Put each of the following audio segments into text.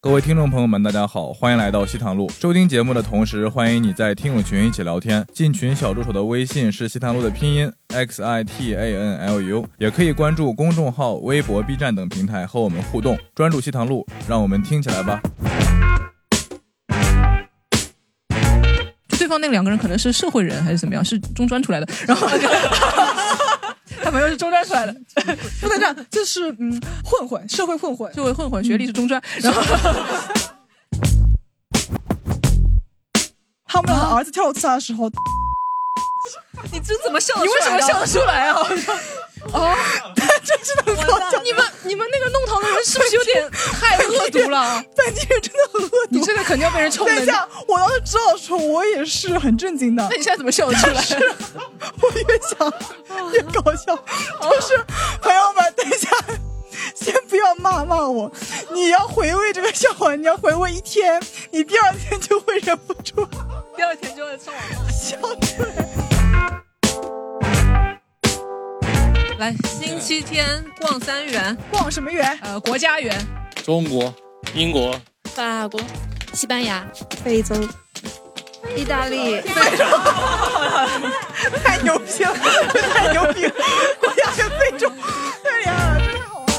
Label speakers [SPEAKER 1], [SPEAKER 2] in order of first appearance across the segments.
[SPEAKER 1] 各位听众朋友们，大家好，欢迎来到西塘路。收听节目的同时，欢迎你在听友群一起聊天。进群小助手的微信是西塘路的拼音 x i t a n l u，也可以关注公众号、微博、B 站等平台和我们互动。专注西塘路，让我们听起来吧。
[SPEAKER 2] 对方那两个人可能是社会人还是怎么样，是中专出 来的，然后他朋友是中专出来的，
[SPEAKER 3] 不能这样，这是嗯混混，社会混混，嗯
[SPEAKER 2] 社会混混，学历是 中专，然后
[SPEAKER 3] 他们的儿子跳自杀的时
[SPEAKER 2] 啊
[SPEAKER 3] 候，
[SPEAKER 4] 你这怎么笑得
[SPEAKER 2] 你为什么笑得出来 啊？哦，
[SPEAKER 3] 真是能搞笑。
[SPEAKER 2] 你们你们那个弄堂的人是不是有点太恶毒 了？
[SPEAKER 3] 本地人真的很恶毒。
[SPEAKER 2] 你这个肯定要被人冲的。
[SPEAKER 3] 等一下，我当时知道的时候，我也是很震惊的
[SPEAKER 2] 那。你现在怎么笑得出来？
[SPEAKER 3] 我越想越搞笑， 就是朋友们，等一下。先不要骂骂我，你要回味这个笑话，你要回味一天，你第二天就会忍不住
[SPEAKER 4] 第二天就会上网
[SPEAKER 3] 笑出来。
[SPEAKER 4] 来，星期天逛三元，
[SPEAKER 3] 逛什么园？
[SPEAKER 2] 呃，国家园，
[SPEAKER 5] 中国、英国、
[SPEAKER 6] 法国、西班牙、
[SPEAKER 7] 非洲、意大利，
[SPEAKER 3] 太牛逼了，太牛逼了！国家跟非洲，对呀，真好玩。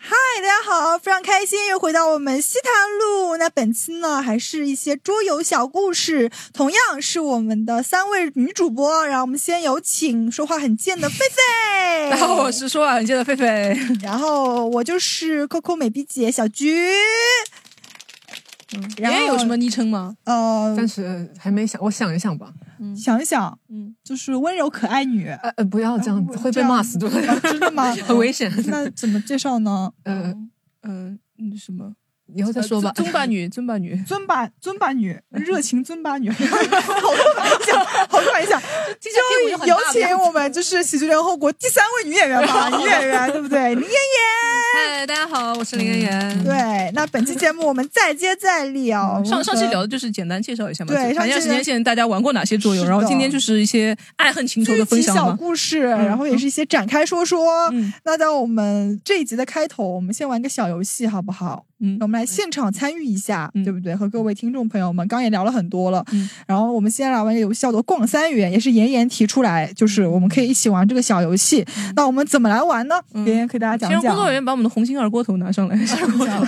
[SPEAKER 3] 嗨，大家好，非常开心又回到我们西坛路。那本期呢，还是一些桌游小故事，同样是我们的三位女主播。然后我们先有请说话很贱的狒狒，
[SPEAKER 2] 然后我是说话啊很贱的狒狒，
[SPEAKER 3] 然后我就是 Coco 美逼姐小菊。嗯，然后
[SPEAKER 2] 也有什么昵称吗？
[SPEAKER 3] 呃，
[SPEAKER 8] 暂时还没想，我想一想吧。
[SPEAKER 3] 想一想，
[SPEAKER 2] 嗯，
[SPEAKER 3] 就是温柔可爱女，
[SPEAKER 8] 呃呃，不要这样
[SPEAKER 3] 我
[SPEAKER 8] 子，会
[SPEAKER 3] 这
[SPEAKER 8] 被
[SPEAKER 3] 样啊
[SPEAKER 8] 骂死，对不对？
[SPEAKER 3] 真的 吗？
[SPEAKER 8] 很危险。
[SPEAKER 3] 那怎么介绍呢？呃
[SPEAKER 8] 呃，
[SPEAKER 2] 嗯、嗯，什么？
[SPEAKER 8] 以后再说吧。
[SPEAKER 2] 尊巴女，尊巴 女，
[SPEAKER 3] 尊巴尊巴女，热情尊巴女，好 多玩笑，好多玩 笑。
[SPEAKER 4] 听起来屁股
[SPEAKER 3] 就
[SPEAKER 4] 就很
[SPEAKER 3] 有
[SPEAKER 4] 大的
[SPEAKER 3] 请
[SPEAKER 4] 样子。
[SPEAKER 3] 我们就是喜剧联合国第三位女演员 吧，女演员对不对？林妍
[SPEAKER 4] 嗨，大家好，我是林妍
[SPEAKER 2] 嗯
[SPEAKER 4] 妍。
[SPEAKER 3] 妍。对，那本期节目我们再接再厉啊。
[SPEAKER 2] 上上期聊的就是简单介绍一下嘛，
[SPEAKER 3] 对
[SPEAKER 2] 就
[SPEAKER 3] 上
[SPEAKER 2] 谈一下
[SPEAKER 3] 期
[SPEAKER 2] 时间线，大家玩过哪些桌游，
[SPEAKER 3] 是的
[SPEAKER 2] 然后今天就是一些爱恨情仇
[SPEAKER 3] 这
[SPEAKER 2] 的
[SPEAKER 3] 一集
[SPEAKER 2] 分享
[SPEAKER 3] 小
[SPEAKER 2] 嘛。
[SPEAKER 3] 故事，然后也是一些展开说说。
[SPEAKER 2] 嗯
[SPEAKER 3] 那在我们这一集的开头，我们先玩个小游戏，好不好？
[SPEAKER 2] 嗯
[SPEAKER 3] 我们来现场参与一下，
[SPEAKER 2] 嗯
[SPEAKER 3] 对不对？和各位听众朋友们，刚刚也聊了很多了。
[SPEAKER 2] 嗯
[SPEAKER 3] 然后我们先来玩个游戏，叫做“逛三元”，也是妍妍提出来，就是我们可以一起玩这个小游戏。那我们怎么来玩呢？
[SPEAKER 2] 嗯
[SPEAKER 3] 妍妍给大家
[SPEAKER 2] 先
[SPEAKER 3] 讲
[SPEAKER 2] 让工
[SPEAKER 3] 讲。
[SPEAKER 2] 作人员把我们的红心二锅头拿上来。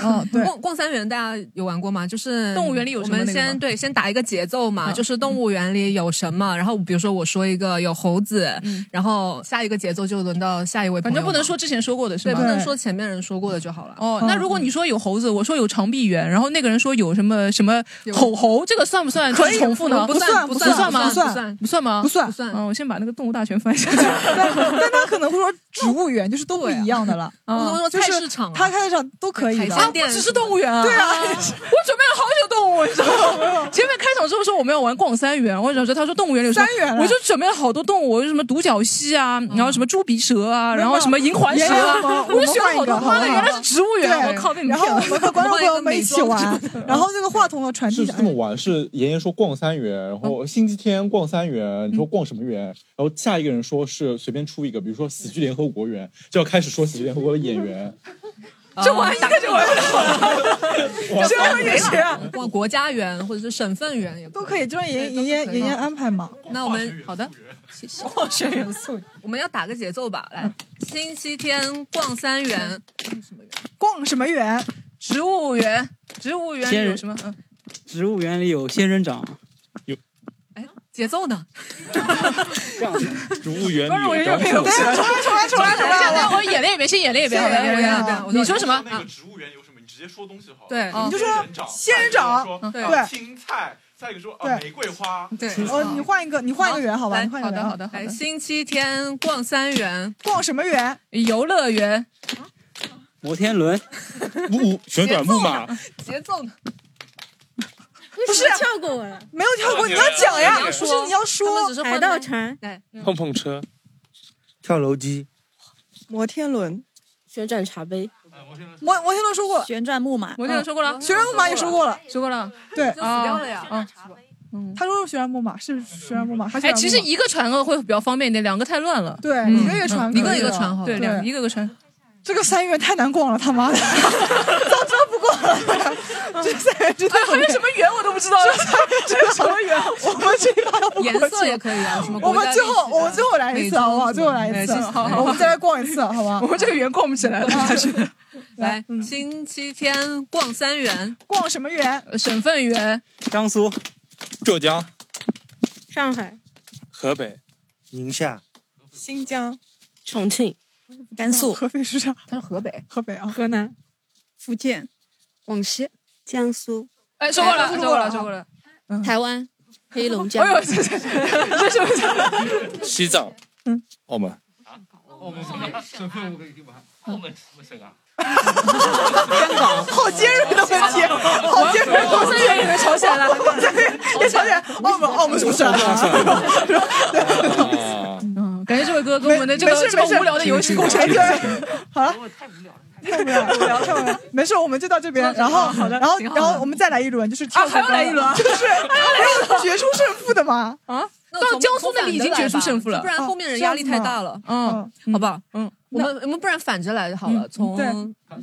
[SPEAKER 3] 嗯，对，
[SPEAKER 4] 逛逛三元，大家有玩过吗？就是
[SPEAKER 2] 哦动物园里有
[SPEAKER 4] 我
[SPEAKER 2] 什么
[SPEAKER 4] 们
[SPEAKER 2] 那个吗
[SPEAKER 4] 先对先打一个节奏嘛，
[SPEAKER 2] 嗯
[SPEAKER 4] 就是动物园里有什么，然后比如说我说一个有猴子，
[SPEAKER 3] 嗯
[SPEAKER 4] 然后下一个节奏就轮到下一位朋
[SPEAKER 2] 反
[SPEAKER 4] 友嘛，
[SPEAKER 2] 正不能说之前说过的是
[SPEAKER 4] 对，
[SPEAKER 2] 吗？
[SPEAKER 4] 不能说前面人说过的就好了。
[SPEAKER 2] 哦，那如 果你说有猴子，我说有长臂猿，然后那个人说有什么什么吼猴，这个算不算就是重复呢？
[SPEAKER 3] 不算
[SPEAKER 4] 不
[SPEAKER 3] 算
[SPEAKER 2] 不算吗
[SPEAKER 3] 不算
[SPEAKER 4] 不算
[SPEAKER 2] 不算吗？
[SPEAKER 3] 不。算
[SPEAKER 4] 不。算。
[SPEAKER 2] 嗯，我先把那个动物大全翻 一下。
[SPEAKER 3] 但但他可能会说植物园就是都不一样的 了。
[SPEAKER 4] 我
[SPEAKER 2] 啊
[SPEAKER 4] 说
[SPEAKER 3] 就
[SPEAKER 4] 菜
[SPEAKER 3] 是
[SPEAKER 4] 嗯市场啊，
[SPEAKER 3] 他开的场都可以
[SPEAKER 4] 海
[SPEAKER 3] 的
[SPEAKER 4] 鲜
[SPEAKER 2] 啊，
[SPEAKER 4] 商，店
[SPEAKER 2] 只是动物园啊！对啊， 我准备了好久动物，你知道吗？ 前面开场之后说我们要玩逛三元，我想说他说动物园里
[SPEAKER 3] 三元啊嗯了
[SPEAKER 2] 我就准备了好多动物，有什么独角戏啊，然后什么猪鼻蛇啊，然后什么银环蛇
[SPEAKER 3] 原来我
[SPEAKER 2] 啊
[SPEAKER 3] 们，
[SPEAKER 2] 我就选了好多。
[SPEAKER 3] 我们换一个好不好
[SPEAKER 2] 妈的，原来是植物园！我
[SPEAKER 3] 对
[SPEAKER 2] 靠，被你
[SPEAKER 3] 然
[SPEAKER 2] 们
[SPEAKER 3] 后
[SPEAKER 2] 骗
[SPEAKER 3] 我们
[SPEAKER 2] 了。
[SPEAKER 3] 和观众朋友们一起
[SPEAKER 4] 换
[SPEAKER 3] 玩，然后这个话筒要传
[SPEAKER 5] 是
[SPEAKER 3] 递
[SPEAKER 5] 这么玩，是妍妍说逛三元，然
[SPEAKER 9] 哦
[SPEAKER 5] 后星期天逛三元，
[SPEAKER 9] 嗯
[SPEAKER 5] 你说逛什么园？然后下一个人说是随便出一个，比如说喜剧联合国园，就要开始说喜剧联合国的演员。
[SPEAKER 4] 就玩一个就玩不了了，
[SPEAKER 3] 谁会给谁啊
[SPEAKER 4] 逛国家园或者是省份园也
[SPEAKER 3] 都
[SPEAKER 4] 以。
[SPEAKER 3] 可以，就是爷爷爷
[SPEAKER 4] 都可以
[SPEAKER 3] 爷爷安排嘛。
[SPEAKER 4] 那我们好的，
[SPEAKER 3] 化学元素，
[SPEAKER 4] 我们要打个节奏吧。
[SPEAKER 2] 嗯
[SPEAKER 4] 来，星期天逛三元，
[SPEAKER 3] 逛什么园？
[SPEAKER 2] 植物园，植物园里有什么？嗯，
[SPEAKER 10] 植物园里有仙人掌，
[SPEAKER 4] 节奏呢？
[SPEAKER 10] 这样子
[SPEAKER 5] 植物 园里有
[SPEAKER 2] 不是我
[SPEAKER 5] 张
[SPEAKER 3] 等一下重来重来重 来重
[SPEAKER 2] 等一
[SPEAKER 3] 来！
[SPEAKER 2] 下，我演练一遍，先演练一遍，
[SPEAKER 3] 先演练一遍
[SPEAKER 2] 好吧
[SPEAKER 3] 啊
[SPEAKER 4] 我
[SPEAKER 2] 你说什么？
[SPEAKER 9] 那个植物园有什么，你直接说东西好了。
[SPEAKER 4] 对
[SPEAKER 9] 你
[SPEAKER 3] 就说
[SPEAKER 9] 仙人掌，
[SPEAKER 3] 仙人掌
[SPEAKER 9] 下一个
[SPEAKER 4] 对
[SPEAKER 9] 说啊青菜，下一个说啊
[SPEAKER 3] 对
[SPEAKER 9] 玫瑰花，
[SPEAKER 4] 对，
[SPEAKER 3] 哦，你换一个，你换一个园好吧？
[SPEAKER 4] 来
[SPEAKER 3] 你换一
[SPEAKER 2] 好
[SPEAKER 3] 个哎
[SPEAKER 2] 的，
[SPEAKER 3] 园。
[SPEAKER 2] 好的，好
[SPEAKER 4] 来，
[SPEAKER 2] 的。
[SPEAKER 4] 星期天逛三元，
[SPEAKER 3] 逛什么园？
[SPEAKER 2] 游乐园，
[SPEAKER 10] 摩天轮，
[SPEAKER 5] 木旋转木马，
[SPEAKER 4] 节奏呢？
[SPEAKER 6] 不
[SPEAKER 7] 啊
[SPEAKER 6] 是跳过我了？
[SPEAKER 3] 没有跳过，你要讲呀！
[SPEAKER 4] 你
[SPEAKER 3] 不
[SPEAKER 4] 要
[SPEAKER 3] 是
[SPEAKER 4] 说
[SPEAKER 3] 你要
[SPEAKER 4] 他们
[SPEAKER 3] 说
[SPEAKER 4] 只是换
[SPEAKER 6] 海盗船、
[SPEAKER 5] 碰碰车，
[SPEAKER 11] 跳楼机、
[SPEAKER 3] 摩天轮，
[SPEAKER 6] 旋转茶杯、
[SPEAKER 3] 摩摩天轮说过了，
[SPEAKER 7] 旋转木马，
[SPEAKER 2] 我这个说过了，
[SPEAKER 3] 旋转木马也说过了。
[SPEAKER 2] 说过了。
[SPEAKER 3] 对
[SPEAKER 4] 就，死掉了呀！
[SPEAKER 2] 啊，
[SPEAKER 3] 他说是旋转木马，是旋转木马，还是
[SPEAKER 2] 哎，
[SPEAKER 3] 旋转木马
[SPEAKER 2] 其实一个传个会比较方便一点，两个太乱了。
[SPEAKER 3] 对
[SPEAKER 2] 嗯
[SPEAKER 3] 一个一个传，
[SPEAKER 4] 一个一个传好了
[SPEAKER 2] 对，两一个一个传。
[SPEAKER 3] 这个三元太难逛了，他 妈的，早知道不逛了。这三元真的
[SPEAKER 2] 哎还有什么园我都不知道
[SPEAKER 3] 这三元真的什么园？我们这一趴要不过去
[SPEAKER 4] 颜色也可以啊什么
[SPEAKER 3] 我
[SPEAKER 4] 国家
[SPEAKER 3] 们最后
[SPEAKER 4] 历，史啊
[SPEAKER 3] 我们最后来一次好不好？
[SPEAKER 4] 美
[SPEAKER 3] 最
[SPEAKER 4] 洲
[SPEAKER 3] 后来一
[SPEAKER 4] 对
[SPEAKER 3] 次，
[SPEAKER 4] 其实
[SPEAKER 3] 好，
[SPEAKER 4] 对
[SPEAKER 3] 好我们再来逛一次，好吧？
[SPEAKER 2] 我们这个园逛不起来 了，下去。
[SPEAKER 4] 来，星期天逛三园，
[SPEAKER 3] 嗯逛什么园？
[SPEAKER 2] 省 份园。
[SPEAKER 10] 江苏、
[SPEAKER 11] 浙江、
[SPEAKER 6] 上海、
[SPEAKER 11] 河北、宁夏、
[SPEAKER 6] 新疆、重庆、甘肃、
[SPEAKER 3] 合肥哦是啥？
[SPEAKER 6] 它是河北，
[SPEAKER 3] 河北啊，
[SPEAKER 6] 河南、福建、广西、江苏。
[SPEAKER 2] 哎，说过了，说过了，说过了。
[SPEAKER 3] 啊
[SPEAKER 6] 台湾、黑龙江。
[SPEAKER 2] 哎呦，这这这这 这
[SPEAKER 11] 西藏、嗯、澳门。
[SPEAKER 12] 我们省份五个地方，澳门什么省啊？
[SPEAKER 3] 香港，好尖锐的问题，好尖锐的问题，
[SPEAKER 2] 我也以为吵起来了
[SPEAKER 3] 也吵起来。澳门，澳门是不是啊？
[SPEAKER 2] 嗯，感谢这位哥哥跟我们的这个
[SPEAKER 3] 没事
[SPEAKER 2] 这
[SPEAKER 3] 没事
[SPEAKER 2] 么无聊的游戏共享一下。
[SPEAKER 3] 好了，太无聊了，太无聊了，太无聊了。没事，我们就到这边。然后，
[SPEAKER 2] 好的
[SPEAKER 3] 然后，
[SPEAKER 2] 挺好的
[SPEAKER 3] 然后我们再来一轮，就是跳
[SPEAKER 2] 啊还要
[SPEAKER 3] 广告
[SPEAKER 2] 来一轮啊
[SPEAKER 3] 就是 还要决出胜负的嘛。
[SPEAKER 2] 啊，
[SPEAKER 4] 那
[SPEAKER 2] 到
[SPEAKER 4] 从
[SPEAKER 2] 江苏那里已经决出
[SPEAKER 4] 从反着来吧
[SPEAKER 2] 胜负了，
[SPEAKER 4] 不然后面人压力太大了。
[SPEAKER 2] 嗯，
[SPEAKER 4] 好不好？
[SPEAKER 2] 嗯，
[SPEAKER 4] 我们我们不然反着来好了，从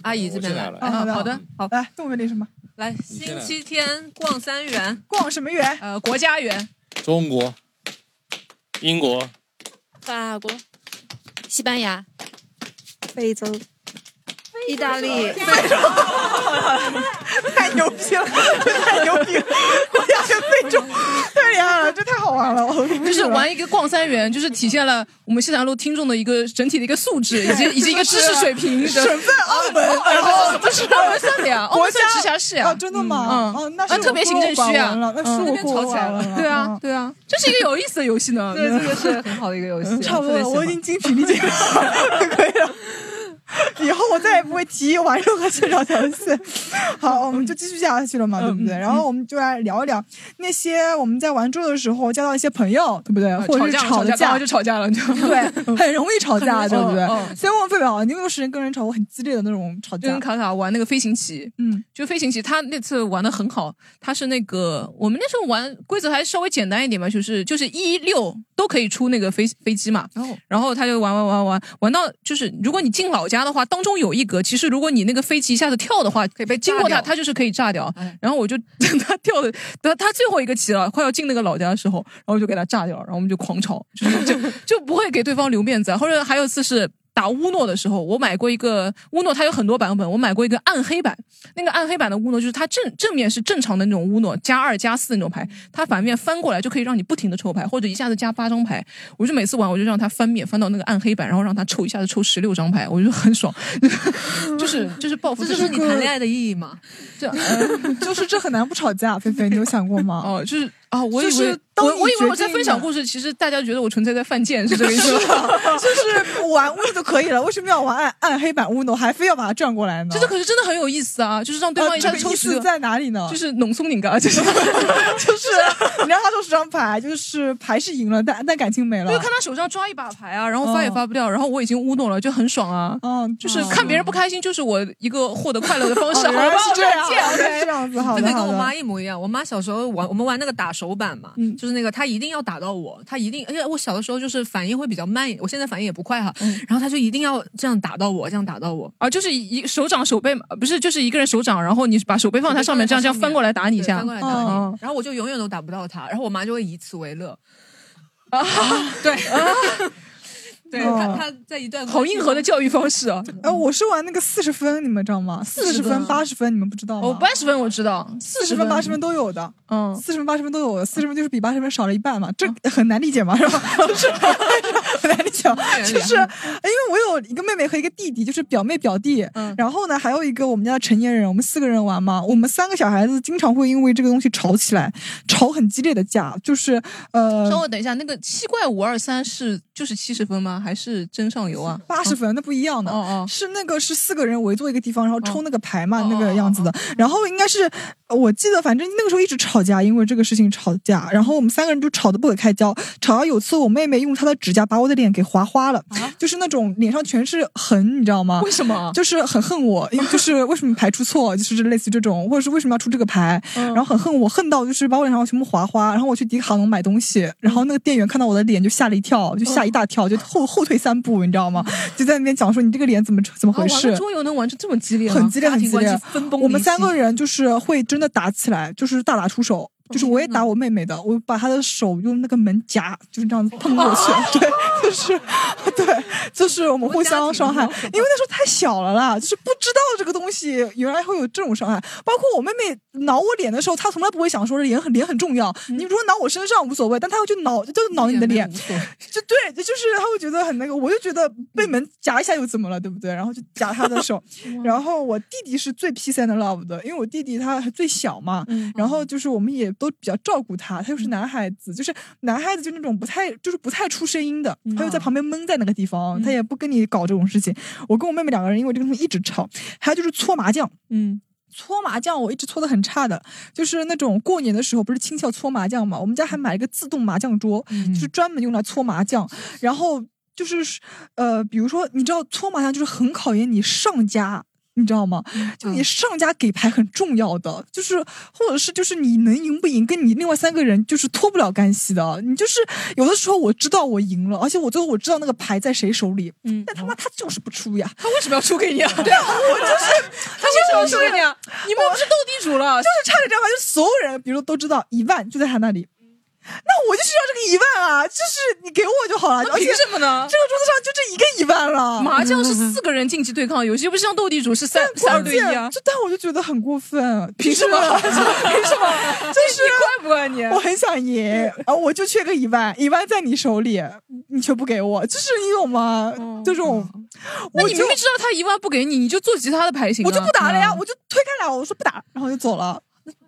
[SPEAKER 4] 阿姨这边来。
[SPEAKER 3] 啊
[SPEAKER 4] 啊好的，，
[SPEAKER 3] 好，来，动文丽什么？
[SPEAKER 4] 来星期天逛三园，
[SPEAKER 3] 逛什么园？
[SPEAKER 2] 呃，国家园。
[SPEAKER 11] 中国、英国、
[SPEAKER 6] 法国、西班牙、
[SPEAKER 7] 非洲、
[SPEAKER 2] 哦
[SPEAKER 7] 意大利、
[SPEAKER 3] 太牛逼了，这太牛逼了！我俩跟非洲太厉害了，这太好玩了，我
[SPEAKER 2] 就是玩一个逛三园，就是体现了我们西塘路听众的一个整体的一个素 质，以及以及一个
[SPEAKER 3] 啊
[SPEAKER 2] 知识水平的。
[SPEAKER 3] 省份澳门，
[SPEAKER 2] 哦
[SPEAKER 3] 然
[SPEAKER 2] 哦
[SPEAKER 3] 后
[SPEAKER 2] 不是澳门算的呀，澳
[SPEAKER 3] 国
[SPEAKER 2] 门
[SPEAKER 3] 家
[SPEAKER 2] 算直辖市呀。
[SPEAKER 3] 真的吗？
[SPEAKER 2] 嗯
[SPEAKER 3] 哦，那是
[SPEAKER 2] 啊特别行政区啊
[SPEAKER 3] 我过完了那是
[SPEAKER 2] 嗯
[SPEAKER 3] 我
[SPEAKER 2] 那边
[SPEAKER 3] 过
[SPEAKER 2] 吵起
[SPEAKER 3] 完
[SPEAKER 2] 来
[SPEAKER 3] 了哦
[SPEAKER 2] 了，对啊，对啊，这是一个有意思的游戏呢。
[SPEAKER 4] 对，这个是很好的一个游戏，
[SPEAKER 3] 嗯差不
[SPEAKER 4] 特
[SPEAKER 3] 多了，
[SPEAKER 4] 别喜欢
[SPEAKER 3] 我已经精疲力尽了， 可以了。以后我再也不会提议玩任何线上游戏。好，我们就继续下去
[SPEAKER 2] 嗯
[SPEAKER 3] 了嘛，对不对？然后我们就来聊一聊那些我们在玩桌游的时候交到一些朋友，对不对？或者
[SPEAKER 2] 呃吵
[SPEAKER 3] 是
[SPEAKER 2] 架了
[SPEAKER 3] 吵
[SPEAKER 2] 架，刚
[SPEAKER 3] 架
[SPEAKER 2] 好就吵架了，就
[SPEAKER 3] 对，很容易吵架，
[SPEAKER 2] 很
[SPEAKER 3] 对
[SPEAKER 2] 容易
[SPEAKER 3] 不对
[SPEAKER 2] 嗯？嗯
[SPEAKER 3] 所以我问表，你有没有时间跟人吵过很激烈的那种吵架
[SPEAKER 2] 跟？卡卡玩那个飞行棋，
[SPEAKER 3] 嗯，
[SPEAKER 2] 就飞行棋，他那次玩的很好。他是那个我们那时候玩规则还稍微简单一点嘛，就是就是一六都可以出那个飞飞机嘛。然后他就玩玩玩玩玩到就是，如果你进老家的话，当中有一格，其实如果你那个飞机一下子跳的话，可以被嗯经过它，
[SPEAKER 4] 掉
[SPEAKER 2] 它就是可以炸掉。然后我就 等他跳的，等他最后一个棋了，快要进那个老家的时候，然后我就给他炸掉，然后我们就狂吵，就是就就不会给对方留面子。啊或者还有一次是。打乌诺的时候，我买过一个乌诺，它有很多版本，我买过一个暗黑版。那个暗黑版的乌诺就是它正正面是正常的那种乌诺，加二加四那种牌，它反面翻过来就可以让你不停的抽牌，或者一下子加八张牌。我就每次玩，我就让它翻面翻到那个暗黑版，然后让它抽一下子抽十六张牌，我就很爽， 就是就是报复。
[SPEAKER 4] 这就是你谈恋爱的意 义吗？
[SPEAKER 2] 这
[SPEAKER 3] 就是这很难不吵架，菲菲，你有想过吗？
[SPEAKER 2] 哦，就是啊，我以为、
[SPEAKER 3] 就是当
[SPEAKER 2] 我
[SPEAKER 3] 你
[SPEAKER 2] 我以为我
[SPEAKER 3] 决
[SPEAKER 2] 在
[SPEAKER 3] 定
[SPEAKER 2] 分享
[SPEAKER 3] 了
[SPEAKER 2] 故事，其实大家觉得我纯粹在犯贱，是这个意思
[SPEAKER 3] 是
[SPEAKER 2] 吗？
[SPEAKER 3] 的， 就是玩 Win 就可以了，为什么要玩暗暗黑版 Win 还非要把它转过来呢？
[SPEAKER 2] 这这可是真的很有意思啊！就是让对方一下
[SPEAKER 3] 啊
[SPEAKER 2] 子
[SPEAKER 3] 这个
[SPEAKER 2] 抽
[SPEAKER 3] 意
[SPEAKER 2] 十
[SPEAKER 3] 思
[SPEAKER 2] 个，
[SPEAKER 3] 在哪里呢？
[SPEAKER 2] 就是浓松拧 嘎，就是
[SPEAKER 3] 就是你让他抽十张牌，就是牌是赢了，但但感情没了
[SPEAKER 2] 就。看他手上抓一把牌啊，然后发也发不掉，然后我已经乌弄了，就很爽啊。
[SPEAKER 3] 嗯，
[SPEAKER 2] 就是看别人不开心，就是我一个获得快乐的方式，
[SPEAKER 3] 哦
[SPEAKER 2] 好
[SPEAKER 3] 原来
[SPEAKER 2] 吧？
[SPEAKER 3] 是
[SPEAKER 2] 我
[SPEAKER 3] 这样
[SPEAKER 2] 这样啊
[SPEAKER 3] 原来是这样子好的嗯
[SPEAKER 2] 这个
[SPEAKER 4] 这个
[SPEAKER 2] 跟
[SPEAKER 4] 跟我
[SPEAKER 2] 我妈
[SPEAKER 4] 妈一模一样，我妈小时候玩，我们玩那个打手板嘛，就是那个她一定要打到我，她一定，而且我小的时候就是反应会比较慢，我现在反应也不快哈，
[SPEAKER 3] 嗯
[SPEAKER 4] 然后她就一定要这样打到我，这样打到我，
[SPEAKER 2] 啊，就是一手掌手背嘛，不是，就是一个人手掌，然后你把手背放在上面，这样这样翻过来打你一下，嗯哦
[SPEAKER 4] 翻过来打你，然后我就永远都打不到她，然后我妈就会以此为乐，啊， 对， 对，她她在一段
[SPEAKER 2] 啊好硬核的教育方式啊！
[SPEAKER 3] 哎，我是玩那个四十分，你们知道吗？四十
[SPEAKER 2] 啊
[SPEAKER 3] 分、八十分，你们不知道吗？
[SPEAKER 2] 我八十分我知道，
[SPEAKER 3] 哦四十分、八十分都有的，
[SPEAKER 2] 嗯，
[SPEAKER 3] 四十分、八十分都有的，四十分就是比八十分少了一半嘛，这很难理解嘛， 是吧？就是 很难理解嘛，就是哎因为我有一个妹妹和一个弟弟，就是表妹表弟，然后呢还有一个我们家的成年人，我们四个人玩嘛，我们三个小孩子经常会因为这个东西吵起来，吵很激烈的架，就是呃，
[SPEAKER 2] 稍微等一下，那个七怪五二三是就是七十分吗？还是真上游啊？
[SPEAKER 3] 八十分，那不一样的，
[SPEAKER 2] 嗯嗯
[SPEAKER 3] 是那个是四个人围坐一个地方，然后抽那个牌嘛，那个样子的。然后应该是我记得，反正那个时候一直吵架，因为这个事情吵架，然后我们三个人就吵得不可开交，吵到有次我妹妹用她的指甲把我的脸给划花了，就是那种脸上全是痕，你知道吗？
[SPEAKER 2] 啊为什么
[SPEAKER 3] 就是很恨我，因为就是为什么排出错，就是类似于这种，或者是为什么要出这个牌，
[SPEAKER 2] 嗯
[SPEAKER 3] 然后很恨我，恨到就是把我脸上全部划花，然后我去迪卡侬买东西，然后那个店员看到我的脸就吓了一跳，就吓一大跳，就后后退三步，你知道吗？就在那边讲说你这个脸怎么怎么
[SPEAKER 2] 啊
[SPEAKER 3] 回
[SPEAKER 2] 玩
[SPEAKER 3] 事？
[SPEAKER 2] 个桌游能玩出这么激烈吗？
[SPEAKER 3] 很激烈，
[SPEAKER 2] 家
[SPEAKER 3] 很
[SPEAKER 2] 庭
[SPEAKER 3] 激
[SPEAKER 2] 关系
[SPEAKER 3] 烈。
[SPEAKER 2] 分崩
[SPEAKER 3] 我们
[SPEAKER 2] 离
[SPEAKER 3] 三
[SPEAKER 2] 析，
[SPEAKER 3] 个人就是会真的打起来，就是大打出手。就是我也打我妹妹的，我把她的手用那个门夹，就是这样子碰过去。对，就是，对，就是我们互相伤害，因为那时候太小了啦，就是不知道这个东西原来会有这种伤害。包括我妹妹挠我脸的时候，她从来不会想说脸很脸很重要，你如果挠我身上无所谓，但她会去挠，就是挠你的脸，就对，就是她会觉得很那个，我就觉得被门夹一下又怎么了，对不对？然后就夹她的手
[SPEAKER 2] 哇
[SPEAKER 3] 然后我弟弟是最 peace and love 的，因为我弟弟他还最小嘛，
[SPEAKER 2] 嗯
[SPEAKER 3] 然后就是我们也都比较照顾他，他又是男孩子，就是男孩子就那种不太就是不太出声音的，他
[SPEAKER 2] 嗯
[SPEAKER 3] 就在旁边闷在那个地方，他也不跟你搞这种事情。我跟我妹妹两个人因为这个东西一直吵，还有就是搓麻将，
[SPEAKER 2] 嗯。
[SPEAKER 3] 搓麻将我一直搓的很差的，就是那种过年的时候不是亲戚要搓麻将嘛，我们家还买了一个自动麻将桌，
[SPEAKER 2] 嗯
[SPEAKER 3] 就是专门用来搓麻将，然后就是呃，比如说你知道搓麻将就是很考验你上家。你知道吗？
[SPEAKER 2] 嗯
[SPEAKER 3] 就你上家给牌很重要的，就是或者是就是你能赢不赢，跟你另外三个人就是脱不了干系的。你就是有的时候我知道我赢了，而且我最后我知道那个牌在谁手里，嗯，但他妈他就是不出呀，
[SPEAKER 2] 他为什么要输给你啊？
[SPEAKER 3] 对啊，我就是
[SPEAKER 2] 他为什么要输给你啊你们又不是斗
[SPEAKER 3] 地主了，就是差点这样吧，就所有人，比如都知道一万就在他那里。
[SPEAKER 2] 嗯
[SPEAKER 3] 那我就是要这个一万啊！就是你给我就好了，
[SPEAKER 2] 那
[SPEAKER 3] 而且
[SPEAKER 2] 凭什么呢
[SPEAKER 3] 这个桌子上就这一个一万了。
[SPEAKER 2] 麻将是四个人竞技对抗，游戏不是像斗地主是三三对一啊？
[SPEAKER 3] 就但我就觉得很过 分，
[SPEAKER 2] 凭什么
[SPEAKER 3] 就是 凭什么？ 就是
[SPEAKER 2] 你怪不怪你啊
[SPEAKER 3] 我很想赢，啊，我就缺个一万，一万在你手里，你却不给我，就是你懂吗？这种，
[SPEAKER 2] 哦那
[SPEAKER 3] 我
[SPEAKER 2] 你明
[SPEAKER 3] 就
[SPEAKER 2] 明知道他一万不给你，你就做其他的牌型啊，
[SPEAKER 3] 我就不打了呀，
[SPEAKER 2] 嗯
[SPEAKER 3] 我就推开来，我说不打，然后就走了。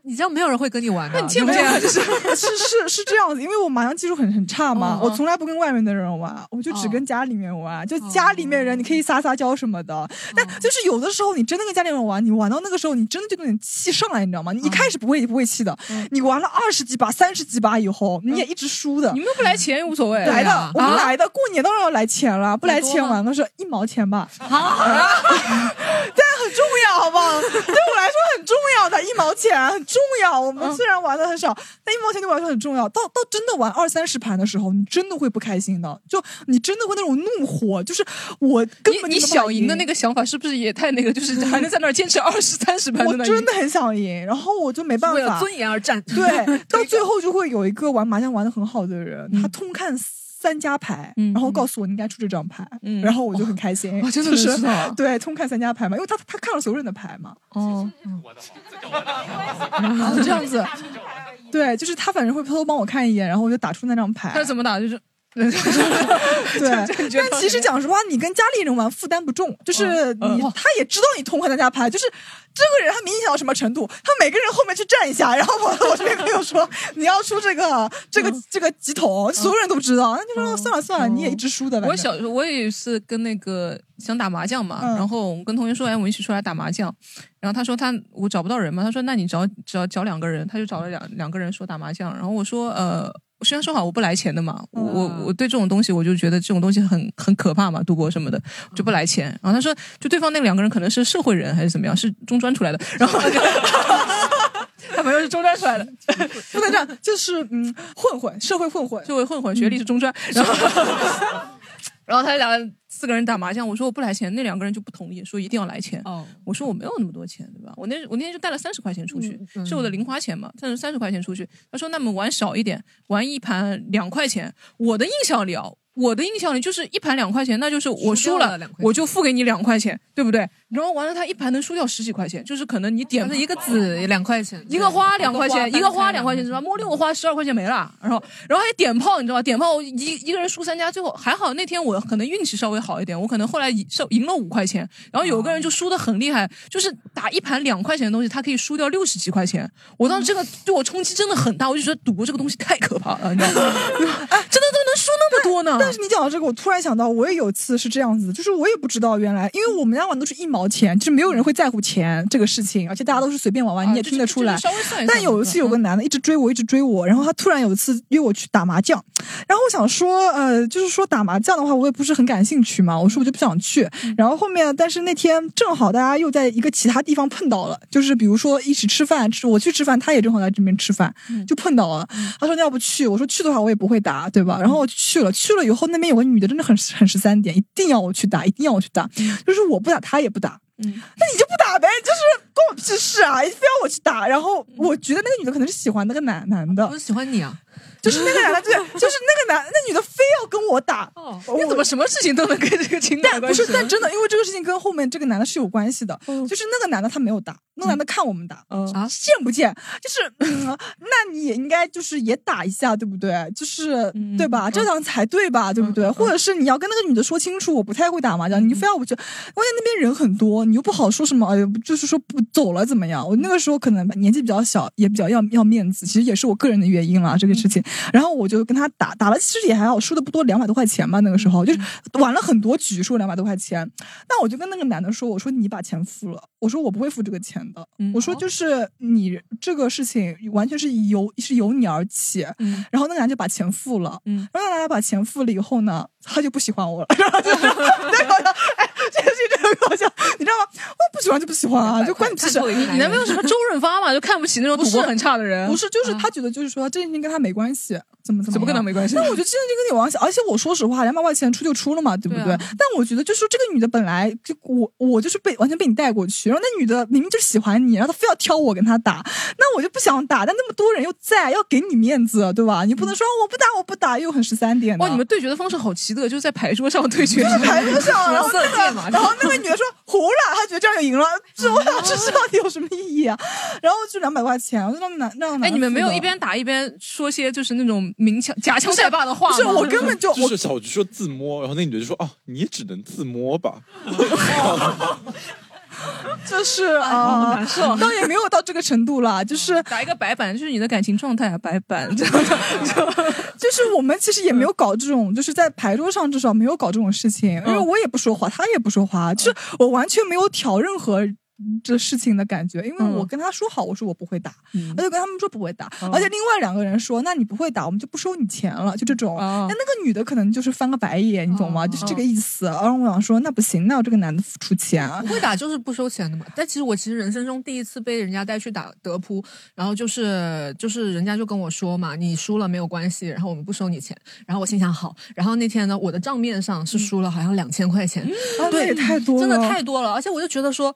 [SPEAKER 4] 你这样没有人会跟你玩的。
[SPEAKER 3] 那是 是是是这样子，因为我麻将技术很很差嘛，
[SPEAKER 2] 嗯
[SPEAKER 4] 哦哦
[SPEAKER 3] 我从来不跟外面的人玩，我就只
[SPEAKER 2] 哦
[SPEAKER 3] 跟家里面玩。就家里面人，你可以撒撒娇什么的，
[SPEAKER 2] 嗯
[SPEAKER 3] 但就是有的时候你真的跟家里人玩，你玩到那个时候，你真的就那种气上来，你知道吗？
[SPEAKER 2] 嗯
[SPEAKER 3] 你一开始不会不会气的，你玩了二十几把、三十几把以后，你也一直输的。
[SPEAKER 2] 嗯你们又不来钱也无所谓，
[SPEAKER 3] 来的，我们
[SPEAKER 2] 啊
[SPEAKER 3] 来的，过年当然要来钱了，不来
[SPEAKER 2] 多
[SPEAKER 3] 钱
[SPEAKER 2] 吗
[SPEAKER 3] 玩的是一毛钱吧？
[SPEAKER 2] 啊啊！
[SPEAKER 3] 但很重要，好不好？对我来说很重要的，一毛钱很重要。我们虽然玩的很少，但一毛钱对我来说很重要。到到真的玩二三十盘的时候，你真的会不开心的，就你真的会那种怒火，就是我根本
[SPEAKER 2] 你
[SPEAKER 3] 就没办法
[SPEAKER 2] 小赢的那个想法是不是也太那个？就是还能在那儿坚持二十三十盘
[SPEAKER 3] 我
[SPEAKER 2] 在那里
[SPEAKER 3] 真的很想赢，然后我就没办法，
[SPEAKER 2] 为了尊严而战。
[SPEAKER 3] 对，到最后就会有一个玩麻将玩的很好的人，
[SPEAKER 2] 嗯
[SPEAKER 3] 他通看三家牌，然后告诉我你应该出这张牌，
[SPEAKER 2] 嗯
[SPEAKER 3] 然后我就很开心，
[SPEAKER 2] 哦真的
[SPEAKER 3] 就
[SPEAKER 2] 能
[SPEAKER 3] 是
[SPEAKER 2] 知道啊
[SPEAKER 3] 对，通看三家牌嘛，因为他他看了所有人的牌嘛，
[SPEAKER 2] 哦，
[SPEAKER 7] 哦
[SPEAKER 3] 啊这样子，对，就是他反正会偷偷帮我看一眼，然后我就打出那张牌，
[SPEAKER 2] 他是怎么 打？就是
[SPEAKER 3] 对，但其实讲实话，你跟家里人玩负担不重，就是
[SPEAKER 2] 嗯
[SPEAKER 3] 你他也知道你痛恨他家牌，就是这个人他明显到什么程度，他每个人后面去站一下，然后跑到我 这边跟我说你要出这个这
[SPEAKER 2] 嗯
[SPEAKER 3] 个这个几桶，所有人都知道，那就说算了算了，你也一直输的。
[SPEAKER 2] 哦我
[SPEAKER 3] 反正
[SPEAKER 2] 小时候我也是跟那个想打麻将嘛，然后我跟同学说，哎，我们一起出来打麻将。然后他说他我找不到人嘛，他说那你找找找两个人，他就找了两两个人说打麻将。然后我说呃，我虽然说好我不来钱的嘛，我我我对这种东西我就觉得这种东西很很可怕嘛，赌博什么的就不来钱。然后他说就对方那两个人可能是社会人还是怎么样，是中专出来的，然后。 他朋友是中专出来的，
[SPEAKER 3] 不能这样，就是嗯，混混，社会混混，嗯
[SPEAKER 2] 社会混混，学历是中专，然后然后他俩四个人打麻将，我说我不来钱，那两个人就不同意，说一定要来钱。
[SPEAKER 4] 哦，
[SPEAKER 2] 我说我没有那么多钱，对吧？我那我那天就带了三十块钱出去，
[SPEAKER 4] 嗯嗯
[SPEAKER 2] 是我的零花钱嘛，带了三十块钱出去。他说那我们玩少一点，玩一盘两块钱。我的印象里啊。我的印象里就是一盘两块钱，那就是我输
[SPEAKER 4] 输掉
[SPEAKER 2] 了
[SPEAKER 4] 了两块，钱
[SPEAKER 2] 我就付给你两块钱，对不对？然后完了，他一盘能输掉十几块钱，就是可能你点
[SPEAKER 4] 一个子两块钱，
[SPEAKER 2] 一个花两块钱，
[SPEAKER 4] 对
[SPEAKER 2] 一个花两块
[SPEAKER 3] 嗯
[SPEAKER 2] 钱，是吧？摸六个花十二块钱没了，然后然后还点炮，你知道吧？点炮一一个人输三家，最后还好那天我可能运气稍微好一点，我可能后来赢稍赢了五块钱，然后有个人就输的很厉害，就是打一盘两块钱的东西，他可以输掉六十几块钱。我当时这
[SPEAKER 3] 嗯
[SPEAKER 2] 个对我冲击真的很大，我就觉得赌博这个东西太可怕了，你知道吗？ 真的都能输那么多呢？
[SPEAKER 3] 但是你讲到这个，我突然想到，我也有一次是这样子的，就是我也不知道原来，因为我们家玩都是一毛毛钱，就是没有人会在乎钱这个事情，而且大家都是随便玩玩，
[SPEAKER 2] 啊
[SPEAKER 3] 你也听得出来。
[SPEAKER 2] 稍微算一下嗯
[SPEAKER 3] 但有一次有个男的一直追我，一直追我，然后他突然有一次约我去打麻将，然后我想说，呃，就是说打麻将的话，我也不是很感兴趣嘛，我说我就不想去。
[SPEAKER 2] 嗯
[SPEAKER 3] 然后后面，但是那天正好大家又在一个其他地方碰到了，就是比如说一起吃饭，吃我去吃饭，他也正好在这边吃饭，
[SPEAKER 2] 嗯
[SPEAKER 3] 就碰到了。他说那要不去，我说去的话我也不会打，对
[SPEAKER 2] 嗯
[SPEAKER 3] 吧？然后我就去了，去了以后那边有个女的真的很很十三点，一定要我去打，一定要我去打，
[SPEAKER 2] 嗯
[SPEAKER 3] 就是我不打他也不打。那你就不打呗，就是关我屁事啊！非要我去打，然后
[SPEAKER 2] 嗯
[SPEAKER 3] 我觉得那个女的可能是喜欢那个男男的，不
[SPEAKER 4] 是喜欢你啊，
[SPEAKER 3] 就是那个男的，对，就是那个男那女的非要跟我打，
[SPEAKER 2] 哦你怎么什么事 情都能跟这个情感
[SPEAKER 3] 但
[SPEAKER 2] 关
[SPEAKER 3] 不
[SPEAKER 2] 系嗯
[SPEAKER 3] 是，但真的，因为这个事情跟后面这个男的是有关系的，就是那个男的他没有打，那个男的看我们打，啊，见不见？ 就是，嗯那你也应该就是也打一下，对不对？就是对吧？这样才对吧？对不对？或者是你要跟那个女的说清楚，我不太会打麻将，你非要我去，关键那边人很多，你又不好说什么，哎呦，就是说不走了怎么样？我那个时候可能年纪比较小，也比较要要面子，其实也是我个人的原因啦，啊这个
[SPEAKER 4] 嗯
[SPEAKER 3] 事情。然后我就跟他打打了，其实也还好，输的不多，两百多块钱吧。那个时
[SPEAKER 4] 嗯
[SPEAKER 3] 候就是玩了很多局，输了两百多块钱。那我就跟那个男的说，我说你把钱付了，我说我不会付这个钱的，
[SPEAKER 4] 嗯
[SPEAKER 3] 我说就是你这个事情完全是由是由你而起。
[SPEAKER 4] 嗯
[SPEAKER 3] 然后那个男就把钱付了，
[SPEAKER 4] 嗯
[SPEAKER 3] 然后那个男把钱付了以后呢，他就不喜欢我了， 然后就是对搞笑，哎，这个事情真的很搞笑，你知道吗？我不喜欢就不喜欢 啊，就关你屁事。
[SPEAKER 2] 你你能没有什么周润发嘛？就看不起那种赌博很差的人。嗯
[SPEAKER 3] 不是，就是他觉得就是说这件事情跟他没关系，怎么怎么
[SPEAKER 2] 怎么跟他
[SPEAKER 3] 样
[SPEAKER 2] 没关系
[SPEAKER 3] 那我觉得这件事情跟你有关系，而且我说实话，两百块钱出就出了嘛，对不对？
[SPEAKER 2] 对啊
[SPEAKER 3] 但我觉得就是说这个女的本来就我我就是被完全被你带过去，然后那女的明明就喜欢你，然后她非要挑我跟她打，那我就不想打，但那么多人又在，要给你面子，对吧？你不能说哦我不打我不打，又很十三点。
[SPEAKER 2] 嗯哇，你们对决的方式好奇特，就是在牌桌上对决，
[SPEAKER 3] 就是牌桌 上，然后
[SPEAKER 2] 色
[SPEAKER 3] 那
[SPEAKER 2] 戒嘛
[SPEAKER 3] 个，，然后那个女的说糊了，她觉得这样就赢了，这我想这到底有什么意义啊？然后就两百块钱，我就让男让男的
[SPEAKER 2] 哎，你们没有
[SPEAKER 3] 付的
[SPEAKER 2] 一边打一边说些就是那种明枪夹枪带把的话吗？
[SPEAKER 3] 不是我根本就
[SPEAKER 5] 就是小菊说自摸，然后那女的就说哦，你也只能自摸吧。
[SPEAKER 3] 就是
[SPEAKER 2] 好
[SPEAKER 3] 啊，
[SPEAKER 2] 难受
[SPEAKER 3] 倒也没有到这个程度啦，就是
[SPEAKER 2] 打一个白板，就是你的感情状态啊，白 板。这样
[SPEAKER 3] 就是我们其实也没有搞这种，就是在牌桌上至少没有搞这种事情，
[SPEAKER 2] 嗯
[SPEAKER 3] 因为我也不说话，他也不说话，就是我完全没有挑任何。这事情的感觉，因
[SPEAKER 2] 嗯
[SPEAKER 3] 为我跟他说好，我说我不会打，他就跟他们说不会打，而且另外两个人说，那你不会打，我们就不收你钱了，就这种。那、
[SPEAKER 2] 嗯
[SPEAKER 3] 那个女的可能就是翻个白眼，你懂吗？就是这个意思。然后我想说，那不行，那我这个男的付出钱。
[SPEAKER 4] 不会打就是不收钱的嘛。但其实我其实人生中第一次被人家带去打德扑，然后就是就是人家就跟我说嘛，你输了没有关系，然后我们不收你钱。然后我心想好，然后那天呢，我的账面上是输了好像两千块钱，
[SPEAKER 3] 嗯啊那
[SPEAKER 4] 对，
[SPEAKER 3] 也太多了
[SPEAKER 4] 真的太多了。而且我就觉得说。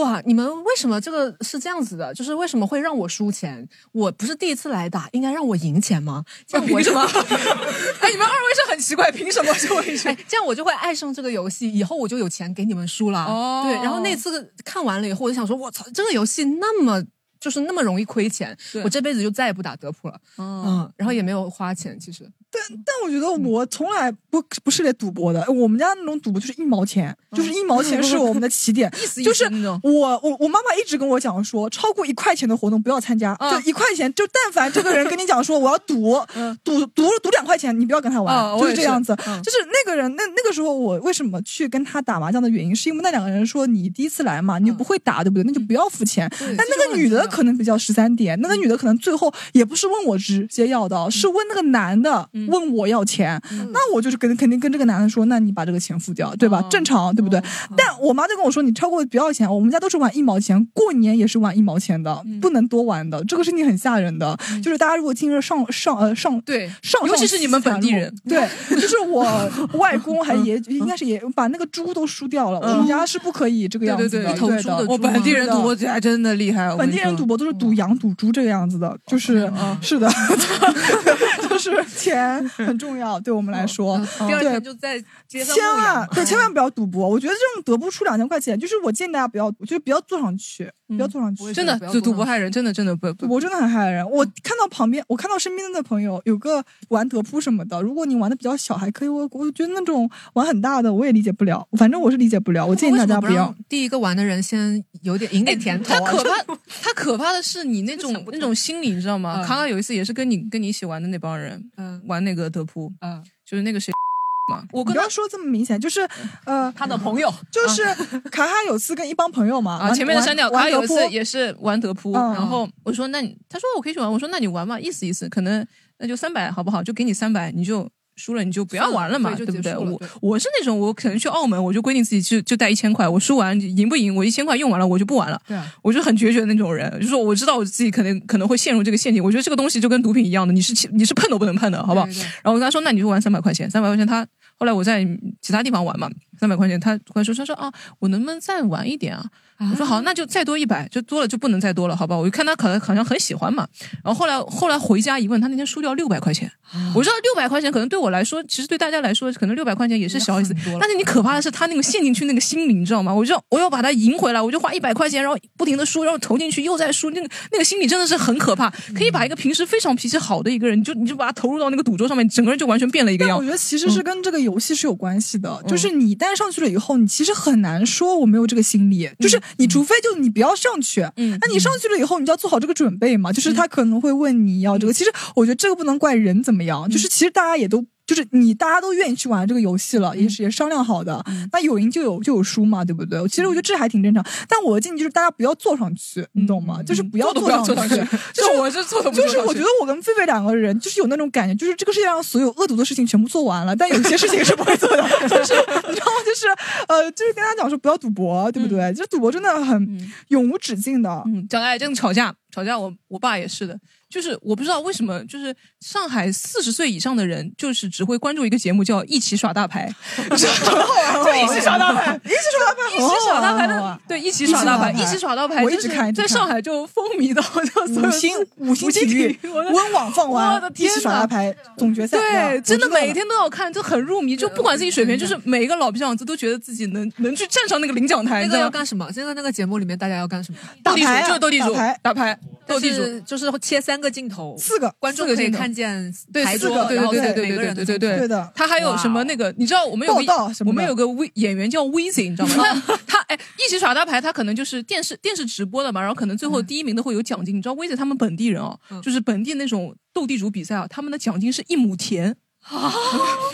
[SPEAKER 4] 哇，你们为什么这个是这样子的？就是为什么会让我输钱？我不是第一次来打，应该让我赢钱吗？这
[SPEAKER 3] 啊
[SPEAKER 4] 样我
[SPEAKER 2] 凭什么
[SPEAKER 4] 哎，你们二位是很奇怪，凭什么就会
[SPEAKER 2] 哎
[SPEAKER 4] 赢？哎这样我就会爱上这个游戏，以后我就有钱给你们输了。
[SPEAKER 2] 哦
[SPEAKER 4] 对，然后那次看完了以后，我就想说，我操，这个游戏那么就是那么容易亏钱
[SPEAKER 2] 对，
[SPEAKER 4] 我这辈子就再也不打德扑了。
[SPEAKER 2] 哦
[SPEAKER 4] 嗯，然后也没有花钱，其实。
[SPEAKER 3] 但我觉得
[SPEAKER 2] 嗯
[SPEAKER 3] 我从来不不涉猎赌博的，我们家那种赌博就是一毛钱，就是一毛钱是我们的起点，
[SPEAKER 2] 嗯 意思意思
[SPEAKER 3] 就是
[SPEAKER 2] 那种
[SPEAKER 3] 我我我妈妈一直跟我讲说，超过一块钱的活动不要参加，
[SPEAKER 2] 嗯
[SPEAKER 3] 就一块钱，就但凡这个人跟你讲说我要赌，赌赌赌两块钱，你不要跟他玩，
[SPEAKER 2] 哦
[SPEAKER 3] 就
[SPEAKER 2] 我也
[SPEAKER 3] 这
[SPEAKER 2] 是
[SPEAKER 3] 样子，
[SPEAKER 2] 嗯
[SPEAKER 3] 就是那个人那那个时候我为什么去跟他打麻将的原因，是因为那两个人说你第一次来嘛，你不会打对不对？那就不要付钱。
[SPEAKER 2] 嗯对
[SPEAKER 3] 但那个女
[SPEAKER 2] 啊
[SPEAKER 3] 的可能比较十三点，那个女的可能最后也不是问我直接要
[SPEAKER 2] 嗯
[SPEAKER 3] 的，是问那个男的问我要钱，那我就是跟肯定跟这个男的说，那你把这个钱付掉，对
[SPEAKER 2] 哦
[SPEAKER 3] 吧？正常对不对？但我妈就跟我说，你超过不要钱，我们家都是玩一毛钱，过年也是玩一毛钱的，
[SPEAKER 2] 嗯
[SPEAKER 3] 不能多玩的，这个事情很吓人的，就是大家如果听着上上呃上
[SPEAKER 2] 对
[SPEAKER 3] 上上
[SPEAKER 2] 尤其是你们本地人
[SPEAKER 3] 对，就是 我外公还爷应该是爷把那个猪都输掉了，我们家是不可以这个样
[SPEAKER 2] 对
[SPEAKER 3] 子
[SPEAKER 2] 对
[SPEAKER 3] 的，
[SPEAKER 2] 对，
[SPEAKER 3] 嗯对的
[SPEAKER 2] 我本地人赌博
[SPEAKER 3] 对的
[SPEAKER 2] 还真的厉害，我跟
[SPEAKER 3] 本
[SPEAKER 2] 你
[SPEAKER 3] 地人
[SPEAKER 2] 说
[SPEAKER 3] 赌博都是赌羊、赌猪这个样子的，就是是的，啊 就是钱很重要，对我们来说。
[SPEAKER 4] 第二
[SPEAKER 3] 对
[SPEAKER 4] 天就在街
[SPEAKER 3] 千
[SPEAKER 4] 上牧羊
[SPEAKER 3] 万对，千万不要赌博。我觉得这种得不出两千块钱，就是我建议大家不要，就是不要坐上去，不要坐上去。
[SPEAKER 2] 真的赌赌博害人，真的真的不
[SPEAKER 3] 赌博真的很害人。我看到旁边，我看到身边的朋友有个玩德扑什么的，如果你玩的比较小还可以，我我觉得那种玩很大的我也理解不了，反正我是理解不了。我建议大家
[SPEAKER 4] 不
[SPEAKER 3] 要
[SPEAKER 4] 让。第一个玩的人先有点赢点甜头、
[SPEAKER 2] 他
[SPEAKER 4] 啊
[SPEAKER 2] 可怕，他可怕的是你那种那种心理，你知道吗？
[SPEAKER 4] 嗯
[SPEAKER 2] 卡卡有一次也是跟你跟你一起玩的那帮人，玩那个德扑，
[SPEAKER 4] 嗯，
[SPEAKER 2] 就是那个谁，嘛。嗯我
[SPEAKER 3] 跟他说这么明显，就是呃，他的朋友就是卡哈有次跟一帮朋友嘛，
[SPEAKER 2] 啊，
[SPEAKER 3] 玩
[SPEAKER 2] 前面的删掉。
[SPEAKER 3] 玩
[SPEAKER 2] 他有一
[SPEAKER 3] 玩德
[SPEAKER 2] 次
[SPEAKER 3] 扑
[SPEAKER 2] 也是玩德扑，
[SPEAKER 3] 嗯
[SPEAKER 2] 然后我说那你，他说我可以去玩，我说那你玩吧，意思意思，可能那就三百好不好？就给你三百，你就输了你就不要玩了嘛，
[SPEAKER 4] 对
[SPEAKER 2] 对不
[SPEAKER 4] 就结
[SPEAKER 2] 对？
[SPEAKER 4] 束了
[SPEAKER 2] 我
[SPEAKER 4] 对
[SPEAKER 2] 我是那种我可能去澳门，我就规定自己就就带一千块，我输完赢不赢，我一千块用完了我就不玩了。
[SPEAKER 4] 对啊，
[SPEAKER 2] 我就很决绝的那种人，就是我知道我自己可能可能会陷入这个陷阱。我觉得这个东西就跟毒品一样的，你是起你是碰都不能碰的，好不好？
[SPEAKER 4] 对对
[SPEAKER 2] 然后我跟他说，那你就玩三百块钱，三百块钱他后来我在其他地方玩嘛，三百块钱他突然说，他说啊，我能不能再玩一点啊？我说好，那就再多一百，就多了就不能再多了，好吧？我就看他可能好像很喜欢嘛，然后后来后来回家一问，他那天输掉六百块钱，
[SPEAKER 3] 啊
[SPEAKER 2] 我知道六百块钱可能对我来说，其实对大家来说，可能六百块钱也是小意思。但是你可怕的是他那个陷进去那个心理，你知道吗？我就我要把它赢回来，我就花一百块钱，然后不停的输，然后投进去又再输，那个那个心理真的是很可怕。可以把一个平时非常脾气好的一个人，你就你就把他投入到那个赌桌上面，整个人就完全变了一个
[SPEAKER 3] 但
[SPEAKER 2] 样。嗯
[SPEAKER 3] 我觉得其实是跟这个游戏是有关系的，就是你一旦上去了以后，你其实很难说我没有这个心理，就是你除非就你不要上去，
[SPEAKER 2] 嗯，
[SPEAKER 3] 那你上去了以后，你就要做好这个准备嘛，就是他可能会问你
[SPEAKER 2] 嗯
[SPEAKER 3] 要这个，其实我觉得这个不能怪人怎么样，就是其实大家也都。就是你大家都愿意去玩这个游戏了，
[SPEAKER 2] 嗯
[SPEAKER 3] 也是也商量好的，那有赢就有就有输嘛，对不对？
[SPEAKER 2] 嗯
[SPEAKER 3] 其实我觉得这还挺正常，但我的建议就是大家不要坐上去，你懂吗？就是不要
[SPEAKER 2] 嗯坐都不要
[SPEAKER 3] 上
[SPEAKER 2] 坐上去
[SPEAKER 3] 就是
[SPEAKER 2] 就我是坐都不
[SPEAKER 3] 就
[SPEAKER 2] 坐
[SPEAKER 3] 是
[SPEAKER 2] 上
[SPEAKER 3] 我
[SPEAKER 2] 去
[SPEAKER 3] 觉得我跟菲菲两个人就是有那种感觉，就是这个世界上所有恶毒的事情全部做完了，但有些事情是不会做的， 就是你知道吗？就是呃，就是跟大家讲说不要赌博，对不对？就是赌博真的很永无止境的。
[SPEAKER 2] 嗯，讲哎，真的吵架，吵架我我爸也是的，就是我不知道为什么，就是上海四十岁以上的人，就是只会关注一个节目叫《一起耍 大牌》，
[SPEAKER 3] 就一起耍大牌，哦 一起耍大牌，
[SPEAKER 2] 一起耍大牌
[SPEAKER 3] 很好
[SPEAKER 2] 的
[SPEAKER 3] 玩，
[SPEAKER 2] 对，一起耍大牌，
[SPEAKER 3] 一
[SPEAKER 2] 一
[SPEAKER 3] 起
[SPEAKER 2] 起
[SPEAKER 3] 耍
[SPEAKER 2] 耍
[SPEAKER 3] 大
[SPEAKER 2] 大
[SPEAKER 3] 牌
[SPEAKER 2] 牌，
[SPEAKER 3] 我一
[SPEAKER 2] 就
[SPEAKER 3] 直
[SPEAKER 2] 是
[SPEAKER 3] 看一直
[SPEAKER 2] 在
[SPEAKER 3] 看
[SPEAKER 2] 上海就风靡到就所有
[SPEAKER 3] 五星五星体育
[SPEAKER 2] 我的
[SPEAKER 3] 温网放完
[SPEAKER 2] 我的天
[SPEAKER 3] 一起耍
[SPEAKER 2] 呐
[SPEAKER 3] 大牌总决赛
[SPEAKER 2] 对，
[SPEAKER 3] 嗯
[SPEAKER 2] 真的
[SPEAKER 3] 我知道了
[SPEAKER 2] 每天都要看，就很入迷，就不管自己水平，就是每一个老皮匠子都觉得自己能能去站上那个领奖台，
[SPEAKER 4] 那
[SPEAKER 2] 你
[SPEAKER 4] 个
[SPEAKER 2] 知道
[SPEAKER 4] 要
[SPEAKER 2] 吗
[SPEAKER 4] 干什么？现在那个节目里面大家要干什么？
[SPEAKER 3] 啊
[SPEAKER 2] 斗地主就是斗地主，啊打牌，斗地
[SPEAKER 4] 就是
[SPEAKER 2] 主。
[SPEAKER 4] 就是切三个镜头，
[SPEAKER 3] 四个
[SPEAKER 4] 观众
[SPEAKER 2] 四个
[SPEAKER 4] 可以
[SPEAKER 2] 镜头
[SPEAKER 4] 看见
[SPEAKER 2] 对，
[SPEAKER 4] 牌
[SPEAKER 2] 四
[SPEAKER 4] 桌
[SPEAKER 2] 个，，对
[SPEAKER 4] 然后
[SPEAKER 2] 对对
[SPEAKER 4] 每
[SPEAKER 2] 对
[SPEAKER 4] 个
[SPEAKER 2] 对
[SPEAKER 4] 人
[SPEAKER 2] 对
[SPEAKER 4] 的
[SPEAKER 2] 对
[SPEAKER 4] 镜头
[SPEAKER 2] 对他还有什么那个？你知道我们有个
[SPEAKER 3] 报道什么的
[SPEAKER 2] 我们有个微演员叫 w i z i 你知道 吗？他他哎，一起耍大牌，他可能就是电视电视直播的嘛，然后可能最后
[SPEAKER 3] 嗯
[SPEAKER 2] 第一名的会有奖金。你知道 w i z i 他们本地人哦，
[SPEAKER 4] 嗯
[SPEAKER 2] 就是本地那种斗地主比赛啊，他们的奖金是一亩 田。啊，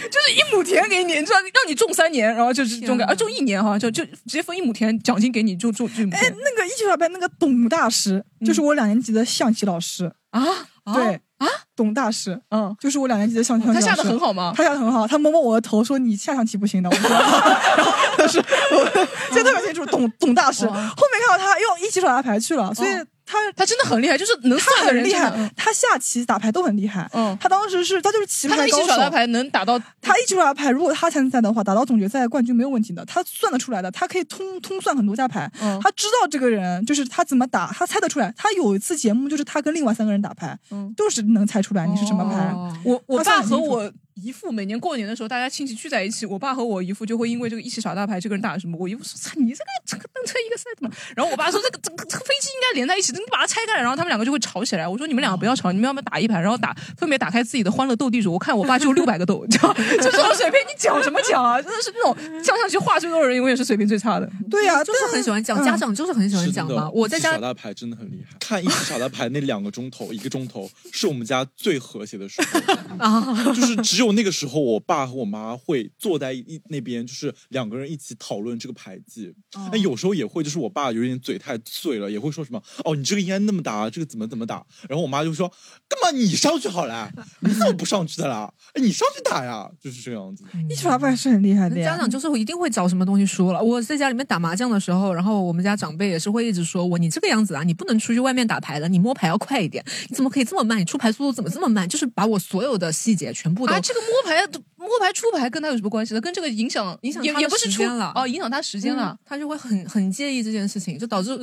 [SPEAKER 2] 就是一亩田给你，你知道，让你种三年，然后就是种个，啊，种一年哈，就就直接分一亩田，奖金给你，就种就一亩田。
[SPEAKER 3] 哎，那个一起耍牌那个董大师，就是我两年级的象棋老师
[SPEAKER 2] 嗯啊，
[SPEAKER 3] 对啊，董大师，嗯，就是我两年级的象棋
[SPEAKER 2] 哦
[SPEAKER 3] 老
[SPEAKER 2] 他
[SPEAKER 3] 师。
[SPEAKER 2] 下得很好吗
[SPEAKER 3] 他下的很好，他摸摸我的头说：“你下象棋不行的。”我说：“然后但是我记得特别清楚，董董大师。后面看到他又一起耍大牌去了，所以他
[SPEAKER 2] 哦他真的很厉害，就是能算
[SPEAKER 3] 他
[SPEAKER 2] 的
[SPEAKER 3] 很
[SPEAKER 2] 人
[SPEAKER 3] 厉
[SPEAKER 2] 真的
[SPEAKER 3] 害
[SPEAKER 2] 嗯，
[SPEAKER 3] 他下棋打牌都很厉害。
[SPEAKER 2] 嗯，
[SPEAKER 3] 他当时是他就是棋
[SPEAKER 2] 他
[SPEAKER 3] 牌
[SPEAKER 2] 一
[SPEAKER 3] 高
[SPEAKER 2] 起
[SPEAKER 3] 手。
[SPEAKER 2] 耍大牌能打到
[SPEAKER 3] 他一起耍大牌，如果他参赛的话，打到总决赛冠军没有问题的，他算得出来的，他可以通通算很多下牌，
[SPEAKER 2] 嗯
[SPEAKER 3] 他知道这个人就是他怎么打，他猜得出来。他有一次节目就是他跟另外三个人打牌，
[SPEAKER 2] 嗯哦
[SPEAKER 3] 都是能猜出来你是什么牌。
[SPEAKER 2] 我我
[SPEAKER 3] 他算
[SPEAKER 2] 爸
[SPEAKER 3] 得
[SPEAKER 2] 和
[SPEAKER 3] 清楚
[SPEAKER 2] 我姨父每年过年的时候，大家亲戚聚在一起，我爸和我姨父就会因为这个一起耍大牌，这个人打什么，我姨父说：“操你这个这个能拆一个赛的嘛。”然后我爸说：“这个这个这个飞机应该连在一起的，你把它拆开来。”然后他们两个就会吵起来。我说：“你们两个不要吵，你们要不要打一盘，然后打分别打开自己的欢乐斗地主。”我看我爸就六百个斗， 就就这种水平，你讲什么讲啊？真的是那种讲上去话最多的人，永远是水平最差的。
[SPEAKER 3] 对
[SPEAKER 2] 啊
[SPEAKER 3] 啊呀、
[SPEAKER 4] 就是很喜欢
[SPEAKER 2] 嗯
[SPEAKER 4] 讲，家长就是很喜欢
[SPEAKER 5] 是
[SPEAKER 4] 讲
[SPEAKER 5] 的
[SPEAKER 4] 嘛。我在
[SPEAKER 5] 一起
[SPEAKER 4] 家
[SPEAKER 5] 耍大牌真的很厉害，看一起耍大牌那两个钟头，一个钟头是我们家最和谐的时候。
[SPEAKER 4] 啊，
[SPEAKER 7] 哦
[SPEAKER 5] 就是只有那个时候，我爸和我妈会坐在一那边，就是两个人一起讨论这个牌技。
[SPEAKER 4] 哦
[SPEAKER 5] 那、有时候也会，就是我爸有点嘴太碎了，也会说什么“哦，你这个应该那么打，这个怎么怎么打”，然后我妈就说：“干嘛你上去好了？你怎么不上去的啦？哎，你上去打呀！”就是这个样子。
[SPEAKER 4] 嗯
[SPEAKER 3] 一起耍大牌是很厉害的呀。
[SPEAKER 4] 家长就是一定会找什么东西说了。我在家里面打麻将的时候，然后我们家长辈也是会一直说我：“你这个样子啊，你不能出去外面打牌了，你摸牌要快一点，你怎么可以这么慢？你出牌速度怎么这么慢？”就是把我所有的细节
[SPEAKER 3] 嗯
[SPEAKER 4] 全部都
[SPEAKER 2] 啊，这个摸牌摸牌出牌跟他有什么关系呢？跟这个影响
[SPEAKER 4] 影响
[SPEAKER 2] 也
[SPEAKER 4] 他的
[SPEAKER 2] 也不是
[SPEAKER 4] 时
[SPEAKER 2] 出
[SPEAKER 4] 间了
[SPEAKER 2] 哦，影响他时间了
[SPEAKER 4] 嗯。他就会很很介意这件事情，就导致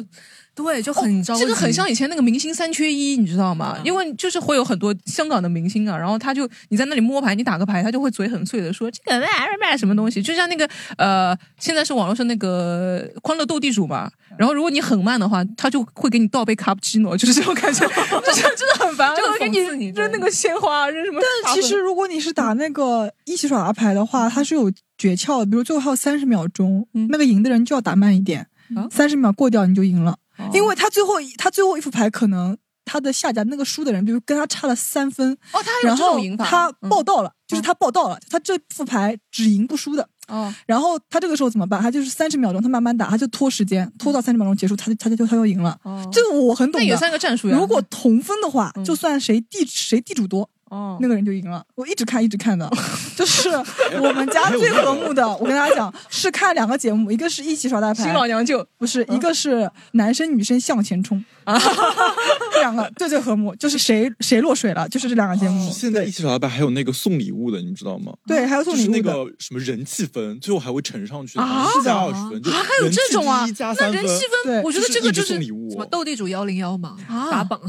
[SPEAKER 4] 对就很着急、
[SPEAKER 2] 哦这个很像以前那个明星三缺一，你知道吗？因为就是会有很多香港的明星啊，然后他就你在那里摸牌，你打个牌，他就会嘴很碎的说这个卖卖什么东西，就像那个呃，现在是网络上那个欢乐斗地主嘛。然后如果你很慢的话，他就会给你倒杯卡布奇诺，就是这种感觉， 就是真的很烦，
[SPEAKER 4] 就
[SPEAKER 2] 就
[SPEAKER 4] 很
[SPEAKER 2] 会给
[SPEAKER 4] 讽刺
[SPEAKER 2] 你
[SPEAKER 4] 你
[SPEAKER 2] 扔那个鲜花，扔什么大粉。
[SPEAKER 3] 但其实如果你是
[SPEAKER 2] 嗯
[SPEAKER 3] 打那个一起耍大牌的话，它是有诀窍的，比如最后还有三十秒钟，
[SPEAKER 2] 嗯
[SPEAKER 3] 那个赢的人就
[SPEAKER 2] 啊哦
[SPEAKER 3] 要打慢一点，三十、秒过掉你就赢了，因为他最后一他最后一副牌可能。他的下家那个输的人，比如跟他差了三分，
[SPEAKER 2] 哦，他还有
[SPEAKER 3] 然
[SPEAKER 2] 这种
[SPEAKER 3] 后
[SPEAKER 2] 赢法
[SPEAKER 3] 他
[SPEAKER 2] 嗯
[SPEAKER 3] 报到了，就是他报到了，他这副牌只赢不输的。
[SPEAKER 2] 哦，
[SPEAKER 3] 然后他这个时候怎么办？他就是三十秒钟，他慢慢打，他就拖时间，拖到三十秒钟结束，他就他就他就他就赢了。这个我很懂的。
[SPEAKER 2] 哦那也算个战术呀嗯
[SPEAKER 3] 如果同分的话，就算谁地谁地主多。
[SPEAKER 2] 哦
[SPEAKER 3] 那个人就赢了。我一直看，一直看的，就是我们家最和睦的。我跟大家讲，是看两个节目，一个是一起耍大牌，
[SPEAKER 2] 新老娘嗯
[SPEAKER 3] 舅不是，一个是男生女生向前冲，
[SPEAKER 2] 啊
[SPEAKER 3] 这 两个最最和睦，就是谁谁落水了，就是这两个节目。
[SPEAKER 5] 啊现在一起耍老板还有那个送礼物的，你知道吗？
[SPEAKER 3] 对还有送礼物的
[SPEAKER 5] 就是那个什么人气分，最后还会乘上去
[SPEAKER 4] 啊
[SPEAKER 5] 一加二十分，就
[SPEAKER 4] 啊还有这种啊
[SPEAKER 5] 人气第一加
[SPEAKER 4] 那
[SPEAKER 5] 三
[SPEAKER 4] 人气分，我觉得这个
[SPEAKER 5] 一直
[SPEAKER 4] 就是
[SPEAKER 5] 送礼物啊
[SPEAKER 4] 什么斗地主幺零幺嘛，啊打 榜。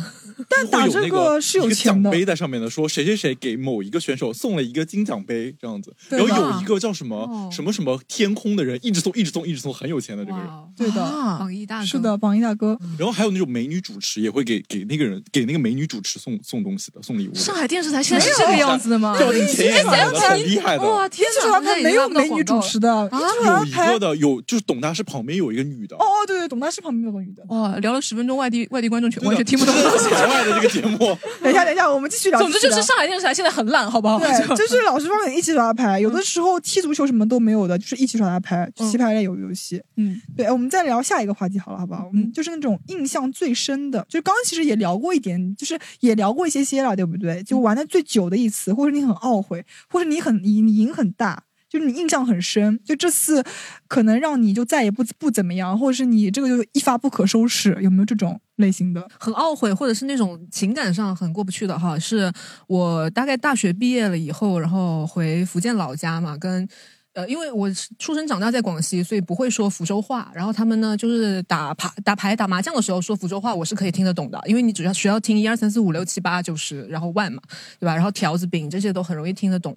[SPEAKER 3] 但
[SPEAKER 5] 会
[SPEAKER 3] 打
[SPEAKER 5] 有
[SPEAKER 3] 这
[SPEAKER 5] 那个
[SPEAKER 3] 是有
[SPEAKER 5] 一
[SPEAKER 3] 钱
[SPEAKER 5] 奖
[SPEAKER 3] 的
[SPEAKER 5] 杯在上面的，说谁谁谁给某一个选手送了一个金奖杯这样子，
[SPEAKER 3] 对
[SPEAKER 5] 然后
[SPEAKER 3] 吧
[SPEAKER 5] 有一个叫什么、
[SPEAKER 3] 哦
[SPEAKER 5] 什么什么天空的人，一直送一直送一直送，很有钱的这个人。
[SPEAKER 3] 对的，
[SPEAKER 2] 啊
[SPEAKER 4] 榜一大哥
[SPEAKER 3] 是的，榜一大
[SPEAKER 2] 嗯
[SPEAKER 3] 哥。
[SPEAKER 5] 然后还有那种美女主持也会给给那个人给那个美女主持送送东西的，送礼物的。
[SPEAKER 2] 上海电视台现在是这个
[SPEAKER 3] 啊
[SPEAKER 2] 样子的吗？
[SPEAKER 5] 掉进钱也买的，很厉害的。
[SPEAKER 2] 哇天
[SPEAKER 3] 这种牌没有美女主持
[SPEAKER 2] 啊
[SPEAKER 3] 的，这
[SPEAKER 5] 有
[SPEAKER 3] 种
[SPEAKER 5] 一
[SPEAKER 3] 牌
[SPEAKER 5] 个的有，就是董大师旁边有一个女的，
[SPEAKER 3] 哦哦，对对，董大师旁边有个女的。
[SPEAKER 2] 哇，聊了十分钟，外地外地观众全完全听不懂。
[SPEAKER 5] 海外 的这个节目。
[SPEAKER 3] 等一下，等一下，我们继续聊自
[SPEAKER 2] 总
[SPEAKER 3] 己
[SPEAKER 2] 之
[SPEAKER 3] 的。
[SPEAKER 2] 就是上海电视台现在很烂，好不好？
[SPEAKER 3] 对，就是老师帮你一起耍大牌，有的时候踢足球什么都没有的，就是一起耍大牌，棋牌类有游戏。
[SPEAKER 2] 嗯，
[SPEAKER 3] 对，哎我们再聊下一个话题好了，好不好？我们就是那种印象最深的，就是刚刚其实也聊过一点，就是也聊过一些些了，对不对？就玩的最久的一次，或者你很懊悔，或者你很你你赢很大。就是你印象很深，就这次可能让你就再也不不怎么样，或者是你这个就一发不可收拾，有没有这种类型的？
[SPEAKER 4] 很懊悔，或者是那种情感上很过不去的哈，是我大概大学毕业了以后，然后回福建老家嘛，跟呃，因为我是出生长大在广西，所以不会说福州话。然后他们呢，就是打牌、打牌、打麻将的时候说福州话，我是可以听得懂的，因为你只要需要听一二三四五六七八九十，然后万嘛，对吧？然后条子、饼这些都很容易听得懂。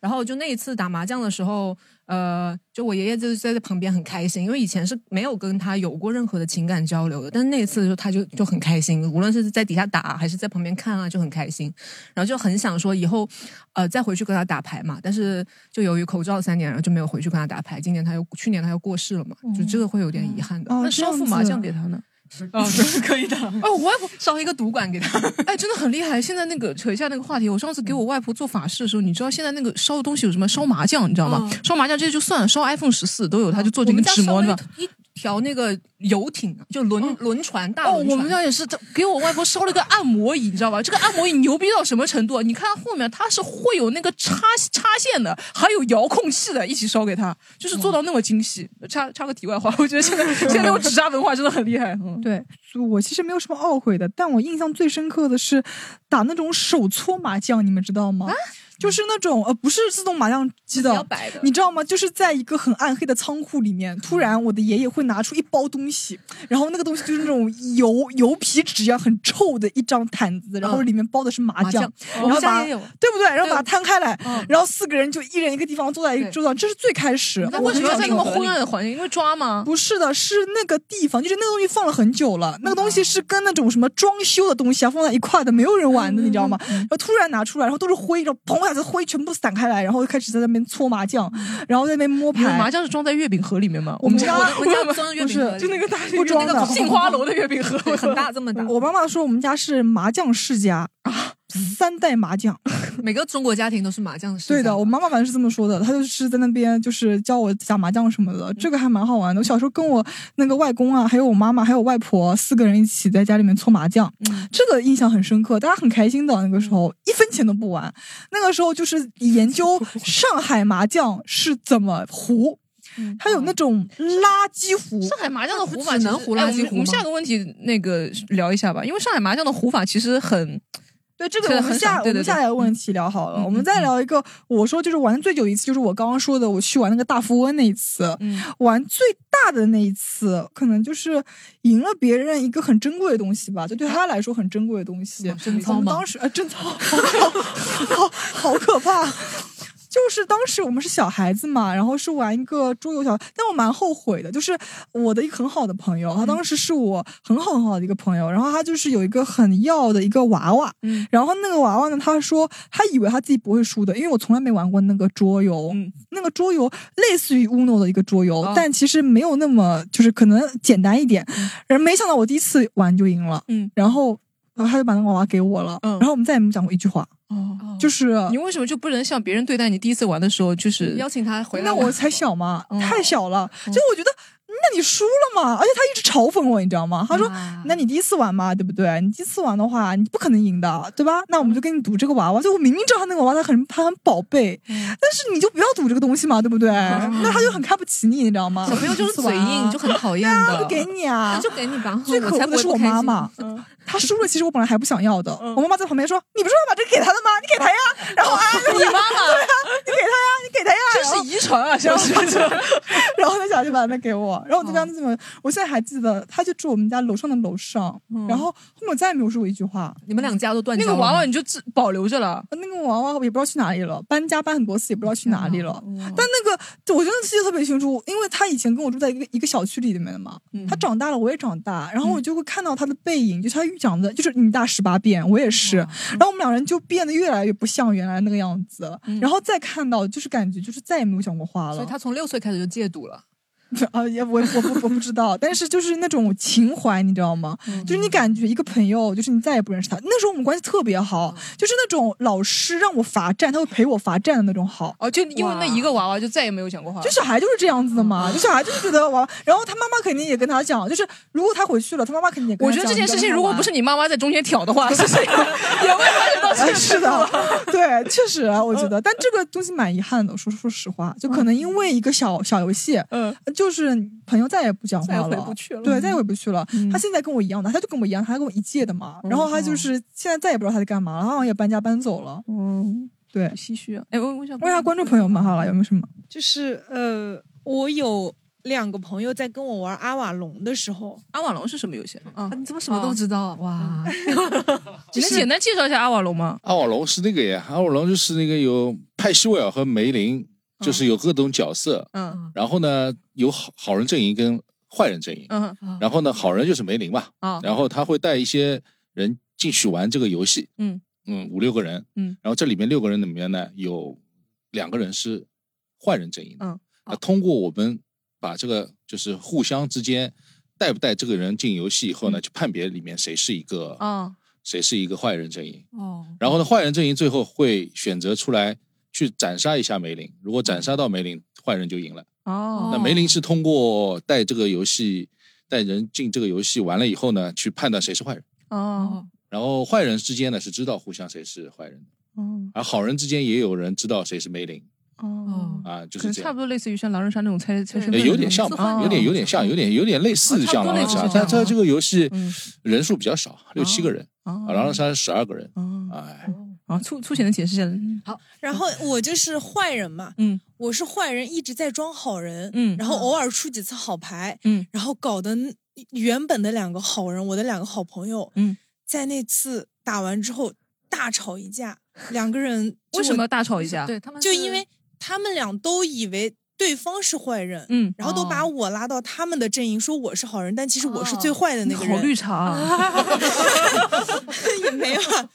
[SPEAKER 4] 然后就那一次打麻将的时候，呃，就我爷爷就是在旁边很开心，因为以前是没有跟他有过任何的情感交流的，但是那一次的时候他就就很开心，无论是在底下打还是在旁边看啊，就很开心，然后就很想说以后，呃，再回去跟他打牌嘛。但是就由于口罩三年，然后就没有回去跟他打牌。今年他又去年他又过世了嘛，就
[SPEAKER 3] 哦
[SPEAKER 4] 这个会有点遗憾的。
[SPEAKER 2] 那烧副麻将给他 呢？哦，可以的。哦，我外婆
[SPEAKER 4] 烧一个赌馆给他。
[SPEAKER 2] 哎，真的很厉害。现在那个扯一下那个话题，我上次给我外婆做法事的时候，你知道现在那个烧的东西有什么？烧麻将，你知道吗？
[SPEAKER 3] 嗯
[SPEAKER 2] 烧麻将这些就算了，烧 iPhone 十四都有，他就做
[SPEAKER 4] 我
[SPEAKER 2] 这个
[SPEAKER 4] 们家
[SPEAKER 2] 纸
[SPEAKER 4] 烧
[SPEAKER 2] 模，对
[SPEAKER 4] 了
[SPEAKER 2] 吧？
[SPEAKER 4] 一一条那个游艇，啊就轮、轮船大
[SPEAKER 2] 哦
[SPEAKER 4] 轮，船。
[SPEAKER 2] 我们家也是，他给我外婆烧了个按摩椅，你知道吧？这个按摩椅牛逼到什么程度啊？你看后面它是会有那个插插线的，还有遥控器的，一起烧给她，就是做到那么精细。 插插个题外话，我觉得现 在现在那种纸扎文化真的很厉害。嗯，
[SPEAKER 3] 对，所以我其实没有什么懊悔的，但我印象最深刻的是打那种手搓麻将，你们知道吗？
[SPEAKER 2] 啊
[SPEAKER 3] 就是那种呃，不是自动麻将机的，你知道吗？就是在一个很暗黑的仓库里面，突然我的爷爷会拿出一包东西，然后那个东西就是那种油油皮纸一样很臭的一张毯子，然后里面包的是麻
[SPEAKER 2] 嗯麻
[SPEAKER 3] 将，
[SPEAKER 2] 将哦
[SPEAKER 3] 然
[SPEAKER 2] 我
[SPEAKER 3] 后
[SPEAKER 2] 家
[SPEAKER 3] 把
[SPEAKER 2] 也有
[SPEAKER 3] 对不对？然后把它摊开来，
[SPEAKER 2] 嗯
[SPEAKER 3] 然后四个人就一人一个地方坐在一个桌上，这是最开始。
[SPEAKER 2] 那
[SPEAKER 3] 我
[SPEAKER 2] 为什
[SPEAKER 3] 很
[SPEAKER 2] 么要
[SPEAKER 3] 享
[SPEAKER 2] 在那么
[SPEAKER 3] 受的
[SPEAKER 2] 昏暗的环境？因为抓吗？
[SPEAKER 3] 不是的，是那个地方，就是那个东西放了很久
[SPEAKER 2] 嗯
[SPEAKER 3] 了，那个东西是跟那种什么装修的东西啊放在一块的，没有人玩的，
[SPEAKER 2] 嗯
[SPEAKER 3] 你知道吗？然后突然拿出来，然后都是灰，然后砰一下子灰全部散开来，然后就开始在那边搓麻将，然后在那边摸
[SPEAKER 2] 嗯你们
[SPEAKER 3] 牌。
[SPEAKER 2] 麻将是装在月饼盒里面吗？
[SPEAKER 3] 我们家
[SPEAKER 2] 我们家
[SPEAKER 3] 不
[SPEAKER 2] 装
[SPEAKER 3] 是
[SPEAKER 2] 月饼盒里，
[SPEAKER 3] 就那个大
[SPEAKER 2] 不装的
[SPEAKER 3] 就
[SPEAKER 2] 杏花楼的月饼盒，
[SPEAKER 4] 这么 大。
[SPEAKER 3] 我妈妈说我们家是麻将世 家，
[SPEAKER 2] 啊
[SPEAKER 3] 三代麻将。
[SPEAKER 4] 每个中国家庭都是麻将世
[SPEAKER 3] 对
[SPEAKER 4] 家
[SPEAKER 3] 的，我妈妈反正是这么说的，她就是在那边就是教我打麻将什么的，这个还蛮好玩的。我小时候跟我那个外公啊，还有我妈妈，还有外婆四个人一起在家里面搓麻将，这个印象很深刻，大家很开心的那个时候，一分钱都不玩。那个时候就是研究上海麻将是怎么胡。它有那种垃圾壶，
[SPEAKER 2] 上海麻将的胡法
[SPEAKER 3] 只
[SPEAKER 2] 其
[SPEAKER 3] 能
[SPEAKER 2] 实
[SPEAKER 3] 胡
[SPEAKER 2] 哎
[SPEAKER 3] 垃
[SPEAKER 2] 我
[SPEAKER 3] 圾
[SPEAKER 2] 们
[SPEAKER 3] 胡
[SPEAKER 2] 我们
[SPEAKER 3] 吗
[SPEAKER 2] 下个问题那个聊一下吧，因为上海麻将的胡法其实很，
[SPEAKER 3] 对这个
[SPEAKER 2] 现
[SPEAKER 3] 我
[SPEAKER 2] 在很
[SPEAKER 3] 们
[SPEAKER 2] 少
[SPEAKER 3] 下
[SPEAKER 2] 对
[SPEAKER 3] 我
[SPEAKER 2] 对
[SPEAKER 3] 们下
[SPEAKER 2] 对嗯
[SPEAKER 3] 来个问题聊好了，我们再聊一个。我说就是玩最久一次，就是我刚刚说的，我去玩那个大富翁那一次，
[SPEAKER 2] 嗯
[SPEAKER 3] 玩最大的那一次，可能就是赢了别人一个很珍贵的东西吧，就对他来说很珍贵的东西。
[SPEAKER 2] 贞操
[SPEAKER 3] 我们
[SPEAKER 2] 吗
[SPEAKER 3] 当时呃，贞操， 好好可怕。就是当时我们是小孩子嘛，然后是玩一个桌游小，但我蛮后悔的。就是我的一个很好的朋友，
[SPEAKER 2] 嗯
[SPEAKER 3] 他当时是我很好很好的一个朋友，然后他就是有一个很要的一个娃娃，
[SPEAKER 2] 嗯
[SPEAKER 3] 然后那个娃娃呢，他说他以为他自己不会输的，因为我从来没玩过那个桌游，
[SPEAKER 2] 嗯
[SPEAKER 3] 那个桌游类似于 Uno 的一个桌
[SPEAKER 2] 哦
[SPEAKER 3] 游，但其实没有那么就是可能简单一点，然后没想到我第一次玩就赢了，
[SPEAKER 2] 嗯，
[SPEAKER 3] 然后然后他就把那个娃娃给我了，然后我们再也没讲过一句话。
[SPEAKER 2] 哦，
[SPEAKER 3] 就是
[SPEAKER 2] 你为什么就不能像别人对待你第一次玩的时候，就是
[SPEAKER 4] 邀请他回来嗯
[SPEAKER 3] 那
[SPEAKER 4] 玩？
[SPEAKER 3] 我才小嘛，太小了。就我觉得，那你输了嘛？而且他一直嘲讽我，你知道吗？他说：“那你第一次玩嘛，对不对？你第一次玩的话，你不可能赢的，对吧？那我
[SPEAKER 4] 嗯
[SPEAKER 3] 们就跟你赌这个娃娃。就我明明知道他那个娃娃他很他很宝贝，
[SPEAKER 4] 嗯
[SPEAKER 3] 但是你就不要赌这个东西嘛，对 不对？那他就很看不起你，你知道吗？
[SPEAKER 4] 小朋友就是嘴硬，就很讨厌
[SPEAKER 3] 对
[SPEAKER 4] 的。
[SPEAKER 3] 啊不给你啊，
[SPEAKER 4] 那就给你吧。
[SPEAKER 3] 最可
[SPEAKER 4] 我才
[SPEAKER 3] 恶
[SPEAKER 4] 不
[SPEAKER 3] 的
[SPEAKER 4] 会
[SPEAKER 3] 是我
[SPEAKER 4] 不开心
[SPEAKER 3] 妈妈，她输了，其实我本来还不想要的。
[SPEAKER 2] 嗯
[SPEAKER 3] 我妈妈在旁边说：“你不是要把这个给她的吗？你给她呀。”然后啊，
[SPEAKER 2] 哦你妈妈
[SPEAKER 3] 对啊，你给她呀，你给她呀，
[SPEAKER 2] 这是嗯
[SPEAKER 3] 然后
[SPEAKER 2] 遗传啊小学生
[SPEAKER 3] 然后她小就把那给我，然后我就跟她这么，我现在还记得，她就住我们家楼上的楼上
[SPEAKER 2] 嗯。
[SPEAKER 3] 然后后面我再也没有说过一句话。
[SPEAKER 4] 你们两家都断
[SPEAKER 2] 那
[SPEAKER 3] 交
[SPEAKER 2] 个
[SPEAKER 3] 了
[SPEAKER 2] 娃娃
[SPEAKER 3] 吗
[SPEAKER 2] 你就只保留着了。
[SPEAKER 3] 呃那个娃娃我也不知道去哪里了，搬家搬很多次也不知道去哪里了。
[SPEAKER 2] 嗯
[SPEAKER 3] 但那个就我真的记得特别清楚，因为他以前跟我住在一个一个小区里面的嘛，
[SPEAKER 2] 嗯
[SPEAKER 3] 他长大了我也长大，然后
[SPEAKER 4] 嗯
[SPEAKER 3] 我就会看到他的背影，就他预讲的，就是你大十八变，我也是，
[SPEAKER 4] 嗯
[SPEAKER 3] 然后我们两人就变得越来越不像原来那个样子，然后再看到就是感觉就是再也没有讲过话了。
[SPEAKER 2] 嗯
[SPEAKER 4] 嗯所以他从六岁开始就戒赌了。
[SPEAKER 3] 啊，也我我不我不知道，但是就是那种情怀，你知道吗？
[SPEAKER 4] 嗯
[SPEAKER 3] 就是你感觉一个朋友，就是你再也不认识他。那时候我们关系特别
[SPEAKER 4] 嗯
[SPEAKER 3] 好，就是那种老师让我罚站，他会陪我罚站的那种好。
[SPEAKER 2] 哦，就因为那一个娃娃就再也没有讲过话。嗯
[SPEAKER 3] 就小孩就是这样子的嘛，就小孩就是觉得玩，然后他妈妈肯定也跟他讲，就是如果他回去了，他妈妈肯定也跟
[SPEAKER 2] 我
[SPEAKER 3] 他
[SPEAKER 2] 觉
[SPEAKER 3] 讲。
[SPEAKER 2] 得这件事情
[SPEAKER 3] 你
[SPEAKER 2] 如
[SPEAKER 3] 不要跟
[SPEAKER 2] 果
[SPEAKER 3] 他玩
[SPEAKER 2] 不是你妈妈在中间挑 的话，是谁也会发展到这个
[SPEAKER 3] 是的，对，确实啊，我觉
[SPEAKER 2] 嗯
[SPEAKER 3] 得，但这个东西蛮遗憾的。说说实话，就可能因为一个小小游戏，
[SPEAKER 2] 嗯，
[SPEAKER 3] 就是朋友再也不讲话
[SPEAKER 2] 再也
[SPEAKER 3] 了，
[SPEAKER 2] 回不去了嗯
[SPEAKER 3] 对，再也回不去了。他现在跟我一样的，他就跟我一样，他还跟我一届的嘛。
[SPEAKER 2] 哦
[SPEAKER 3] 然后他就是现在再也不知道他在干嘛了，他好像也搬家搬走了。
[SPEAKER 2] 嗯，
[SPEAKER 3] 对，
[SPEAKER 2] 唏嘘。哎，我我想
[SPEAKER 3] 问一下观众朋友们好了，有没有什么？
[SPEAKER 13] 就是呃，我有两个朋友在跟我玩阿瓦隆的时候，嗯
[SPEAKER 2] 阿瓦隆是什么游戏？啊，
[SPEAKER 4] 你怎么什么都知道啊？哇，
[SPEAKER 2] 你能简单介绍一下阿瓦隆吗？
[SPEAKER 14] 阿瓦隆是那个呀，阿瓦隆就是那个有派西维尔和梅林，就是有各种角色，
[SPEAKER 2] 嗯
[SPEAKER 14] 然后呢有好好人阵营跟坏人阵营，
[SPEAKER 2] 嗯
[SPEAKER 14] 然后呢好人就是梅林嘛，
[SPEAKER 2] 啊
[SPEAKER 14] 然后他会带一些人进去玩这个游戏，
[SPEAKER 2] 嗯
[SPEAKER 14] 嗯，五六个人，
[SPEAKER 2] 嗯
[SPEAKER 14] 然后这里面六个人里面呢有两个人是坏人阵营的，
[SPEAKER 2] 嗯
[SPEAKER 14] 那通过我们把这个就是互相之间带不带这个人进游戏以后
[SPEAKER 2] 嗯
[SPEAKER 14] 呢，去判别里面谁是一个
[SPEAKER 2] 啊
[SPEAKER 14] 谁是一个坏人阵营。
[SPEAKER 4] 哦，
[SPEAKER 14] 然后呢，坏人阵营最后会选择出来去斩杀一下梅林，如果斩杀到梅林，坏人就赢了。
[SPEAKER 2] 哦
[SPEAKER 14] 那梅林是通过带这个游戏带人进这个游戏完了以后呢，去判断谁是坏人，
[SPEAKER 2] 哦
[SPEAKER 14] 然后坏人之间呢是知道互相谁是坏人的，
[SPEAKER 2] 哦
[SPEAKER 14] 而好人之间也有人知道谁是梅林
[SPEAKER 2] 哦，
[SPEAKER 14] 啊，就
[SPEAKER 2] 可
[SPEAKER 14] 是
[SPEAKER 2] 能
[SPEAKER 14] 这
[SPEAKER 2] 差
[SPEAKER 14] 样。
[SPEAKER 2] 不多类似于像狼人杀那种猜猜身
[SPEAKER 14] 呃
[SPEAKER 2] 份的那种，
[SPEAKER 14] 有点像吧，有点
[SPEAKER 2] 哦
[SPEAKER 14] 有点像，有点有点类似像狼人杀，但它这个游戏人数比较少，六七个人，
[SPEAKER 2] 哦
[SPEAKER 14] 啊，狼人杀是十二个人，
[SPEAKER 2] 啊，粗粗浅的解释一下。嗯
[SPEAKER 4] 好，
[SPEAKER 13] 然后我就是坏人嘛，
[SPEAKER 2] 嗯，
[SPEAKER 13] 我是坏人，一直在装好人，
[SPEAKER 2] 嗯
[SPEAKER 13] 然后偶尔出几次好牌，
[SPEAKER 2] 嗯
[SPEAKER 13] 然后搞得原本的两个好人，我的两个好朋友，
[SPEAKER 2] 嗯，
[SPEAKER 13] 在那次打完之后大吵一架，两 个人就
[SPEAKER 2] 为什么大吵一架对他们
[SPEAKER 13] 就是因为他们俩都以为。对方是坏人，
[SPEAKER 2] 嗯
[SPEAKER 13] 然后都把我拉到他们的阵营，说我是好人，但其实我
[SPEAKER 2] 哦
[SPEAKER 13] 是最坏的那个
[SPEAKER 2] 好
[SPEAKER 13] 人。
[SPEAKER 2] 绿茶啊， 嗯
[SPEAKER 13] 也没有啊。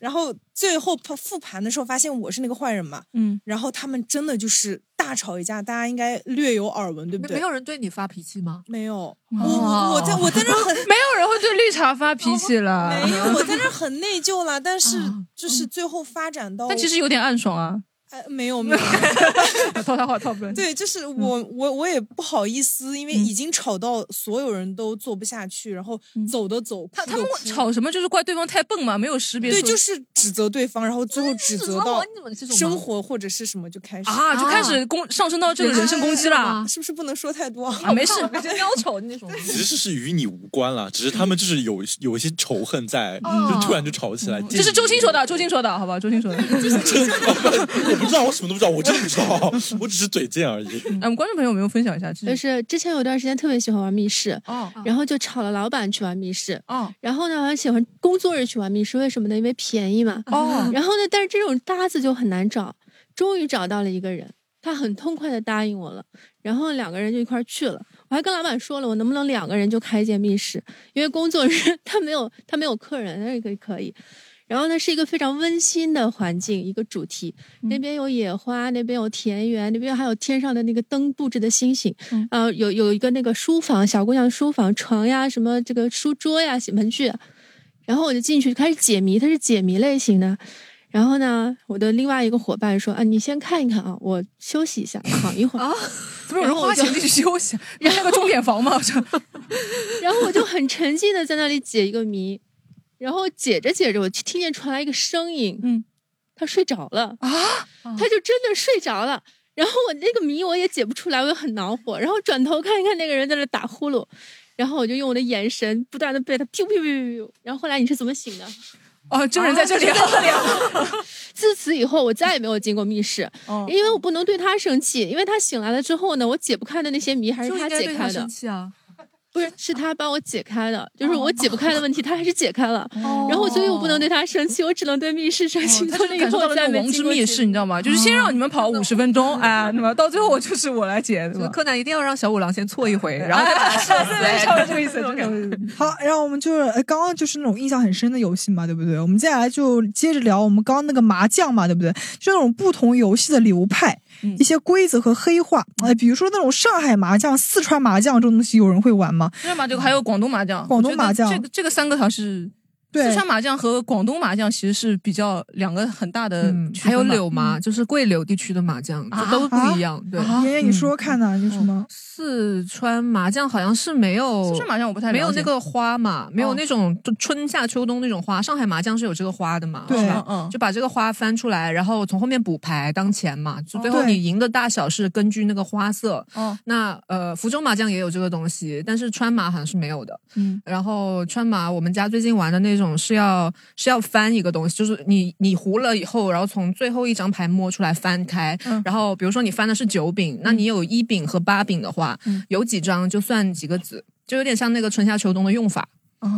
[SPEAKER 13] 然后最后复复盘的时候，发现我是那个坏人嘛。
[SPEAKER 2] 嗯。
[SPEAKER 13] 然后他们真的就是大吵一架，大家应该略有耳闻，对不
[SPEAKER 4] 没
[SPEAKER 13] 对？
[SPEAKER 4] 没有人对你发脾气吗？
[SPEAKER 13] 没有，
[SPEAKER 2] 嗯
[SPEAKER 4] 我
[SPEAKER 13] 我我在我在这儿很
[SPEAKER 2] 没有人会对绿茶发脾气了。
[SPEAKER 13] 没有，我在这儿很内疚啦。但是
[SPEAKER 2] 啊嗯
[SPEAKER 13] 就是最后发展到，
[SPEAKER 2] 但其实有点暗爽啊。
[SPEAKER 13] 哎，没有没有，
[SPEAKER 2] 套他话套不了。
[SPEAKER 13] 对，就是我、
[SPEAKER 2] 嗯
[SPEAKER 13] 我我也不好意思，因为已经吵到所有人都做不下去，然后
[SPEAKER 2] 嗯
[SPEAKER 13] 走的走，
[SPEAKER 2] 他
[SPEAKER 13] 哭
[SPEAKER 2] 他
[SPEAKER 13] 的
[SPEAKER 2] 们
[SPEAKER 13] 哭
[SPEAKER 2] 吵什么？就是怪对方太笨嘛，没有识别出。
[SPEAKER 13] 对，就是指责对方，然后最后指责到生活或者是什么就开始
[SPEAKER 2] 啊，就开始攻上升到这个人身攻击啦。
[SPEAKER 13] 是不是不能说太多
[SPEAKER 2] 啊没事
[SPEAKER 4] 标丑那 种。
[SPEAKER 5] 其实是与你无关了，只是他们就是有有一些仇恨在，
[SPEAKER 2] 哦
[SPEAKER 5] 就突然就吵起来。
[SPEAKER 2] 这是周青说的，周青说的，好吧，周青说的。
[SPEAKER 5] 我不知道，我什么都不知道，我真的不知道，我只是嘴贱而已。
[SPEAKER 2] 哎，我们观众朋友有没有分享一下？这
[SPEAKER 15] 就是是之前有段时间特别喜欢玩密室，
[SPEAKER 2] 哦
[SPEAKER 15] 然后就炒了老板去玩密室，
[SPEAKER 2] 哦，
[SPEAKER 15] 然后呢，还喜欢工作日去玩密室，为什么呢？因为便宜嘛，
[SPEAKER 2] 哦
[SPEAKER 15] 然后呢，但是这种搭子就很难找，终于找到了一个人，他很痛快的答应我了，然后两个人就一块儿去了，我还跟老板说了，我能不能两个人就开一间密室，因为工作日 他没有他没有客人，那个可以。然后呢，是一个非常温馨的环境，一个主题。
[SPEAKER 2] 嗯
[SPEAKER 15] 那边有野花，那边有田园，那边还有天上的那个灯布置的星星。
[SPEAKER 2] 嗯
[SPEAKER 15] 呃，有有一个那个书房，小姑娘书房，床呀，什么这个书桌呀，洗盆具。然后我就进去开始解谜，它是解谜类型的。然后呢，我的另外一个伙伴说：“啊，你先看一看啊，我休息一下，躺一会儿。”啊，
[SPEAKER 2] 哦怎么有人花钱进去休息？人家那个钟点房嘛，
[SPEAKER 15] 然后我就很沉浸的在那里解一个谜，然后解着解着，我听见传来一个声音，嗯，他睡着了啊，他就真的睡着了。然后我那个谜我也解不出来，我就很恼火。然后转头看一看那个人在那打呼噜，然后我就用我的眼神不断的被他 biu biu biu biu biu。然后后来你是怎么醒的？
[SPEAKER 2] 哦，真人在这里啊！
[SPEAKER 15] 啊 自此以后，我再也没有进过密室，
[SPEAKER 2] 哦
[SPEAKER 15] 因为我不能对他生气，因为他醒来了之后呢，我解不开的那些谜还是
[SPEAKER 2] 就应该
[SPEAKER 15] 解
[SPEAKER 2] 对
[SPEAKER 15] 开
[SPEAKER 2] 他
[SPEAKER 15] 的
[SPEAKER 2] 生。气啊！
[SPEAKER 15] 不是，是他帮我解开的，就是
[SPEAKER 7] 哦
[SPEAKER 15] 我解不开的问题，他还是解开了。然后，所以我不能对他生气，我只能对密室生
[SPEAKER 7] 哦
[SPEAKER 15] 气。
[SPEAKER 2] 他
[SPEAKER 15] 从
[SPEAKER 2] 就
[SPEAKER 15] 那以
[SPEAKER 2] 感受
[SPEAKER 15] 后
[SPEAKER 2] 到了
[SPEAKER 15] 再
[SPEAKER 2] 那个
[SPEAKER 15] 没
[SPEAKER 2] 王之
[SPEAKER 15] 进过
[SPEAKER 2] 密
[SPEAKER 15] 去
[SPEAKER 2] 室，你知道吗？就是先让你们跑五十分钟，哎，那么到最后我就是我来解，对吧？
[SPEAKER 4] 柯南一定要让小五郎先错一回，然后
[SPEAKER 2] 哎
[SPEAKER 4] 再把他射死。
[SPEAKER 2] 对差不多这个 意思
[SPEAKER 4] 这种感觉
[SPEAKER 3] 好，然后我们就是呃刚刚就是那种印象很深的游戏嘛，对不对？我们接下来就接着聊我们刚刚那个麻将嘛，对不对？就那种不同游戏的流派，
[SPEAKER 2] 嗯
[SPEAKER 3] 一些规则和黑化，哎、比如说那种上海麻将、四川麻将这种东西，有人会玩吗？
[SPEAKER 2] 四川麻将还有广东麻将，
[SPEAKER 3] 广东麻将
[SPEAKER 2] 我觉得这个这个三个好像是。
[SPEAKER 3] 对
[SPEAKER 2] 四川麻将和广东麻将其实是比较两个很大的区分嘛，嗯
[SPEAKER 4] 还有柳麻，就是桂柳地区的麻将，就都不一样。
[SPEAKER 2] 啊
[SPEAKER 4] 对，嗯哦
[SPEAKER 3] 爷爷，你说说看呐、你有什么？
[SPEAKER 4] 四川麻将好像是没有，
[SPEAKER 2] 四川麻将我不太了解哦
[SPEAKER 4] 没有那个花嘛，没有那种就春夏秋冬那种花。上海麻将是有这个花的嘛，
[SPEAKER 2] 对
[SPEAKER 4] 是吧
[SPEAKER 2] 嗯嗯
[SPEAKER 4] 就把这个花翻出来，然后从后面补牌当钱嘛，就最后
[SPEAKER 2] 哦对
[SPEAKER 4] 你赢的大小是根据那个花色。
[SPEAKER 2] 哦，
[SPEAKER 4] 那呃，福州麻将也有这个东西，但是川麻好像是没有的。
[SPEAKER 2] 嗯，
[SPEAKER 4] 然后川麻，我们家最近玩的那种是要是要翻一个东西，就是你你胡了以后，然后从最后一张牌摸出来翻开，
[SPEAKER 2] 嗯
[SPEAKER 4] 然后比如说你翻的是九饼，那你有一饼和八饼的话，
[SPEAKER 2] 嗯
[SPEAKER 4] 有几张就算几个子，就有点像那个春夏秋冬的用法。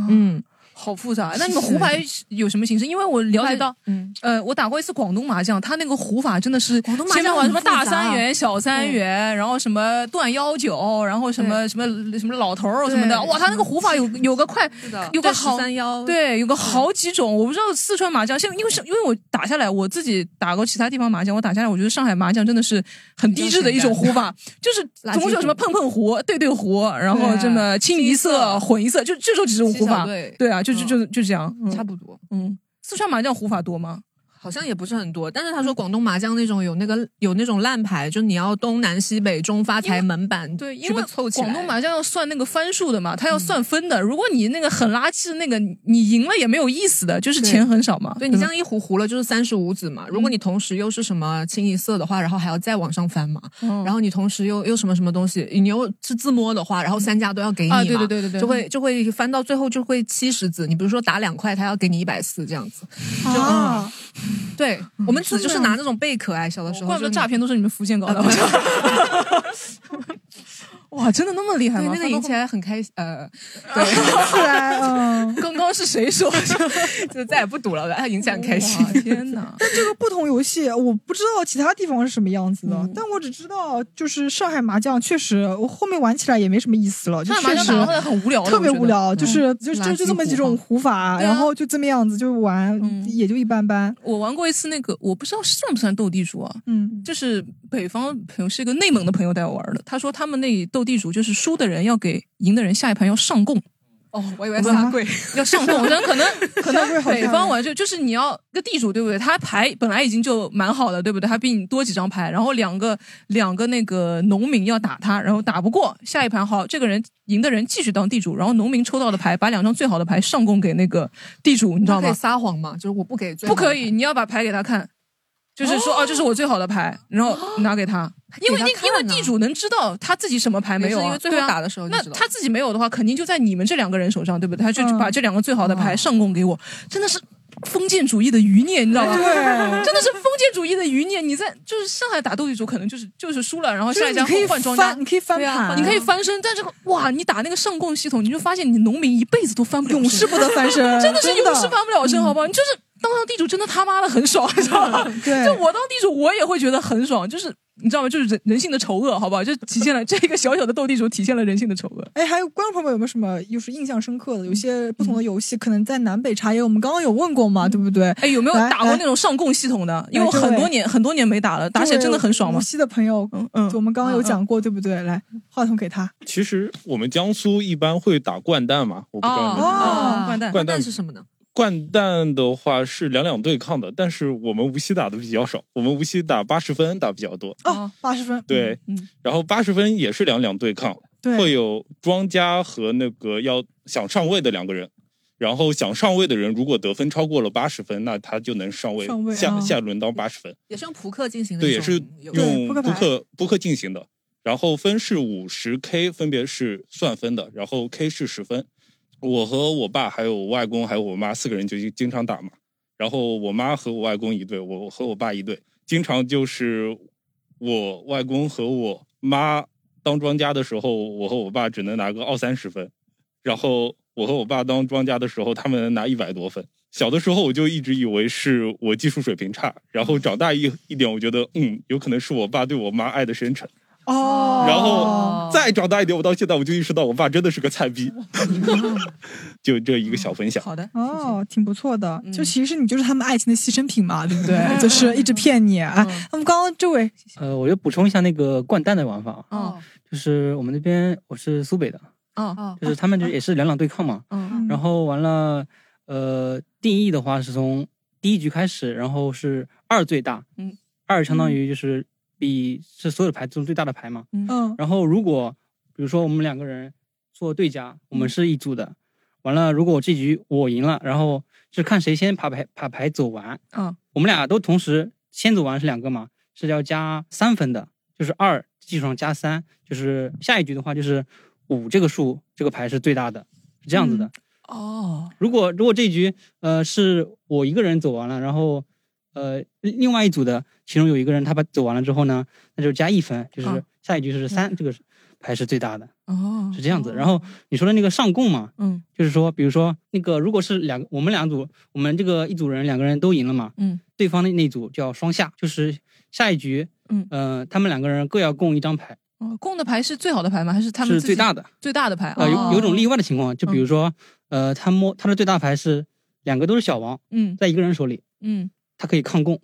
[SPEAKER 2] 嗯，好复杂。那你们
[SPEAKER 4] 是
[SPEAKER 2] 胡牌有什么形式？因为我了解到，
[SPEAKER 4] 嗯，
[SPEAKER 2] 呃，我打过一次广东麻将，它那个胡法真的是广
[SPEAKER 4] 麻将
[SPEAKER 2] 玩什么
[SPEAKER 4] 很复
[SPEAKER 2] 大
[SPEAKER 4] 杂
[SPEAKER 2] 三元、小三元，然后什么断幺九，然后什么什么什么老头儿什么的，
[SPEAKER 4] 对
[SPEAKER 2] 哇，它那个胡法有有个快
[SPEAKER 4] 的，
[SPEAKER 2] 有个
[SPEAKER 4] 对
[SPEAKER 2] 好
[SPEAKER 4] 十三幺嗯
[SPEAKER 2] 对，有个好几种。我不知道四川麻将，现在因为是因为我打下来，我自己打过其他地方麻将，我打下来，我觉得上海麻将真的是很低质的一种胡 法，就是
[SPEAKER 4] 垃圾
[SPEAKER 2] 总共有什么碰碰胡、对对胡，然后
[SPEAKER 4] 对啊
[SPEAKER 2] 这么清一色、混一色，就这种几种胡
[SPEAKER 4] 七小
[SPEAKER 2] 法
[SPEAKER 4] 队，
[SPEAKER 2] 对啊，就就就就这样，
[SPEAKER 4] 差不多。
[SPEAKER 2] 嗯，四川麻将胡法多吗？
[SPEAKER 4] 好像也不是很多，但是他说广东麻将那种有那个有那种烂牌，就你要东南西北中发财门板，
[SPEAKER 2] 嗯对，因
[SPEAKER 4] 全部
[SPEAKER 2] 为
[SPEAKER 4] 凑起来。
[SPEAKER 2] 广东嗯麻将要算那个番数的嘛，它要算分的。如果你那个很垃圾的那个，你赢了也没有意思的，就是钱很少嘛。
[SPEAKER 4] 对你这
[SPEAKER 2] 吧
[SPEAKER 4] 样一糊糊了就是三十五子嘛。
[SPEAKER 2] 嗯
[SPEAKER 4] 如果你同时又是什么清一色的话，然后还要再往上翻嘛。
[SPEAKER 2] 嗯
[SPEAKER 4] 然后你同时又又什么什么东西，你又是自摸的话，然后三家都要给你嘛。
[SPEAKER 2] 啊对对对对对
[SPEAKER 4] 就会就会翻到最后就会七十子。你比如说打两块，他要给你一百四这样子。就、
[SPEAKER 2] 啊
[SPEAKER 4] 嗯对我们子就是拿那种贝壳哎，小的时候
[SPEAKER 2] 怪不得
[SPEAKER 4] 就啊
[SPEAKER 2] 诈骗都是你们福建搞 的。哇，真的那么厉害吗？
[SPEAKER 4] 对那个赢起来很开心， 呃，
[SPEAKER 2] 对，
[SPEAKER 3] 是
[SPEAKER 2] 啊
[SPEAKER 3] 来， 嗯，
[SPEAKER 2] 刚刚是谁说
[SPEAKER 4] 的？就再也不赌了，哎，影响很开心。
[SPEAKER 2] 天哪！
[SPEAKER 3] 但这个不同游戏，我不知道其他地方是什么样子的，
[SPEAKER 2] 嗯
[SPEAKER 3] 但我只知道就是上海麻将确实，我后面玩起来也没什么意思了，就
[SPEAKER 2] 上海
[SPEAKER 3] 确
[SPEAKER 2] 麻将
[SPEAKER 3] 实
[SPEAKER 2] 打到后来很无聊的
[SPEAKER 3] 特别
[SPEAKER 2] 我觉得
[SPEAKER 3] 无聊，就是
[SPEAKER 2] 嗯
[SPEAKER 3] 就
[SPEAKER 2] 垃
[SPEAKER 3] 就
[SPEAKER 2] 圾
[SPEAKER 3] 就这么几
[SPEAKER 2] 胡
[SPEAKER 3] 种
[SPEAKER 2] 法
[SPEAKER 3] 胡法，
[SPEAKER 2] 对啊嗯
[SPEAKER 3] 然后就这么样子就玩，也就一般般。
[SPEAKER 2] 我玩过一次那个，我不知道算不算斗地主啊？
[SPEAKER 3] 嗯，
[SPEAKER 2] 就是北方朋友是一个内蒙的朋友带我玩的，他说他们那里斗地主就是输的人要给赢的人下一盘要上供。
[SPEAKER 4] 哦，我以
[SPEAKER 2] 为下跪 要 上供，但可能
[SPEAKER 3] 嗯
[SPEAKER 2] 可
[SPEAKER 3] 下跪
[SPEAKER 2] 能
[SPEAKER 3] 好
[SPEAKER 2] 北
[SPEAKER 3] 像
[SPEAKER 2] 方玩这就是你要个地主对不对？他牌本来已经就蛮好的对不对？他比你多几张牌，然后两个两个那个农民要打他，然后打不过，下一盘好，这个人赢的人继续当地主，然后农民抽到的牌把两张最好的牌上供给那个地主，你知道
[SPEAKER 4] 可以
[SPEAKER 2] 吗？
[SPEAKER 4] 撒谎吗？就是我不给最
[SPEAKER 2] 不
[SPEAKER 4] 好的
[SPEAKER 2] 可以，你要把牌给他看，就是说哦这是我最好的牌，然后拿给他，因为
[SPEAKER 4] 给他
[SPEAKER 2] 因因为地主能知道他自己什么牌没有啊，
[SPEAKER 4] 也是因为最后
[SPEAKER 2] 对啊
[SPEAKER 4] 打的时候就
[SPEAKER 2] 那
[SPEAKER 4] 知道
[SPEAKER 2] 他自己没有的话，肯定就在你们这两个人手上，对不对？他就
[SPEAKER 4] 嗯
[SPEAKER 2] 把这两个最好的牌上供给我，真的是。封建主义的余孽，你知道吗？
[SPEAKER 3] 对
[SPEAKER 2] 真的是封建主义的余孽。你在就是上海打斗地主，可能就是就是输了，然后下一家
[SPEAKER 3] 就是你可以
[SPEAKER 2] 换庄家，
[SPEAKER 3] 翻你可以翻
[SPEAKER 2] 对啊
[SPEAKER 3] 盘
[SPEAKER 2] 你可以翻身。但这个哇，你打那个上供系统，你就发现你农民一辈子都翻不了身，永
[SPEAKER 3] 世不得翻身
[SPEAKER 2] 真的是
[SPEAKER 3] 真的
[SPEAKER 2] 永世翻不了身，好不好？你就是当上地主，真的他妈的很爽，你知道吗？
[SPEAKER 3] 对
[SPEAKER 2] 就我当地主，我也会觉得很爽，就是你知道吗？就是人人性的丑恶，好不好？就体现了 这个小小的斗地主体现了人性的丑恶。
[SPEAKER 3] 哎，还有观众朋友们有没有什么就是印象深刻的？
[SPEAKER 2] 嗯
[SPEAKER 3] 有些不同的游戏，可能在南北茶也，我们刚刚有问过嘛，对不对？
[SPEAKER 2] 哎，有没有
[SPEAKER 3] 来
[SPEAKER 2] 打过
[SPEAKER 3] 来
[SPEAKER 2] 那种上供系统的？因为我
[SPEAKER 3] 哎这
[SPEAKER 2] 很多
[SPEAKER 3] 位
[SPEAKER 2] 年很多年没打了，打起来真的很爽
[SPEAKER 3] 无
[SPEAKER 2] 吗？
[SPEAKER 3] 锡的朋友，嗯嗯，我们刚刚有讲过，对不对？来，话筒给他。
[SPEAKER 11] 其实我们江苏一般会打掼蛋嘛，我不知道你们
[SPEAKER 3] 哦
[SPEAKER 11] 知道吗
[SPEAKER 3] 哦掼蛋
[SPEAKER 11] 掼
[SPEAKER 4] 掼蛋
[SPEAKER 11] 蛋
[SPEAKER 4] 是什么呢？
[SPEAKER 11] 掼蛋的话是两两对抗的，但是我们无锡打的比较少，我们无锡打八十分打比较多。
[SPEAKER 3] 哦，八十分。
[SPEAKER 11] 对，
[SPEAKER 3] 嗯，
[SPEAKER 11] 然后八十分也是两两对抗，
[SPEAKER 3] 对
[SPEAKER 11] 会有庄家和那个要想上位的两个人，然后想上位的人如果得分超过了八十分，那他就能上位，
[SPEAKER 4] 上位
[SPEAKER 11] 下、
[SPEAKER 4] 哦
[SPEAKER 11] 下轮到八十分。
[SPEAKER 4] 也是用扑克进行的
[SPEAKER 11] 对，
[SPEAKER 4] 一
[SPEAKER 11] 也
[SPEAKER 4] 种
[SPEAKER 11] 是
[SPEAKER 4] 游戏，
[SPEAKER 11] 用扑克扑克进行的。然后分是五十 K，分别是算分的，然后 K 是十分。我和我爸还有我外公还有我妈四个人就经常打嘛。然后我妈和我外公一队，我和我爸一队，经常就是我外公和我妈当庄家的时候，我和我爸只能拿个二三十分，然后我和我爸当庄家的时候，他们能拿一百多分。小的时候我就一直以为是我技术水平差，然后长大一一点，我觉得嗯，有可能是我爸对我妈爱的深沉。
[SPEAKER 3] 哦，
[SPEAKER 11] 然后再长大一点，我到现在我就意识到我爸真的是个菜逼。就这一个小分享。
[SPEAKER 4] 好的，
[SPEAKER 3] 哦，挺不错的。
[SPEAKER 2] 嗯
[SPEAKER 3] 就其实你就是他们爱情的牺牲品嘛，对不 对？就是一直骗你
[SPEAKER 2] 嗯
[SPEAKER 3] 啊。他们刚刚这位
[SPEAKER 10] 呃，我就补充一下那个掼蛋的玩法啊，
[SPEAKER 2] 嗯
[SPEAKER 4] 哦
[SPEAKER 10] 就是我们那边我是苏北的，
[SPEAKER 2] 啊
[SPEAKER 4] 哦哦，
[SPEAKER 10] 就是他们就是也是两两对抗嘛，
[SPEAKER 4] 嗯
[SPEAKER 10] 然后完了，呃，定义的话是从第一局开始，然后是二最大，
[SPEAKER 4] 嗯，
[SPEAKER 10] 二相当于就是比是所有的牌中最大的牌嘛，
[SPEAKER 3] 嗯，
[SPEAKER 10] 然后如果比如说我们两个人做对家，我们是一组的，完了如果我这局我赢了，然后是看谁先把牌把牌走完，
[SPEAKER 4] 嗯，
[SPEAKER 10] 我们俩都同时先走完是两个嘛，是要加三分的，就是二基础上加三，就是下一局的话就是五这个数这个牌是最大的，是这样子的。
[SPEAKER 2] 嗯
[SPEAKER 4] 哦，
[SPEAKER 10] 如果如果这一局呃是我一个人走完了，然后呃另另外一组的其中有一个人他把走完了之后呢，那就加一分，就是
[SPEAKER 4] 哦
[SPEAKER 10] 下一局就是三、这个牌是最大的，
[SPEAKER 4] 哦，
[SPEAKER 10] 是这样子。然后你说的那个上供嘛，
[SPEAKER 4] 嗯
[SPEAKER 10] 就是说比如说那个如果是两我们两组，我们这个一组人两个人都赢了嘛，
[SPEAKER 4] 嗯
[SPEAKER 10] 对方的那组叫双下，就是下一局，
[SPEAKER 4] 嗯
[SPEAKER 10] 呃他们两个人各要供一张牌，
[SPEAKER 2] 哦，供的牌是最好的牌吗？还是他们
[SPEAKER 10] 是
[SPEAKER 2] 自己
[SPEAKER 10] 最大的
[SPEAKER 2] 最大的牌？哦
[SPEAKER 10] 呃
[SPEAKER 4] 哦
[SPEAKER 10] 有有种例
[SPEAKER 2] 外，
[SPEAKER 10] 外的情况，就比如
[SPEAKER 4] 嗯
[SPEAKER 10] 说呃他摸他的最大牌是两个都是小王，
[SPEAKER 2] 嗯
[SPEAKER 10] 在一个人手里。
[SPEAKER 2] 嗯，
[SPEAKER 10] 他可以抗供。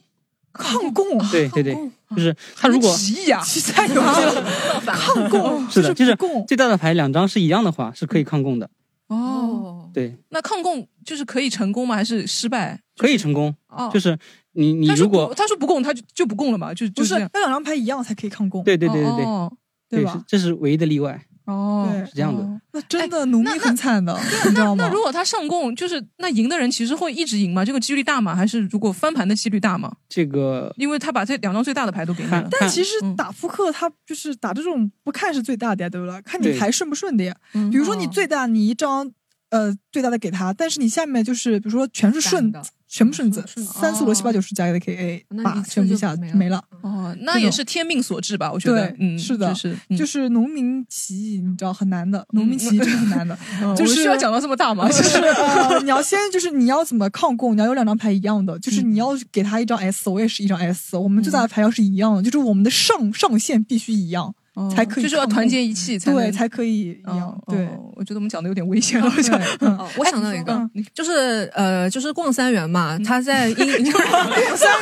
[SPEAKER 3] 抗供，
[SPEAKER 10] 对对对，就是他如
[SPEAKER 2] 啊
[SPEAKER 10] 果
[SPEAKER 3] 急呀，太 牛逼了，抗供
[SPEAKER 10] 是的，就是最大的牌两张是一样的话，是可以抗供的。
[SPEAKER 2] 哦，
[SPEAKER 10] 对，
[SPEAKER 2] 那抗供就是可以成功吗？还是失败？
[SPEAKER 10] 可以成功
[SPEAKER 2] 哦。
[SPEAKER 10] 就是你你
[SPEAKER 2] 他说
[SPEAKER 10] 如果
[SPEAKER 2] 不他说不供，他就就不供了嘛，就
[SPEAKER 3] 不
[SPEAKER 2] 就是这样
[SPEAKER 3] 那两张牌一样才可以抗供。
[SPEAKER 10] 对对对对
[SPEAKER 2] 哦
[SPEAKER 10] 对，
[SPEAKER 3] 对
[SPEAKER 10] 对
[SPEAKER 3] 吧
[SPEAKER 10] 是这是唯一的例外，
[SPEAKER 2] 哦，
[SPEAKER 10] 是这样的。
[SPEAKER 3] 那真的农民很惨的，你知道
[SPEAKER 2] 那
[SPEAKER 3] 吗？
[SPEAKER 2] 如果他上供，就是那赢的人其实会一直赢吗？这个几率大吗？还是如果翻盘的几率大吗？
[SPEAKER 10] 这个
[SPEAKER 2] 因为他把这两张最大的牌都给你了嗯
[SPEAKER 10] 看。
[SPEAKER 3] 但其实打扑克，它就是打这种不看是最大的呀，对不对？看你
[SPEAKER 2] 对
[SPEAKER 3] 牌顺不顺的呀。比如说你最大，你一张呃最大的给他，但是你下面就是比如说全是顺全部顺哦子，三四罗七八九十加一个 K A，把全部下没了。嗯
[SPEAKER 2] 哦，
[SPEAKER 3] 这
[SPEAKER 2] 那
[SPEAKER 3] 种
[SPEAKER 2] 也是天命所致吧？我觉得
[SPEAKER 3] 对，，
[SPEAKER 2] 嗯，
[SPEAKER 3] 是的，
[SPEAKER 2] 就是
[SPEAKER 3] 就是农民起义，你知道很难的，农民起义真的很难的
[SPEAKER 2] 嗯，
[SPEAKER 3] 就
[SPEAKER 2] 我
[SPEAKER 3] 是
[SPEAKER 2] 需要讲到这么大吗
[SPEAKER 3] 就是呃你要先就是你要怎么抗共，你要有两张牌一样的，就是
[SPEAKER 2] 嗯
[SPEAKER 3] 你要给他一张 S，我也是一张 S，我们最大的牌要是一样的，就是我们的上上限必须一样。才可以抗共，
[SPEAKER 2] 哦就是要团结一气才能哦
[SPEAKER 3] 对，才可以一样。对，
[SPEAKER 2] 我觉得我们讲的有点危险了，
[SPEAKER 3] 我想，
[SPEAKER 4] 哦，我想到一个，就是呃，就是逛三元嘛，他在英 逛
[SPEAKER 3] 三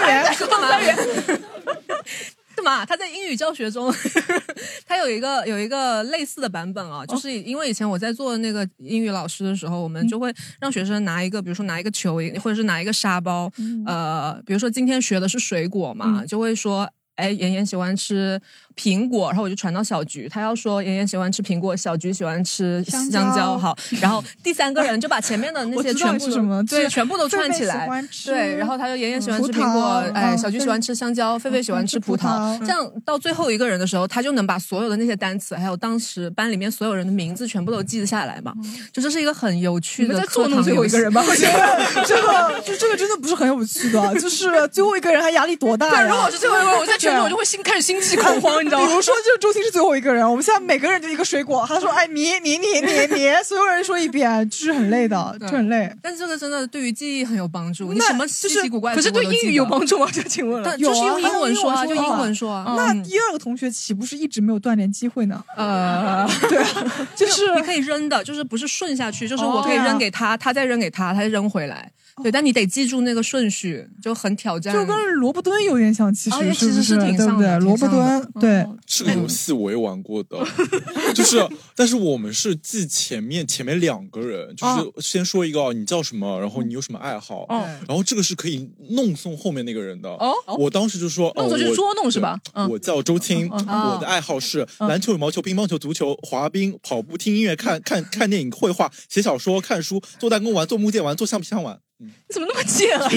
[SPEAKER 3] 元
[SPEAKER 4] 干嘛？ 干嘛？他在英语教学中， 他有一个有一个类似的版本
[SPEAKER 3] 哦
[SPEAKER 4] 啊，就是因为以前我在做那个英语老师的时候，我
[SPEAKER 3] 嗯
[SPEAKER 4] 们就会让学生拿一个，比如说拿一个球，或者是拿一个沙包，
[SPEAKER 3] 嗯
[SPEAKER 4] 呃，比如说今天学的是水果嘛，
[SPEAKER 15] 嗯
[SPEAKER 4] 就会说。哎，妍妍喜欢吃苹果，然后我就传到小菊，她要说妍妍喜欢吃苹果，小菊喜欢吃
[SPEAKER 3] 香蕉
[SPEAKER 4] 蕉，好，然后第三个人就把前面的那
[SPEAKER 3] 我
[SPEAKER 4] 些
[SPEAKER 3] 知道
[SPEAKER 4] 全
[SPEAKER 3] 是
[SPEAKER 4] 部都
[SPEAKER 3] 什么
[SPEAKER 4] 对，
[SPEAKER 3] 是
[SPEAKER 4] 全部都
[SPEAKER 3] 狒
[SPEAKER 4] 串
[SPEAKER 3] 狒
[SPEAKER 4] 起
[SPEAKER 3] 喜
[SPEAKER 4] 来
[SPEAKER 3] 欢，吃
[SPEAKER 4] 对，然后他就妍妍喜欢
[SPEAKER 3] 葡
[SPEAKER 4] 吃苹果
[SPEAKER 3] 萄，
[SPEAKER 4] 哎，
[SPEAKER 3] 嗯哦
[SPEAKER 4] 小菊喜欢吃香蕉，狒狒喜欢吃葡萄，这样到最后一个人的时候，他就能把所有的那些单词，还有当时班里面所有人的名字全部都记得下来嘛，就这是一个很有
[SPEAKER 2] 嗯
[SPEAKER 4] 趣
[SPEAKER 2] 你
[SPEAKER 4] 的
[SPEAKER 2] 们
[SPEAKER 4] 课
[SPEAKER 2] 在
[SPEAKER 4] 堂
[SPEAKER 2] 捉弄最后一个人吧
[SPEAKER 4] 游戏
[SPEAKER 3] 这个这这个真的不是很有趣的，就是最后一个人，他压力多大呀？啊
[SPEAKER 2] 对如果是最后一个人我在群里我就会心开始心悸恐慌你知道吗
[SPEAKER 3] 比如说，就是周星是最后一个人，我们现在每个人就一个水果，他说：“哎，你你你你你，所有人说一遍，就是很累的，就很累。
[SPEAKER 4] 但是这个真的对于记忆很有帮助，你
[SPEAKER 3] 那
[SPEAKER 4] 什么
[SPEAKER 3] 就
[SPEAKER 4] 稀
[SPEAKER 3] 是
[SPEAKER 4] 奇古怪的
[SPEAKER 2] 可是
[SPEAKER 4] 什么
[SPEAKER 2] 对
[SPEAKER 4] 都记
[SPEAKER 2] 英语
[SPEAKER 4] 得
[SPEAKER 2] 有帮助吗？这请问了
[SPEAKER 4] 但就是
[SPEAKER 3] 有啊
[SPEAKER 4] 用英文说啊，就英文说啊。
[SPEAKER 3] 那
[SPEAKER 4] 嗯
[SPEAKER 3] 第二个同学岂不是一直没有锻炼机会呢？
[SPEAKER 4] 呃，
[SPEAKER 3] 对啊，就是
[SPEAKER 4] 你可以扔的，就是不是顺下去，就是
[SPEAKER 3] 哦
[SPEAKER 4] 我可以
[SPEAKER 2] 啊
[SPEAKER 4] 扔给他，他再扔给他，他再扔回
[SPEAKER 2] 哦
[SPEAKER 4] 来。对，但你得记住那个顺序，就很挑战。
[SPEAKER 3] 就跟萝卜蹲有点像，其
[SPEAKER 4] 哦也
[SPEAKER 3] 实
[SPEAKER 4] 其实
[SPEAKER 3] 不
[SPEAKER 4] 是
[SPEAKER 13] 是挺
[SPEAKER 3] 对
[SPEAKER 13] 像
[SPEAKER 3] 不对？
[SPEAKER 13] 的，
[SPEAKER 3] 萝卜蹲，
[SPEAKER 2] 嗯
[SPEAKER 3] 对，
[SPEAKER 5] 这个游戏我也玩过的， 就是，但是我们是记前面前面两个人，就是先说一个哦你叫什么，然后你有什么爱好，
[SPEAKER 2] 哦
[SPEAKER 5] 然后这个是可以弄送后面那个人的。
[SPEAKER 2] 哦
[SPEAKER 5] 我当时就说，哦
[SPEAKER 2] 弄走就是
[SPEAKER 5] 我
[SPEAKER 2] 捉弄是吧
[SPEAKER 5] 对
[SPEAKER 2] 嗯
[SPEAKER 5] 我叫周青，
[SPEAKER 2] 嗯嗯
[SPEAKER 5] 我的爱好是
[SPEAKER 2] 嗯
[SPEAKER 5] 篮球、羽毛球、乒乓球、足球、滑冰、跑步、听音乐、看看看电影、绘画、写小说、看书、做弹弓玩、做木剑玩、做橡皮枪玩，
[SPEAKER 2] 你怎么那么贱啊？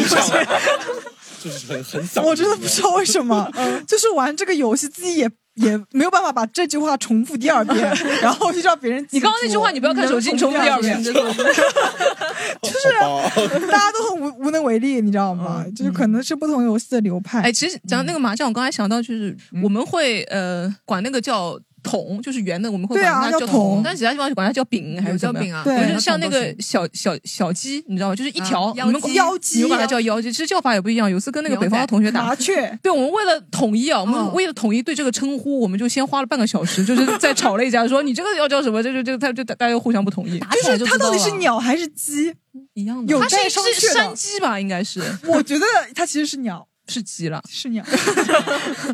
[SPEAKER 5] 就是很很小。，
[SPEAKER 3] 我真的不知道为什 么
[SPEAKER 5] 嗯
[SPEAKER 3] 就是玩这个游戏自己也也没有办法把这句话重复第二 遍，然后就让别人记住。
[SPEAKER 2] 你刚刚那句话你不要看手机你重复第二遍
[SPEAKER 3] 就是大家都很无无能为力，你知道吗？就是可能是不同游戏的流派。
[SPEAKER 2] 嗯哎，其实讲到那
[SPEAKER 3] 嗯
[SPEAKER 2] 个麻将，我刚才想到就是我们会呃管那个叫。筒就是圆的，我们会
[SPEAKER 3] 对
[SPEAKER 2] 管
[SPEAKER 3] 啊
[SPEAKER 2] 它叫
[SPEAKER 3] 叫筒
[SPEAKER 2] 筒，但其他地方管它叫饼还是怎么样
[SPEAKER 3] 叫饼啊
[SPEAKER 2] 我
[SPEAKER 3] 对
[SPEAKER 2] 就是像那
[SPEAKER 3] 叫筒
[SPEAKER 2] 个
[SPEAKER 3] 都
[SPEAKER 2] 小小小鸡，你知道吗？就是一条，
[SPEAKER 3] 啊
[SPEAKER 2] 你们
[SPEAKER 3] 腰鸡
[SPEAKER 2] 你们
[SPEAKER 3] 腰鸡啊
[SPEAKER 2] 你们管它叫腰鸡，其实叫法也不一样。有一次跟那个北方的同学打
[SPEAKER 3] 麻雀，嗯
[SPEAKER 2] 对我们为了统一啊，我们为了统一对这个称呼，我们就先花了半个小时，就是在吵了一架，说你这个要叫什么？这就这个他就大家又互相不同意，
[SPEAKER 3] 就是它到底是鸟还是嗯鸡？
[SPEAKER 2] 一样
[SPEAKER 3] 的有
[SPEAKER 2] 它是
[SPEAKER 3] 待
[SPEAKER 2] 一
[SPEAKER 3] 商
[SPEAKER 2] 只
[SPEAKER 3] 榷的
[SPEAKER 2] 山鸡吧，应该是。
[SPEAKER 3] 我觉得它其实是鸟，
[SPEAKER 2] 是鸡了，
[SPEAKER 3] 是鸟。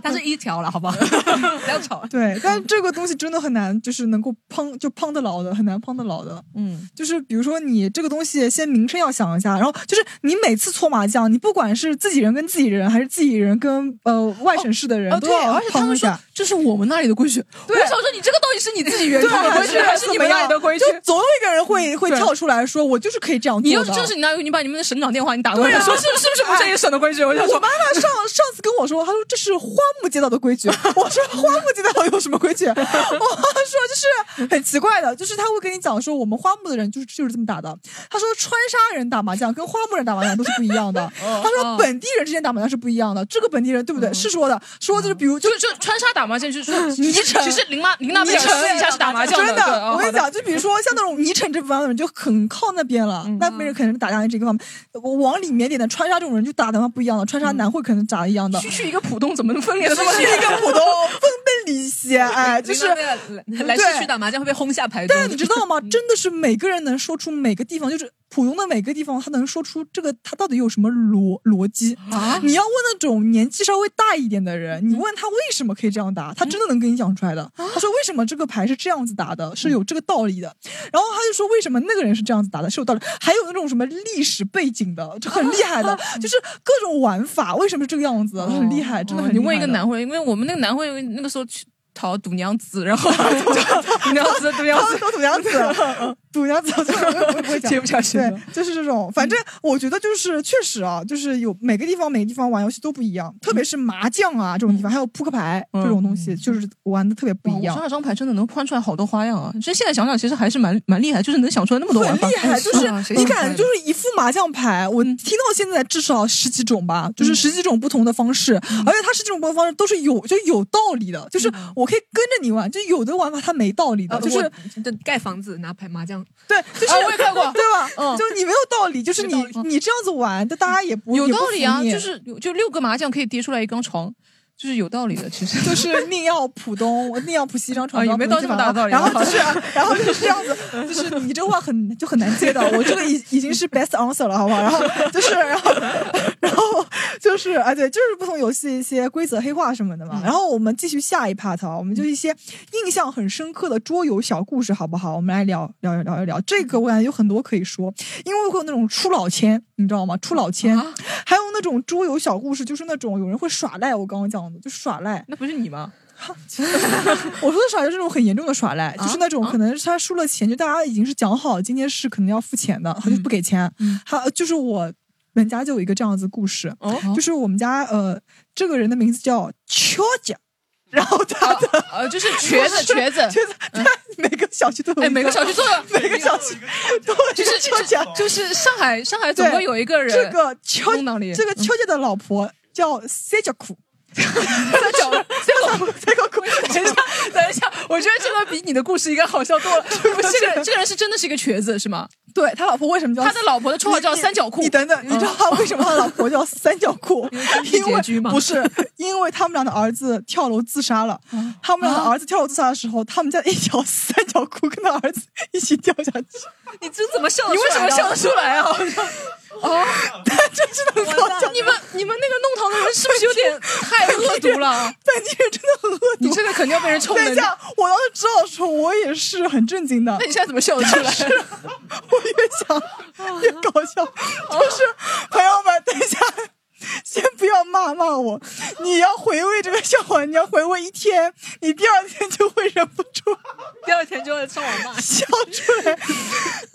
[SPEAKER 2] 它是一条了，好 不好？不要吵。
[SPEAKER 3] 对，但是这个东西真的很难，就是能够碰就碰得牢的，很难碰得牢的。
[SPEAKER 2] 嗯，
[SPEAKER 3] 就是比如说你这个东西先名称要想一下，然后就是你每次搓麻将，你不管是自己人跟自己人，还是自己人跟呃外省市的人，
[SPEAKER 2] 哦
[SPEAKER 3] 都
[SPEAKER 2] 对
[SPEAKER 3] 要
[SPEAKER 2] 而且他
[SPEAKER 3] 碰
[SPEAKER 2] 们
[SPEAKER 3] 一
[SPEAKER 2] 说
[SPEAKER 3] 下。
[SPEAKER 2] 这是我们那里的规 矩。
[SPEAKER 3] 对
[SPEAKER 2] 我想说，你这个到底是你自己原
[SPEAKER 3] 对
[SPEAKER 2] 创的规矩，还是你们那里的规矩嗯
[SPEAKER 3] 就？总有一个人会会
[SPEAKER 2] 对
[SPEAKER 3] 跳出来说，我就是可以这样做的。
[SPEAKER 2] 你要是正是你那里，你把你们的省长电话你打过
[SPEAKER 3] 对
[SPEAKER 2] 来，
[SPEAKER 3] 啊，
[SPEAKER 2] 说是是不是我们这里省的规矩？我想
[SPEAKER 3] 我
[SPEAKER 2] 说
[SPEAKER 3] 妈妈 上上次跟我说，她说这是花木街道的规矩。我说花木街道有什么规矩？我 妈说就是很奇怪的，就是她会跟你讲说，我们花木的人就是就是这么打的。她说川沙人打麻将跟花木人打麻将都是不一样的。
[SPEAKER 2] 哦
[SPEAKER 3] 她说本地人之间打麻将是不一样的，这个本地人对不对？是说的，说就是比如就
[SPEAKER 2] 嗯就川沙打麻 将就是说，
[SPEAKER 3] 泥城，
[SPEAKER 2] 其实林娜林娜贝
[SPEAKER 3] 泥
[SPEAKER 2] 尔私
[SPEAKER 3] 城
[SPEAKER 2] 底下是打麻将
[SPEAKER 3] 真
[SPEAKER 2] 的。对
[SPEAKER 3] 我跟你讲，就比如。
[SPEAKER 2] 哦好
[SPEAKER 3] 说
[SPEAKER 2] 的
[SPEAKER 3] 像那种泥城这方的人就很靠那边
[SPEAKER 2] 嗯
[SPEAKER 3] 了，那边人可能打架这个方面，我往里面点的川沙这种人就打的话不一样了，川沙南汇可能打的一样的。
[SPEAKER 2] 嗯区区一个浦东怎么能 分裂得
[SPEAKER 3] 区
[SPEAKER 2] 这么
[SPEAKER 3] 区一个浦东分崩离析， 哎，就是
[SPEAKER 4] 林娜贝啊尔来来市区打麻将会被轰下牌桌
[SPEAKER 3] 但你知道吗？真的是每个人能说出每个地方，就是浦东的每个地方，他能说出这个他到底有什么逻逻辑
[SPEAKER 2] 啊嗯
[SPEAKER 3] 你要问那种年纪稍微大一点的人，你问他为什么可以这样打，他真的能跟你讲出来的。
[SPEAKER 2] 啊
[SPEAKER 3] 他说为什么这个牌是这样子打的，
[SPEAKER 2] 嗯
[SPEAKER 3] 是有这个道理的。然后他就说为什么那个人是这样子打的，是有道理。还有那种什么历史背景的，就很厉害的，
[SPEAKER 2] 啊
[SPEAKER 3] 就是各种玩法为什么是这个样子
[SPEAKER 2] 哦
[SPEAKER 3] 的，很厉害，真的很厉
[SPEAKER 2] 你
[SPEAKER 3] 害的。
[SPEAKER 2] 问一个南汇人，因为我们那个南汇人那个时候去讨赌娘子，然后 赌娘子赌娘子
[SPEAKER 3] 都土娘子， 土娘子，我不会讲，
[SPEAKER 2] 接不下去了
[SPEAKER 3] 对，就是这种，反正我觉得就是确实啊，就是有每个地方每个地方玩游戏都不一样，特别是麻将啊这种地方，还有扑克牌这种东西，就是玩的特别不一
[SPEAKER 2] 哇我
[SPEAKER 3] 样
[SPEAKER 2] 说。那张牌真的能宽出来好多花样 啊！其实现在想想，其实还是蛮蛮厉害，就是能想出来那么多玩
[SPEAKER 3] 很
[SPEAKER 2] 法，
[SPEAKER 3] 厉害，就是你感觉就是是一副麻将牌，我听到现在至少十几种吧，就是十几种不同的方式，而且它十几种不同的方式都是有就有道理的，就是我可以跟着你玩，就有的玩法它没道理的，
[SPEAKER 4] 呃，
[SPEAKER 3] 就是
[SPEAKER 4] 我对盖房子拿牌麻将，
[SPEAKER 3] 对，就是、
[SPEAKER 4] 啊我也看过
[SPEAKER 3] 对吧？
[SPEAKER 4] 嗯
[SPEAKER 3] 就你没有道理，就是你你这样子玩，就大家也不
[SPEAKER 2] 有
[SPEAKER 3] 也不
[SPEAKER 2] 道理啊！
[SPEAKER 3] 服你
[SPEAKER 2] 就是就六个麻将可以叠出来一张床，就是有道理的。其实
[SPEAKER 3] 就是宁要浦东，我宁要浦西一张床
[SPEAKER 2] 啊，也
[SPEAKER 3] 上
[SPEAKER 2] 没
[SPEAKER 3] 不能
[SPEAKER 2] 到
[SPEAKER 3] 进
[SPEAKER 2] 这么大的
[SPEAKER 3] 房
[SPEAKER 2] 道理
[SPEAKER 3] 然
[SPEAKER 2] 啊。
[SPEAKER 3] 后就是，然后就是这样子，就是你这话很就很难接的，我这个已已经是 best answer 了，好不好？然后就是，然后然后就是，啊，对，就是不同游戏一些规则黑化什么的嘛。然后我们继续下一 part 啊，我们就一些印象很深刻的桌游小故事，好不好？我们来聊聊一聊一聊这个，我感觉有很多可以说，因为会有那种出老千，你知道吗？出老千，还有那种桌游小故事，就是那种有人会耍赖，我刚刚讲的，就耍赖。
[SPEAKER 2] 那不是你吗？
[SPEAKER 3] 我说的耍赖是那种很严重的耍赖，
[SPEAKER 2] 啊
[SPEAKER 3] 就是那种可能是他输了钱，就大家已经是讲好今天是可能要付钱的，他就不给钱。
[SPEAKER 2] 嗯
[SPEAKER 3] 他就是我们家就有一个这样子故事，
[SPEAKER 2] 哦
[SPEAKER 3] 就是我们家呃这个人的名字叫邱家。然后他的
[SPEAKER 2] 呃，就是 瘸子瘸子嗯
[SPEAKER 3] 瘸子，他每个小区都有一，
[SPEAKER 2] 哎每个小 区都有
[SPEAKER 3] 每个小区都有一个
[SPEAKER 2] 就是
[SPEAKER 3] 邱家，
[SPEAKER 2] 就是上海上海总会
[SPEAKER 3] 对
[SPEAKER 2] 有一个人
[SPEAKER 3] 这个邱
[SPEAKER 2] 弄到嗯里
[SPEAKER 3] 这个邱家的老婆叫 C 角苦，
[SPEAKER 2] 等一下，等一下，我觉得这个比你的故事应该好笑 多了。不是这个人，这个人是真的是一个瘸子是吗？
[SPEAKER 3] 对他老婆为什么叫
[SPEAKER 2] 他的老婆的绰号叫
[SPEAKER 3] 你你
[SPEAKER 2] 三角裤？嗯
[SPEAKER 3] 你等等，你知道他为什么他老婆叫三角裤？因
[SPEAKER 2] 拮据
[SPEAKER 3] 为
[SPEAKER 2] 吗
[SPEAKER 3] 不是，因为他们俩的儿子跳楼自杀了。
[SPEAKER 2] 啊
[SPEAKER 3] 他们俩的儿子跳楼自杀的时候，他们家的一条三角裤跟他儿子一起掉下去。
[SPEAKER 4] 你这怎么笑得
[SPEAKER 3] 你
[SPEAKER 4] 出
[SPEAKER 3] 为
[SPEAKER 4] 来
[SPEAKER 3] 什
[SPEAKER 4] 啊？？
[SPEAKER 3] 么笑得出来啊
[SPEAKER 2] 哦，真是很搞笑。你们你们那个弄堂的人是不是有点太恶毒 了？
[SPEAKER 3] 本地人真的很恶毒，
[SPEAKER 2] 你这个肯定要被人 冲的。
[SPEAKER 3] 等一下，我当时知道的时候，我也是很震惊的。
[SPEAKER 2] 那你现在怎么笑得出来？
[SPEAKER 3] 我越想越搞笑，就是朋友们，等一下。先不要骂骂我，你要回味这个笑话，你要回味一天，你第二天就会忍不住，
[SPEAKER 4] 第二天就会上网骂，
[SPEAKER 3] 笑出来，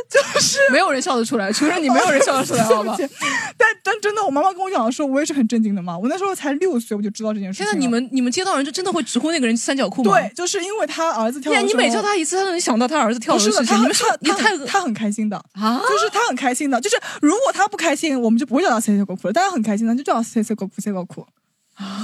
[SPEAKER 3] 就是
[SPEAKER 2] 没有人笑得出来，除了你，没有人笑得出来，好吧？
[SPEAKER 3] 但但真的，我妈妈跟我讲的时候，我也是很震惊的嘛。我那时候才六岁，我就知道这件事情。
[SPEAKER 2] 天呐，你们你 们街道人就真的会直呼那个人三角裤吗？
[SPEAKER 3] 对，就是因为他儿子跳的时候。
[SPEAKER 2] 你每叫他一次，他都能想到他儿子跳的事情。
[SPEAKER 3] 他
[SPEAKER 2] 你们说
[SPEAKER 3] 他
[SPEAKER 2] 太
[SPEAKER 3] 他很开心的啊，就是他很开心的，就是如果他不开心，我们就不会叫他三角裤了。大家很开心的，就叫。塞塞狗苦，塞狗苦。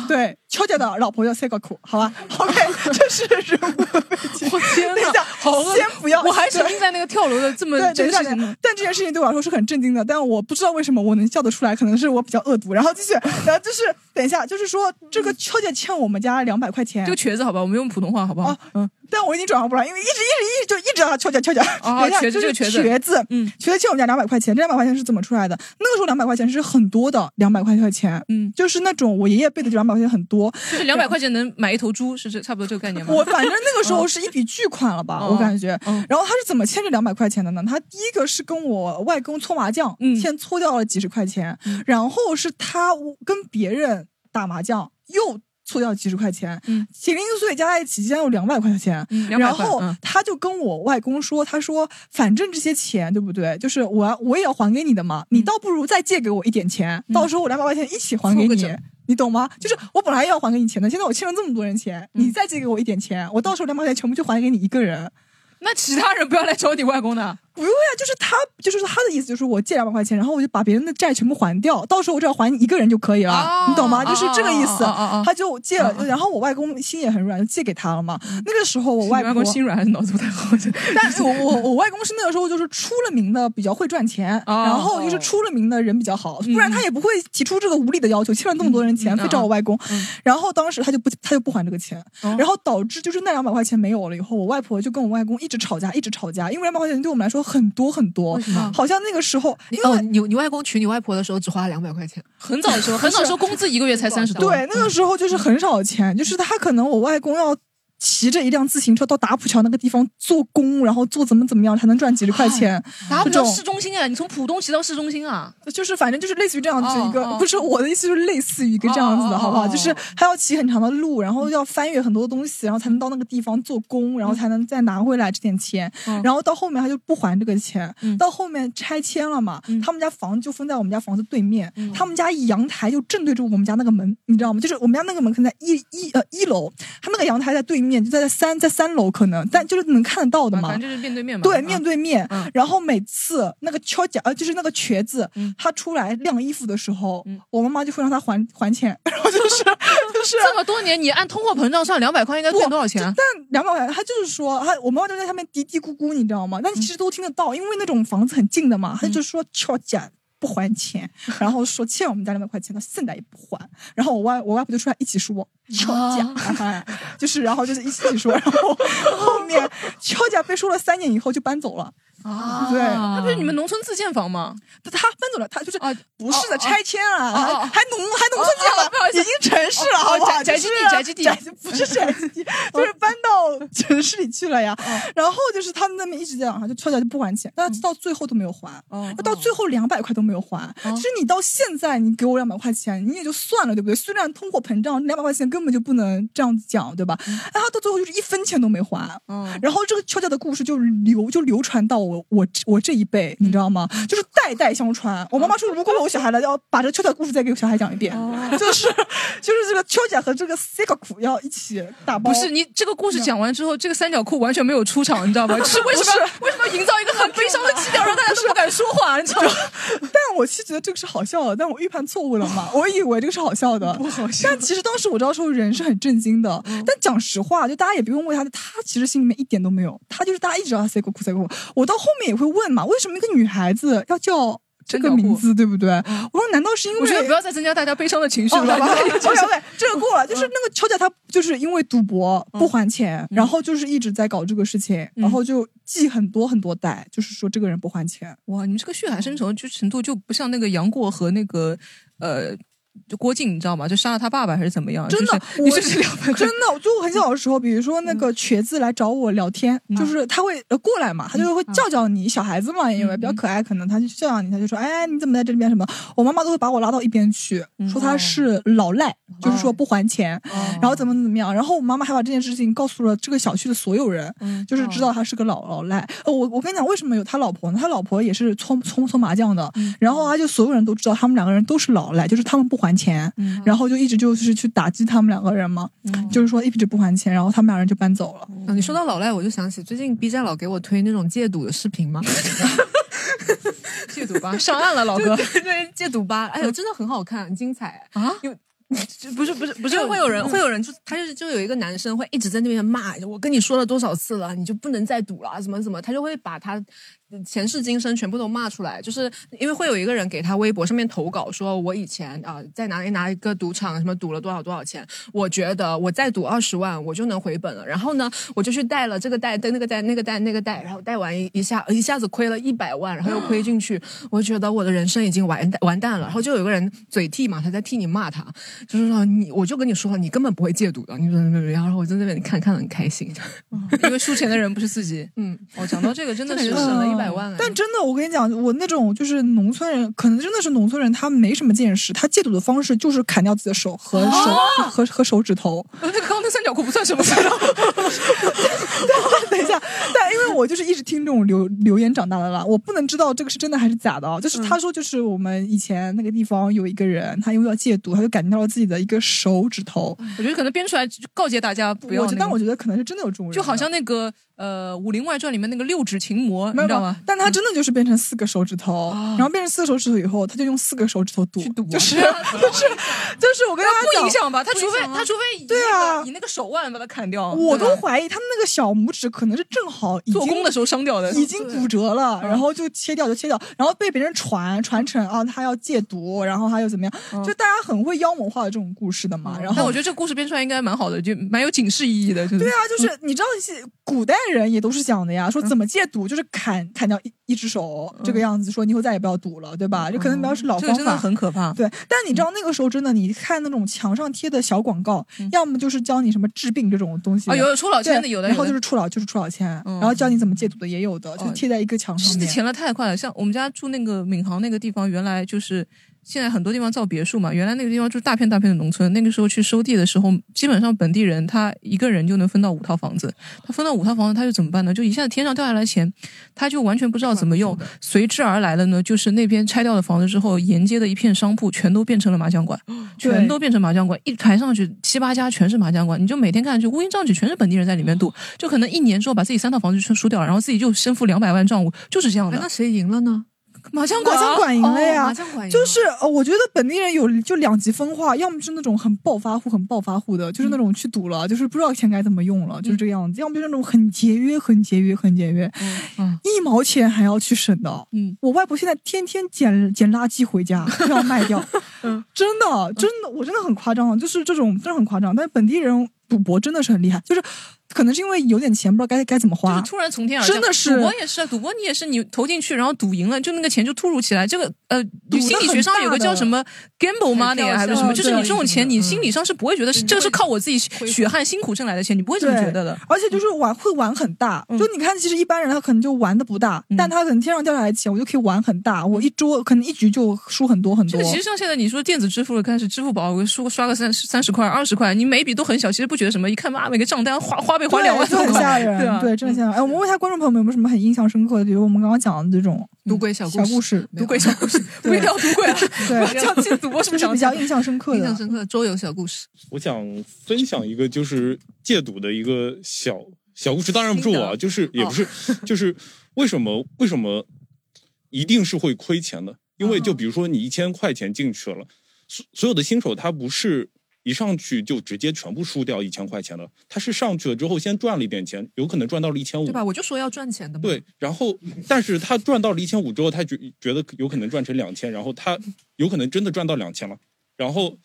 [SPEAKER 3] 对，邱姐的老婆叫塞狗苦，好吧？OK，这是人物背景。
[SPEAKER 2] 我天哪，好，
[SPEAKER 3] 先不要，
[SPEAKER 2] 我还沉浸在那个跳楼的这么
[SPEAKER 3] 对，
[SPEAKER 2] 这个事情。
[SPEAKER 3] 但这件事情对我来说是很震惊的，但我不知道为什么我能笑得出来，可能是我比较恶毒。然后继续，然后就是等一下，就是说这个邱姐欠我们家两百块钱，
[SPEAKER 2] 这个瘸子好吧，我们用普通话好不好？
[SPEAKER 3] 嗯，但我已经转化不来，因为一直一直一就一直叫他邱姐邱姐。
[SPEAKER 2] 啊，
[SPEAKER 3] 瘸子
[SPEAKER 2] 这个
[SPEAKER 3] 瘸
[SPEAKER 2] 子，
[SPEAKER 3] 瘸子，嗯，瘸子欠我们家两百块钱，这两百块钱是怎么出来的？那个时候两百块钱是很多的，两百块钱，嗯，就是那种我爷爷背的两百块钱很多，
[SPEAKER 2] 就是两百块钱能买一头猪，是这差不多这个概念吗？哦
[SPEAKER 3] 我反正那个时候是一笔巨款了吧，我感觉。然后他是怎么欠这两百块钱的呢？他第一个是跟我外公搓麻将，先搓掉了几十块钱，然后是他跟别人打麻将又。凑掉几十块钱，几零碎加在一起，竟然有嗯两百块钱。
[SPEAKER 2] 嗯、
[SPEAKER 3] 然后、
[SPEAKER 2] 嗯、
[SPEAKER 3] 他就跟我外公说：“他说，反正这些钱对不对？就是我我也要还给你的嘛，嗯、嗯你倒不如再借给我一点钱，到时候我两百块钱一起还给你，你懂吗？就是我本来要还给你钱的，现在我欠了这么多人钱，你再借给我一点钱，我到时候两百块钱全部就还给你一个人。”
[SPEAKER 2] 那其他人不要来找你外公的，
[SPEAKER 3] 不用呀、啊，就是他，就是他的意思，就是我借两百块钱，然后我就把别人的债全部还掉，到时候我只要还你一个人就可以了，
[SPEAKER 2] 哦
[SPEAKER 3] 啊、你懂吗？就是这个意思。
[SPEAKER 2] 啊、
[SPEAKER 3] 他就借了，然后我外公心也很软，就借给他了嘛。那个时候我外
[SPEAKER 2] 公心软还是脑子不太好？
[SPEAKER 3] 但我我我外公是那个时候就是出了名的比较会赚钱，
[SPEAKER 2] 哦
[SPEAKER 3] 然后就是出了名的人比较好，
[SPEAKER 2] 嗯
[SPEAKER 3] 不然他也不会提出这个无理的要求，欠了那么多人钱非找我外公。
[SPEAKER 4] 嗯
[SPEAKER 3] 然后当时他就不他就不还这个钱，
[SPEAKER 4] 哦
[SPEAKER 3] 然后导致就是那两百块钱没有了以后，我外婆就跟我外公一。一直吵架，一直吵架，因为两百块钱对我们来说很多很多。好像那个时候，因为、
[SPEAKER 4] 哦、你你外公娶你外婆的时候只花了两百块钱，
[SPEAKER 2] 很早 的时候，很早时候工资一个月才三十多。
[SPEAKER 3] 对，那个时候就是很少钱，嗯、就是他可能我外公要骑着一辆自行车到打浦桥那个地方做工，然后做怎么怎么样才能赚几十块
[SPEAKER 4] 啊
[SPEAKER 3] 钱。
[SPEAKER 2] 打浦桥市中心哎，你从浦东骑到市中心啊，
[SPEAKER 3] 就是反正就是类似于这样子一个，哦哦不是我的意思，就是类似于一个这样子
[SPEAKER 2] 哦
[SPEAKER 3] 的，好不好？就是他要骑很长的路，然后要翻越很多东西，然后才能到那个地方做工，
[SPEAKER 2] 嗯
[SPEAKER 3] 然后才能再拿回来这点钱。嗯、然后到后面他就不还这个钱，嗯、到后面拆迁了嘛，嗯、他们家房就分在我们家房子对面，
[SPEAKER 2] 嗯
[SPEAKER 3] 他们家阳台就正对着我们家那个门，你知道吗？就是我们家那个门可能在一一呃一楼，他那个阳台在对面。就在在三在三楼可能，但就是能看得到的嘛，
[SPEAKER 2] 反正就是面对面嘛。嗯
[SPEAKER 3] 对，面对面。然后每次那个敲脚呃，就是那个瘸子，
[SPEAKER 2] 嗯
[SPEAKER 3] 他出来晾衣服的时候，我妈妈就会让他还还钱， 然后就是就是
[SPEAKER 2] 这么多年，你按通货膨胀算两百块应该变多少钱？啊
[SPEAKER 3] 但两百块，他就是说，他我妈妈就在下面嘀嘀咕咕，你知道吗？
[SPEAKER 2] 嗯
[SPEAKER 3] 但其实都听得到，因为那种房子很近的嘛，他就说敲脚。不还钱，然后说欠我们家两百块钱，到现在也不还。然后我外我外婆就出来一起说敲架、啊， 就是然后就是一起说，然后后面敲架被说了三年以后就搬走了。
[SPEAKER 2] 啊，
[SPEAKER 3] 对，
[SPEAKER 2] 那不是你们农村自建房吗？
[SPEAKER 3] 他他搬走了，他就是不是的，拆迁了，还农还农村建了，已经城市了，好吧？
[SPEAKER 2] 宅基地，宅基地，
[SPEAKER 3] 不是宅基地，就是搬到城市里去了呀。然后就是他们那边一直在讲，他就悄悄就不还钱，但到最后都没有还，到最后两百块都没有还。其实你到现在你给我两百块钱，你也就算了，对不对？虽然通货膨胀，两百块钱根本就不能这样子讲，对吧？然后到最后就是一分钱都没还。然后这个悄悄的故事就流就流传到我。我我我这一辈，你知道吗？就是代代相传。我妈妈说，
[SPEAKER 2] 哦
[SPEAKER 3] 如果我有小孩了，要把这个秋姐故事再给小孩讲一遍，就是就是这个秋姐和这个三角裤要一起打包。
[SPEAKER 2] 不是你这个故事讲完之后，这个三角裤完全没有出场，你知 道吧？就是为什么为什么营造一个很悲伤的基调，让大家都不敢说话？你知道吗？
[SPEAKER 3] 但我是觉得这个是好笑的，但我预判错误了 嘛？我以为这个是好笑的，
[SPEAKER 2] 不好笑。嗯
[SPEAKER 3] 但其实当时我知道时候人是很震惊的。但讲实话，就大家也不用为他，他其实心里面一点都没有，他就是大家一直叫他三角裤三角裤，我到。后面也会问嘛，为什么一个女孩子要叫这个名字对不对？
[SPEAKER 2] 嗯
[SPEAKER 3] 我说 难道是因为？
[SPEAKER 2] 我觉得不要再增加大家悲伤的情绪
[SPEAKER 3] 哦
[SPEAKER 2] 了，
[SPEAKER 3] 好 吧
[SPEAKER 2] 就是
[SPEAKER 3] ，OK，OK，这个
[SPEAKER 2] 嗯
[SPEAKER 3] 过了。就是那个乔姐，她就是因为赌博不还钱，
[SPEAKER 2] 嗯
[SPEAKER 3] 然后就是一直在搞这个事情，然后就记很多很多代，就是说这个人不还钱。
[SPEAKER 2] 哇，你们这个血海深仇就程度就不像那个杨过和那个呃就郭靖，你知道吗？就杀了他爸爸还是怎么样？
[SPEAKER 3] 真的，
[SPEAKER 2] 啊就是、
[SPEAKER 3] 我
[SPEAKER 2] 你是不是两百块
[SPEAKER 3] 真的，就我很小的时候，比如说那个瘸子来找我聊天，就是他会呃过来嘛，他就会叫叫你，小孩子嘛，因为比较可爱，可能他就叫叫你，他就说，哎，你怎么在这里边什么？我妈妈都会把我拉到一边去，说他是老赖，就是说不还钱，然后怎么怎么样。然后我妈妈还把这件事情告诉了这个小区的所有人，就是知道他是个老老赖。呃我我跟你讲，为什么有他老婆呢？他老婆也是搓搓搓麻将的，然后他就所有人都知道他们两个人都是老赖，就是他们不还钱，然后就一直就是去打击他们两个人嘛，
[SPEAKER 2] 嗯
[SPEAKER 3] 就是说一直不嗯还钱，然后他们两人就搬走了。
[SPEAKER 4] 啊，你说到老赖，我就想起最近 B 站老给我推那种戒赌的视频嘛， 戒赌吧，
[SPEAKER 2] 上岸了老哥
[SPEAKER 4] 就对对，戒赌吧，哎呦，真的很好看，很精彩
[SPEAKER 2] 啊！
[SPEAKER 4] 有
[SPEAKER 2] 不是不是不是
[SPEAKER 4] 因为会有人
[SPEAKER 2] 嗯
[SPEAKER 4] 会有人就他就是就有一个男生会一直在那边骂，我跟你说了多少次了，你就不能再赌了，怎么怎么，他就会把他前世今生全部都骂出来，就是因为会有一个人给他微博上面投稿说，我以前啊、在哪里哪一个赌场什么赌了多少多少钱，我觉得我再赌二十万我就能回本了，然后呢我就去贷了这个贷贷那个贷那个贷那个贷，然后贷完一一下一下子亏了一百万，然后又亏进去，我觉得我的人生已经完蛋完蛋了，然后就有个人嘴替嘛，他在替你骂他，就是说你我就跟你说了，你根本不会戒赌的，你怎么怎么怎么样，然后我在那边看看得很开心，
[SPEAKER 2] 因为输钱的人不是自己。
[SPEAKER 4] 嗯，
[SPEAKER 2] 哦，讲到这个真的是
[SPEAKER 3] 嗯
[SPEAKER 2] 省了一百万哎。
[SPEAKER 3] 但真的，我跟你讲，我那种就是农村人，可能真的是农村人，他没什么见识，他戒赌的方式就是砍掉自己的手和手、
[SPEAKER 2] 啊
[SPEAKER 3] 和和手指头。
[SPEAKER 2] 呃那个 刚才三角裤不算什么事儿。
[SPEAKER 3] 等一下，但因为我就是一直听这种留留言长大的啦，我不能知道这个是真的还是假的啊。
[SPEAKER 2] 嗯
[SPEAKER 3] 就是他说，就是我们以前那个地方有一个人，他因为要戒毒，他就感觉到了自己的一个手指头。
[SPEAKER 2] 我觉得可能编出来就告诫大家不要
[SPEAKER 3] 我
[SPEAKER 2] 那
[SPEAKER 3] 觉
[SPEAKER 2] 个。
[SPEAKER 3] 得，但我觉得可能是真的有这种人，啊
[SPEAKER 2] 就好像那个呃《武林外传》里面那个六指琴魔，你
[SPEAKER 3] 没有
[SPEAKER 2] 知
[SPEAKER 3] 没有
[SPEAKER 2] 道吗？嗯哦
[SPEAKER 3] 但他真的就是变成四个手指头，然后变成四个手指头以后，他就用四个手指头堵，就是
[SPEAKER 2] 啊
[SPEAKER 3] 就是就是我跟大家
[SPEAKER 2] 不
[SPEAKER 3] 讲
[SPEAKER 2] 影响吧？他
[SPEAKER 3] 不
[SPEAKER 2] 除非
[SPEAKER 3] 影响啊
[SPEAKER 2] 他除非以
[SPEAKER 3] 对
[SPEAKER 2] 那
[SPEAKER 3] 啊
[SPEAKER 2] 个以那个手腕把它砍掉。
[SPEAKER 3] 我
[SPEAKER 2] 对
[SPEAKER 3] 都
[SPEAKER 2] 吧
[SPEAKER 3] 怀疑他们那个小拇指可能是正好已经
[SPEAKER 2] 做工的时候伤掉的嗯
[SPEAKER 3] 已经骨折了，然后就切掉就切掉，然后被别人传传成啊他要戒毒，然后他又怎么样，就大家很会妖魔化的这种故事的嘛。然
[SPEAKER 2] 嗯但
[SPEAKER 3] 后
[SPEAKER 2] 我觉得这故事编出来应该蛮好的，就蛮有警示意义 的。
[SPEAKER 3] 对啊，
[SPEAKER 2] 嗯
[SPEAKER 3] 就是你知道是古代人也都是讲的呀，说怎么戒毒，就是砍砍掉一一只手这个样子，说你以后再也不要赌了，对吧？这可能比较是老
[SPEAKER 2] 嗯
[SPEAKER 3] 方法，
[SPEAKER 2] 这个真的很可怕。嗯
[SPEAKER 3] 对，但你知道那个时候真的，你看那种墙上贴的小广告，要么就是教你什么治病这种东西
[SPEAKER 2] 啊有有出老千的
[SPEAKER 3] 对
[SPEAKER 2] 有的嗯
[SPEAKER 3] 然
[SPEAKER 2] 有
[SPEAKER 3] 后
[SPEAKER 2] 的
[SPEAKER 3] 就是出老就是出老千，然后教你怎么戒毒的也有的，
[SPEAKER 2] 哦
[SPEAKER 3] 就是贴在一个墙上
[SPEAKER 2] 是的，
[SPEAKER 3] 面。
[SPEAKER 2] 钱了太快了。像我们家住那个闵行那个地方，原来就是现在很多地方造别墅嘛，原来那个地方就是大片大片的农村。那个时候去收地的时候，基本上本地人他一个人就能分到五套房子，他分到五套房子，他就怎么办呢？就一下子天上掉下来钱，他就完全不知道怎么用。随之而来的呢，就是那边拆掉的房子之后，沿街的一片商铺全都变成了麻将馆，
[SPEAKER 4] 哦
[SPEAKER 3] 对
[SPEAKER 2] 全都变成麻将馆，一排上去七八家全是麻将馆，你就每天看上去乌烟瘴气，全是本地人在里面
[SPEAKER 4] 哦
[SPEAKER 2] 赌，就可能一年之后把自己三套房子全输掉，然后自己就身负两百万账务，就是这样的。
[SPEAKER 4] 哎那谁赢了呢？
[SPEAKER 2] 麻将馆啊
[SPEAKER 3] 麻将馆赢了呀，
[SPEAKER 2] 哦麻将馆赢了
[SPEAKER 3] 就是呃，我觉得本地人有就两极分化，要么是那种很暴发户、很暴发户的，就是那种去赌
[SPEAKER 2] 嗯
[SPEAKER 3] 了，就是不知道钱该怎么用了，就是这个样子；要么就是那种很节约、很节约、很节约，一毛钱还要去省的。
[SPEAKER 2] 嗯，
[SPEAKER 3] 我外婆现在天天捡捡垃圾回 家，要卖掉。
[SPEAKER 2] 嗯
[SPEAKER 3] 真的，真的，我真的很夸张，啊就是这种真的很夸张。但是本地人赌博真的是很厉害，就是可能是因为有点钱不知道该该怎么花，
[SPEAKER 2] 突然从天而降，
[SPEAKER 3] 真的是
[SPEAKER 2] 赌博也是啊，赌博你也是你投进去，然后赌赢了，就那个钱就突如其来。这个呃，
[SPEAKER 3] 赌得
[SPEAKER 2] 心理学上有个叫什么 gamble
[SPEAKER 3] 大
[SPEAKER 2] money 啊还是什么，
[SPEAKER 3] 对
[SPEAKER 2] 就是你这种钱，
[SPEAKER 3] 对
[SPEAKER 2] 你心理上是不会觉得
[SPEAKER 3] 嗯
[SPEAKER 2] 是这个是靠我自己血汗辛苦挣来的钱，你不会这么
[SPEAKER 3] 对，
[SPEAKER 2] 觉得的。嗯
[SPEAKER 3] 而且就是玩会玩很大，就你看，其实一般人他可能就玩的不大，
[SPEAKER 2] 嗯
[SPEAKER 3] 但他可能天上掉下来的钱，我就可以玩很大，我一桌可能一局就输很多很
[SPEAKER 2] 这
[SPEAKER 3] 多。
[SPEAKER 2] 个其实像现在你说电子支付了，开始支付宝，我刷刷个三三十块、二十块，你每一笔都很小，其实不觉得什么，一看妈每个账单花花呗花
[SPEAKER 3] 对
[SPEAKER 2] 两万
[SPEAKER 3] 就
[SPEAKER 2] 多
[SPEAKER 3] 很
[SPEAKER 2] 块，
[SPEAKER 3] 吓人，
[SPEAKER 2] 对啊，
[SPEAKER 3] 真的吓人。哎，我们问一下观众朋友们有没有什么很印象深刻的，比如我们刚刚讲的这种
[SPEAKER 4] 赌鬼小
[SPEAKER 3] 故事、
[SPEAKER 2] 赌鬼小故事， 不一定要赌
[SPEAKER 4] 啊
[SPEAKER 2] 鬼了，
[SPEAKER 3] 对，
[SPEAKER 2] 不要讲进赌博是不
[SPEAKER 3] 就是比较印象深刻
[SPEAKER 4] 印
[SPEAKER 3] 的
[SPEAKER 4] 象。深刻的桌游小故事，
[SPEAKER 11] 我想分享一个就是戒赌的一个小小故事，当然不是我，啊，就是也不是，
[SPEAKER 4] 哦
[SPEAKER 11] 就是为什么为什么一定是会
[SPEAKER 4] 嗯
[SPEAKER 11] 亏钱的？因为就比如说你一千块钱进去了，所所有的新手他不是一上去就直接全部输掉一千块钱了。他是上去了之后先赚了一点钱，有可能赚到了一千五
[SPEAKER 4] 对，吧？我就说要赚钱的嘛。
[SPEAKER 11] 对，然后但是他赚到了一千五之后，他觉觉得有可能赚成两千，然后他有可能真的赚到两千了，然后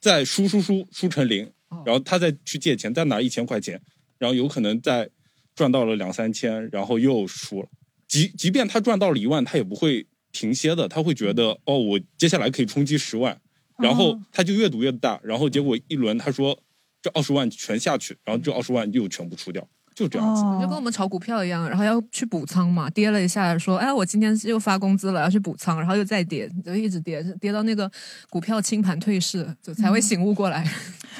[SPEAKER 11] 再输输输输成零，然后他再去借钱，再拿一千块钱，然后有可能再赚到了两三千，然后又输了。即即便他赚到了一万，他也不会停歇的，他会觉得哦，我接下来可以冲击十万，然后他就越赌越大，然后结果一轮他说这二十万全下去，然后这二十万又全部出掉，就这样子。
[SPEAKER 3] 哦
[SPEAKER 4] 就跟我们炒股票一样，然后要去补仓嘛，跌了一下，说哎，我今天又发工资了，要去补仓，然后又再跌，就一直跌，跌到那个股票清盘退市，就才会醒悟过来。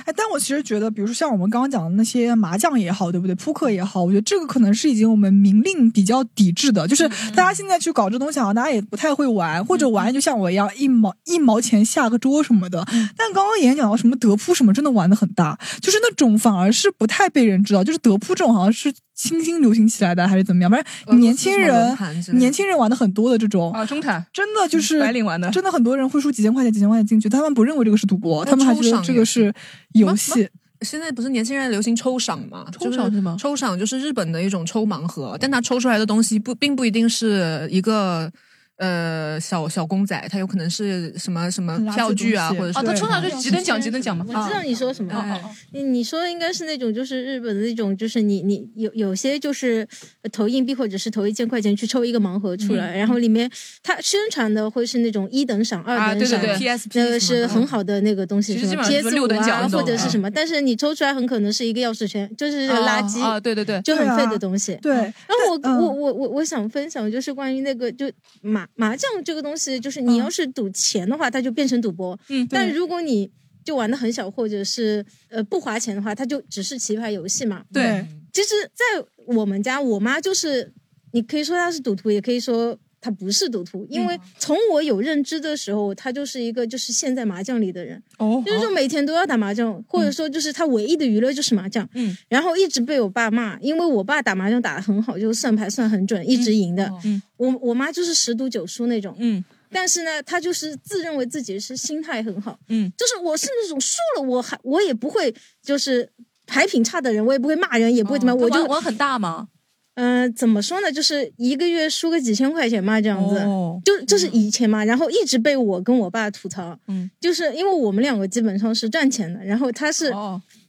[SPEAKER 3] 哎，但我其实觉得，比如说像我们刚刚讲的那些麻将也好，对不对？扑克也好，我觉得这个可能是已经我们明令比较抵制的，
[SPEAKER 4] 嗯
[SPEAKER 3] 就是大家现在去搞这东西啊，大家也不太会玩，或者玩就像我一样一毛一毛钱下个桌什么的。
[SPEAKER 4] 嗯
[SPEAKER 3] 但刚刚演讲到什么德扑什么，真的玩的很大，就是那种反而是不太被人知道，就是德扑这种好像是新兴流行起来的，还是怎么样？反正年轻
[SPEAKER 4] 俄罗斯什么轮
[SPEAKER 3] 人
[SPEAKER 4] 盘之类的哦
[SPEAKER 3] 年轻人玩的很多的这种
[SPEAKER 2] 啊，中产
[SPEAKER 3] 真的
[SPEAKER 4] 嗯
[SPEAKER 3] 就是
[SPEAKER 2] 白领玩的
[SPEAKER 3] 真的很多人会输几千块钱、几千块钱进去，他们不认为这个是赌博，他们还觉得这个是游戏。
[SPEAKER 4] 现在不是年轻人流行抽赏嘛？
[SPEAKER 2] 抽赏是吗？
[SPEAKER 4] 抽赏就是日本的一种抽盲盒，但它抽出来的东西不并不一定是一个呃小小公仔，它有可能是什么什么票据啊，或者是
[SPEAKER 2] 啊，他抽到就几等奖几等奖嘛。
[SPEAKER 4] 啊
[SPEAKER 7] 我知道你说什么，
[SPEAKER 4] 哎
[SPEAKER 7] 你你说的应该是那种，就是日本的那种，就是你你有有些就是呃投硬币或者是投一千块钱去抽一个盲盒出来，
[SPEAKER 4] 嗯
[SPEAKER 7] 然后里面它宣传的会是那种一等赏、
[SPEAKER 4] 啊
[SPEAKER 7] 二等赏，
[SPEAKER 4] 对对对 PSP
[SPEAKER 7] 那个是
[SPEAKER 4] 什么的
[SPEAKER 7] 很好的那个东西，
[SPEAKER 4] 其实
[SPEAKER 7] 是吧
[SPEAKER 4] 基
[SPEAKER 7] 街
[SPEAKER 4] 本上就是
[SPEAKER 7] 舞
[SPEAKER 4] 六等奖
[SPEAKER 7] 啊
[SPEAKER 4] 那种嗯
[SPEAKER 7] 或者是什么，但是你抽出来很可能是一个钥匙圈，就是这个垃圾
[SPEAKER 4] 啊啊对对对
[SPEAKER 7] 就很
[SPEAKER 4] 对啊
[SPEAKER 7] 废的东西。
[SPEAKER 3] 对，
[SPEAKER 7] 然嗯后我、我我我我想分享就是关于那个就麻麻将这个东西，就是你要是赌钱的话，它就变成赌博。
[SPEAKER 4] 嗯对
[SPEAKER 7] 但如果你就玩的很小，或者是呃不花钱的话，它就只是棋牌游戏嘛。
[SPEAKER 2] 对，
[SPEAKER 7] 其实，在我们家，我妈就是，你可以说她是赌徒，也可以说她不是赌徒，因为从我有认知的时候，她就是一个就是陷在麻将里的人。
[SPEAKER 2] 哦
[SPEAKER 7] 就是说每天都要打麻将，或者说就是她唯一的娱乐就是麻将。
[SPEAKER 2] 嗯，
[SPEAKER 7] 然后一直被我爸骂，因为我爸打麻将打得很好，就是算牌算很准，一直赢的。
[SPEAKER 2] 嗯，
[SPEAKER 7] 我我妈就是十赌九输那种。
[SPEAKER 2] 嗯。
[SPEAKER 7] 但是呢，她就是自认为自己是心态很好，
[SPEAKER 2] 嗯，
[SPEAKER 7] 就是我是那种输了我还我也不会就是牌品差的人，我也不会骂人，也不会怎么样，
[SPEAKER 2] 哦
[SPEAKER 7] 我就
[SPEAKER 2] 玩玩很大嘛。
[SPEAKER 7] 嗯、怎么说呢？就是一个月输个几千块钱嘛，这样子，
[SPEAKER 2] 哦
[SPEAKER 7] 就就是以前嘛，然后一直被我跟我爸吐槽，
[SPEAKER 2] 嗯，
[SPEAKER 7] 就是因为我们两个基本上是赚钱的，然后他是、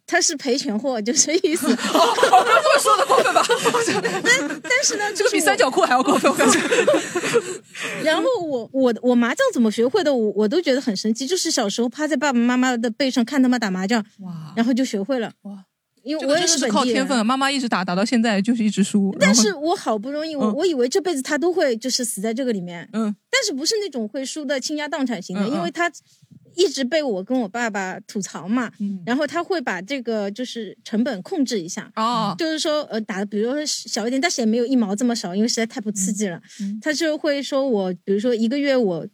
[SPEAKER 7] 他是赔钱货，就这意思。
[SPEAKER 2] 哦，这么说的过分吧？
[SPEAKER 7] 但但是呢，
[SPEAKER 2] 这个比三角裤还要过分，我感觉。
[SPEAKER 7] 然后我我我麻将怎么学会的，我我都觉得很神奇，就是小时候趴在爸爸妈妈的背上看他们打麻将，
[SPEAKER 4] 哇，
[SPEAKER 7] 然后就学会了，哇，因为
[SPEAKER 2] 这
[SPEAKER 7] 我
[SPEAKER 2] 个
[SPEAKER 7] 也
[SPEAKER 2] 真的是
[SPEAKER 7] 本
[SPEAKER 2] 靠
[SPEAKER 7] 地人
[SPEAKER 2] 天分，妈妈一直打打到现在就是一直输。
[SPEAKER 7] 但
[SPEAKER 2] 然后
[SPEAKER 7] 是我好不容易，我、
[SPEAKER 2] 嗯
[SPEAKER 7] 我以为这辈子他都会就是死在这个里面，
[SPEAKER 2] 嗯，
[SPEAKER 7] 但是不是那种会输的倾家荡产型的，
[SPEAKER 2] 嗯嗯
[SPEAKER 7] 因为他一直被我跟我爸爸吐槽嘛，
[SPEAKER 2] 嗯
[SPEAKER 7] 然后他会把这个就是成本控制一下，
[SPEAKER 2] 哦
[SPEAKER 7] 就是说呃打的比如说小一点，但是也没有一毛这么少，因为实在太不刺激了，
[SPEAKER 2] 嗯
[SPEAKER 7] 他就会说我比如说一个月我。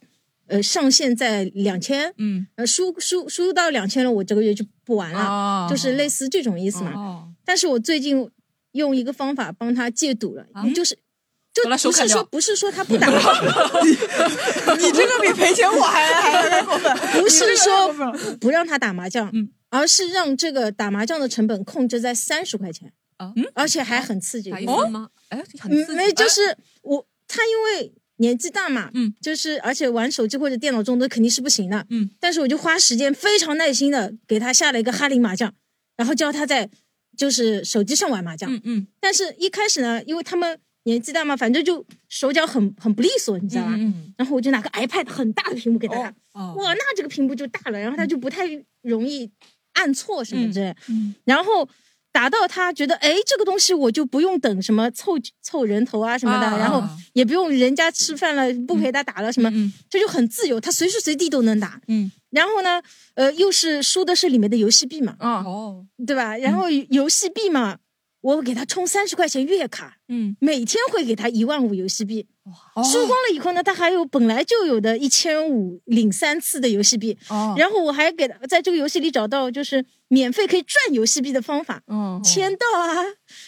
[SPEAKER 7] 呃，上限在两千，
[SPEAKER 2] 嗯，
[SPEAKER 7] 呃，输输输到两千了，我这个月就不玩了，
[SPEAKER 2] 哦
[SPEAKER 7] 就是类似这种意思嘛。
[SPEAKER 2] 哦
[SPEAKER 7] 但是我最近用一个方法帮他戒赌了，
[SPEAKER 3] 啊
[SPEAKER 7] 就是就
[SPEAKER 2] 把他手
[SPEAKER 7] 不
[SPEAKER 2] 砍
[SPEAKER 7] 是
[SPEAKER 2] 掉
[SPEAKER 7] 说不是说他 不打，
[SPEAKER 3] 你这个比赔钱我 还 还还过分，
[SPEAKER 7] 不是说
[SPEAKER 3] 你这个还过分嗯
[SPEAKER 7] 不让他打麻将，而是让这个打麻将的成本控制在三十块钱，
[SPEAKER 3] 啊
[SPEAKER 7] 而且还很刺激，
[SPEAKER 2] 哦
[SPEAKER 7] 哦
[SPEAKER 4] 打一分吗？哎，很刺
[SPEAKER 7] 嗯，
[SPEAKER 4] 激
[SPEAKER 7] 没，就是我他因为年纪大嘛，嗯，就是而且玩手机或者电脑中毒肯定是不行的，
[SPEAKER 2] 嗯，
[SPEAKER 7] 但是我就花时间非常耐心的给他下了一个哈林麻将，然后教他在就是手机上玩麻将，
[SPEAKER 2] 嗯嗯，
[SPEAKER 7] 但是一开始呢，因为他们年纪大嘛，反正就手脚很很不利索，你知道吧？
[SPEAKER 2] 嗯哦
[SPEAKER 7] 然后我就拿个 iPad 很大的屏幕给他看，哇，那这个屏幕就大了，然后他就不太容易按错什
[SPEAKER 2] 嗯
[SPEAKER 7] 么之类的，然后达到他觉得哎，这个东西我就不用等什么凑凑人头啊什么的，
[SPEAKER 2] 啊
[SPEAKER 7] 然后
[SPEAKER 2] 啊
[SPEAKER 7] 也不用人家吃饭了，不陪他打了什么，他就很自由，他随时随地都能打。
[SPEAKER 2] 嗯，
[SPEAKER 7] 然后呢，呃，又是输的是里面的游戏币嘛，
[SPEAKER 2] 啊哦，
[SPEAKER 7] 对吧？然后游戏币嘛，我给他充三十块钱月卡，
[SPEAKER 2] 嗯，哦
[SPEAKER 7] 每天会给他一万五游戏币。输光了以后呢，他还有本来就有的一千五领三次的游戏币。
[SPEAKER 2] 哦
[SPEAKER 7] 然后我还给他在这个游戏里找到就是免费可以赚游戏币的方法，
[SPEAKER 2] 嗯
[SPEAKER 7] 签到啊，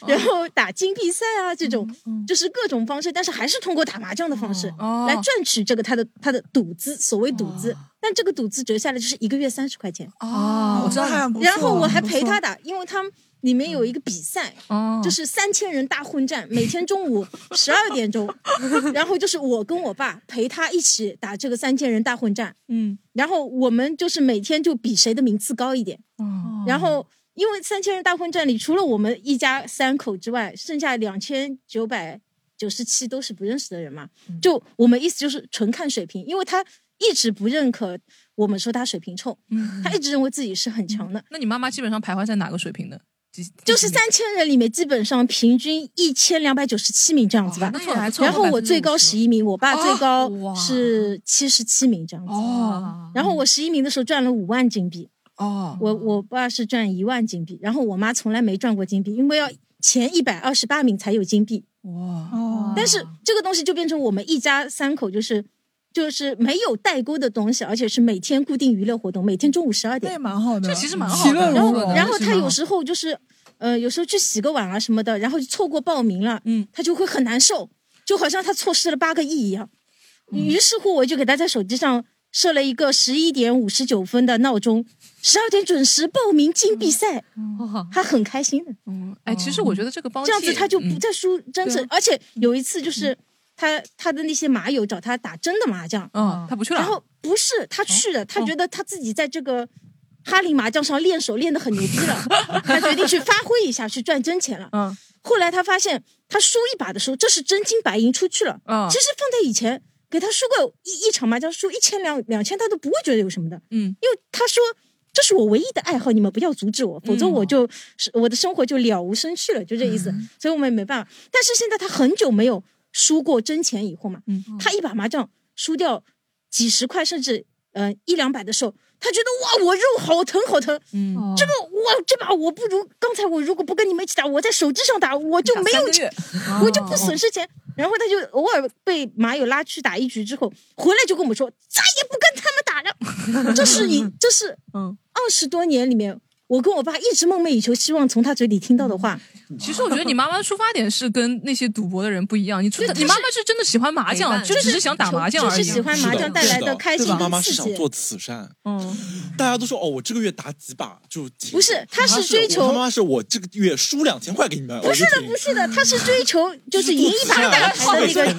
[SPEAKER 7] 然后打金币赛啊这种，
[SPEAKER 2] 嗯
[SPEAKER 7] 就是各种方式，但是还是通过打麻将的方式
[SPEAKER 2] 哦
[SPEAKER 7] 来赚取这个他的他的赌资，所谓赌资。但这个赌资折下来就是一个月三十块钱。
[SPEAKER 2] 哦我知道那还不错
[SPEAKER 7] 然后我还
[SPEAKER 2] 不
[SPEAKER 7] 陪
[SPEAKER 2] 错
[SPEAKER 7] 他打，因为他们里面有一个比赛，
[SPEAKER 2] 嗯
[SPEAKER 7] 就是三千人大混战，每天中 午十二点钟，然后就是我跟我爸陪他一起打这个三千人大混战，
[SPEAKER 2] 嗯，
[SPEAKER 7] 然后我们就是每天就比谁的名次高一点，
[SPEAKER 2] 哦
[SPEAKER 7] 然后因为三千人大混战里除了我们一家三口之外，剩下两千九百九十七都是不认识的人嘛，
[SPEAKER 2] 嗯
[SPEAKER 7] 就我们意思就是纯看水平，因为他一直不认可我们说他水平冲，
[SPEAKER 2] 嗯
[SPEAKER 7] 他一直认为自己是很强的。
[SPEAKER 2] 那你妈妈基本上徘徊在哪个水平呢？几
[SPEAKER 7] 就是三千人里面，基本上平均一千两百九十七名这样子吧。
[SPEAKER 2] 哦那也还凑合
[SPEAKER 7] 然后我最高十一名，我爸最高
[SPEAKER 2] 哦哇
[SPEAKER 7] 是七十七名这样子。
[SPEAKER 2] 哦。
[SPEAKER 7] 然后我十一名的时候赚了五万金币。
[SPEAKER 2] 哦。
[SPEAKER 7] 我我爸是赚一万金币，然后我妈从来没赚过金币，因为要前一百二十八名才有金币。
[SPEAKER 2] 哇
[SPEAKER 7] 但是这个东西就变成我们一家三口就是。就是没有代沟的东西，而且是每天固定娱乐活动，每天中午十二点，
[SPEAKER 2] 那也蛮好的这其实蛮好的其乐
[SPEAKER 7] 然
[SPEAKER 2] 融融
[SPEAKER 7] 后
[SPEAKER 2] 的
[SPEAKER 7] 然后
[SPEAKER 2] 其实
[SPEAKER 7] 他
[SPEAKER 2] 蛮好
[SPEAKER 7] 有时候就是，呃，有时候去洗个碗啊什么的，然后就错过报名了，嗯，他就会很难受，就好像他错失了八个亿一样。
[SPEAKER 2] 嗯
[SPEAKER 7] 于是乎，我就给他在手机上设了一个十一点五十九分的闹钟，十二点准时报名进比赛，
[SPEAKER 2] 嗯
[SPEAKER 7] 他很开心的。
[SPEAKER 2] 哎，其实我觉得这个帮
[SPEAKER 7] 这样子
[SPEAKER 2] 介
[SPEAKER 7] 他就不再输真
[SPEAKER 2] 对
[SPEAKER 7] 正
[SPEAKER 2] 啊，
[SPEAKER 7] 而且有一次就是他他的那些麻友找他打真的麻将，
[SPEAKER 2] 嗯他不去了哦
[SPEAKER 7] 然后不是他去了，他觉得他自己在这个。哈林麻将上练手练得很牛逼 了，他决定去发挥一下，去赚真钱了。
[SPEAKER 2] 嗯，
[SPEAKER 7] 后来他发现他输一把的时候，这是真金白银出去了。
[SPEAKER 2] 嗯
[SPEAKER 7] 其实放在以前，给他输个一一场麻将输一千两两千，他都不会觉得有什么的。
[SPEAKER 2] 嗯，
[SPEAKER 7] 因为他说这是我唯一的爱好，你们不要阻止我，否则
[SPEAKER 2] 嗯
[SPEAKER 7] 我就是、我的生活就了无生趣了，就这意思。所以我们也没办法。但是现在他很久没有输过真钱以后嘛，
[SPEAKER 2] 嗯
[SPEAKER 7] 他一把麻将输掉几十块甚至呃一两百的时候，他觉得哇我肉好疼好疼，
[SPEAKER 2] 嗯
[SPEAKER 7] 这个我这把我不如刚才我如果不跟你们一起打，我在手机上打我就没有
[SPEAKER 2] 打三个月哦
[SPEAKER 7] 钱，我就不损失钱。然后他就偶尔被麻友拉去打一局之后，回来就跟我们说再也不跟他们打了。这是一这是
[SPEAKER 2] 嗯
[SPEAKER 7] 二十多年里面，我跟我爸一直梦寐以求，希望从他嘴里听到的话。
[SPEAKER 2] 其实我觉得你妈妈的出发点是跟那些赌博的人不一样，你出
[SPEAKER 7] 对
[SPEAKER 2] 你妈妈是真的喜欢麻
[SPEAKER 7] 陪
[SPEAKER 2] 将，
[SPEAKER 7] 伴
[SPEAKER 2] 就只是想打麻将而已，啊
[SPEAKER 7] 就是喜欢麻将带来的开心
[SPEAKER 5] 是
[SPEAKER 7] 跟
[SPEAKER 5] 妈妈是
[SPEAKER 7] 刺
[SPEAKER 5] 想
[SPEAKER 7] 激
[SPEAKER 5] 做慈善，
[SPEAKER 2] 嗯，
[SPEAKER 5] 大家都说哦，我这个月打几把就挺
[SPEAKER 7] 不是他是
[SPEAKER 5] 我
[SPEAKER 7] 追求
[SPEAKER 5] 他妈是我这个月输两千块给你们，
[SPEAKER 7] 不是
[SPEAKER 5] 我
[SPEAKER 7] 的
[SPEAKER 5] 就，挺
[SPEAKER 7] 不是的，他是追求就是赢一把大牌的那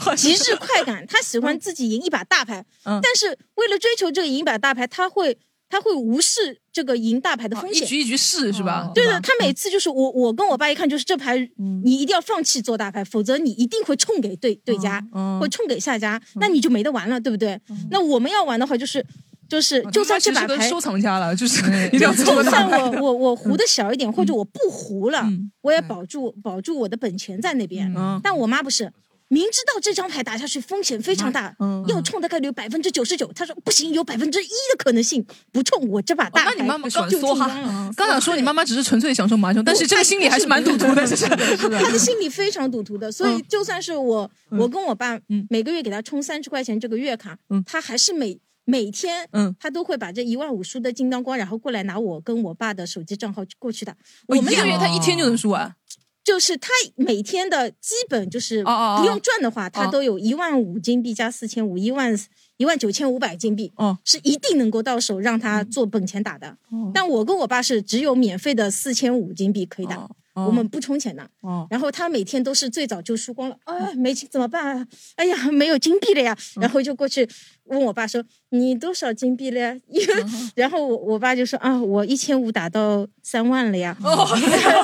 [SPEAKER 7] 个 极致快感，他喜欢自己赢一把大牌，
[SPEAKER 2] 嗯
[SPEAKER 7] 但是为了追求这个赢一把大牌，他会他会无视这个赢大牌的风
[SPEAKER 2] 哦一
[SPEAKER 7] 险，
[SPEAKER 2] 局一嗯局试是吧？
[SPEAKER 7] 对的，他每次哦就是我，我跟我爸一看就是这牌，
[SPEAKER 2] 嗯
[SPEAKER 7] 你一定要放弃做大牌，否则你一定会冲给对对家，
[SPEAKER 2] 嗯
[SPEAKER 7] 会冲给下家，那你就没得玩了，对不对？那我们要玩的话，就是就是，就算这把
[SPEAKER 2] 哦他妈其实
[SPEAKER 7] 牌
[SPEAKER 2] 跟收藏家了，就是 一定
[SPEAKER 7] 就
[SPEAKER 2] 要凑
[SPEAKER 7] 就
[SPEAKER 2] 个大嗯
[SPEAKER 7] 算
[SPEAKER 2] 牌
[SPEAKER 7] 我 我我胡的小一点，或者我不胡了，我
[SPEAKER 2] 嗯
[SPEAKER 7] 也保住保住我的本钱在那边。但我妈不是。明知道这张牌打下去风险非常大，
[SPEAKER 2] 嗯
[SPEAKER 7] 要冲的概率百分之九十九，她说不行，有百分之一的可能性不冲我这把大牌
[SPEAKER 2] 哦那你妈妈
[SPEAKER 7] 就
[SPEAKER 2] 刚
[SPEAKER 7] 就
[SPEAKER 2] 梭
[SPEAKER 7] 中
[SPEAKER 2] 哈嗯
[SPEAKER 7] 央了。，
[SPEAKER 2] 刚想说你妈妈只是纯粹享受麻将，但是这个心里还是蛮赌徒的，这是 嗯
[SPEAKER 7] 他的心里非常赌徒的，所以就算是我，我跟我爸每个月给他充三十块钱这个月卡，他还是每每天，
[SPEAKER 2] 嗯
[SPEAKER 7] 他都会把这一万五输的精当光，然后过来拿我跟我爸的手机账号过去打。我
[SPEAKER 2] 我哦一啊
[SPEAKER 7] 们
[SPEAKER 2] 个
[SPEAKER 7] 两
[SPEAKER 2] 月他一天就能输完，
[SPEAKER 7] 就是他每天的基本就是
[SPEAKER 2] 哦哦
[SPEAKER 7] 不用赚的话，他都有一万五金币加四千五，一万一万九千五百金币，
[SPEAKER 2] 哦，嗯
[SPEAKER 7] 是一定能够到手让他做本钱打的。但我跟我爸是只有免费的四千五金币可以打，
[SPEAKER 2] 哦
[SPEAKER 7] 我们不充钱的。
[SPEAKER 2] 哦
[SPEAKER 7] 然后他每天都是最早就输光了，哎，没钱怎么办、啊？哎呀，没有金币了呀，
[SPEAKER 2] 哦
[SPEAKER 7] 然后就过去问我爸说：“你多少金币了呀？”
[SPEAKER 2] 哦
[SPEAKER 7] 然后我我爸就说：“啊，我一千五打到三万了
[SPEAKER 2] 哦
[SPEAKER 7] 呀。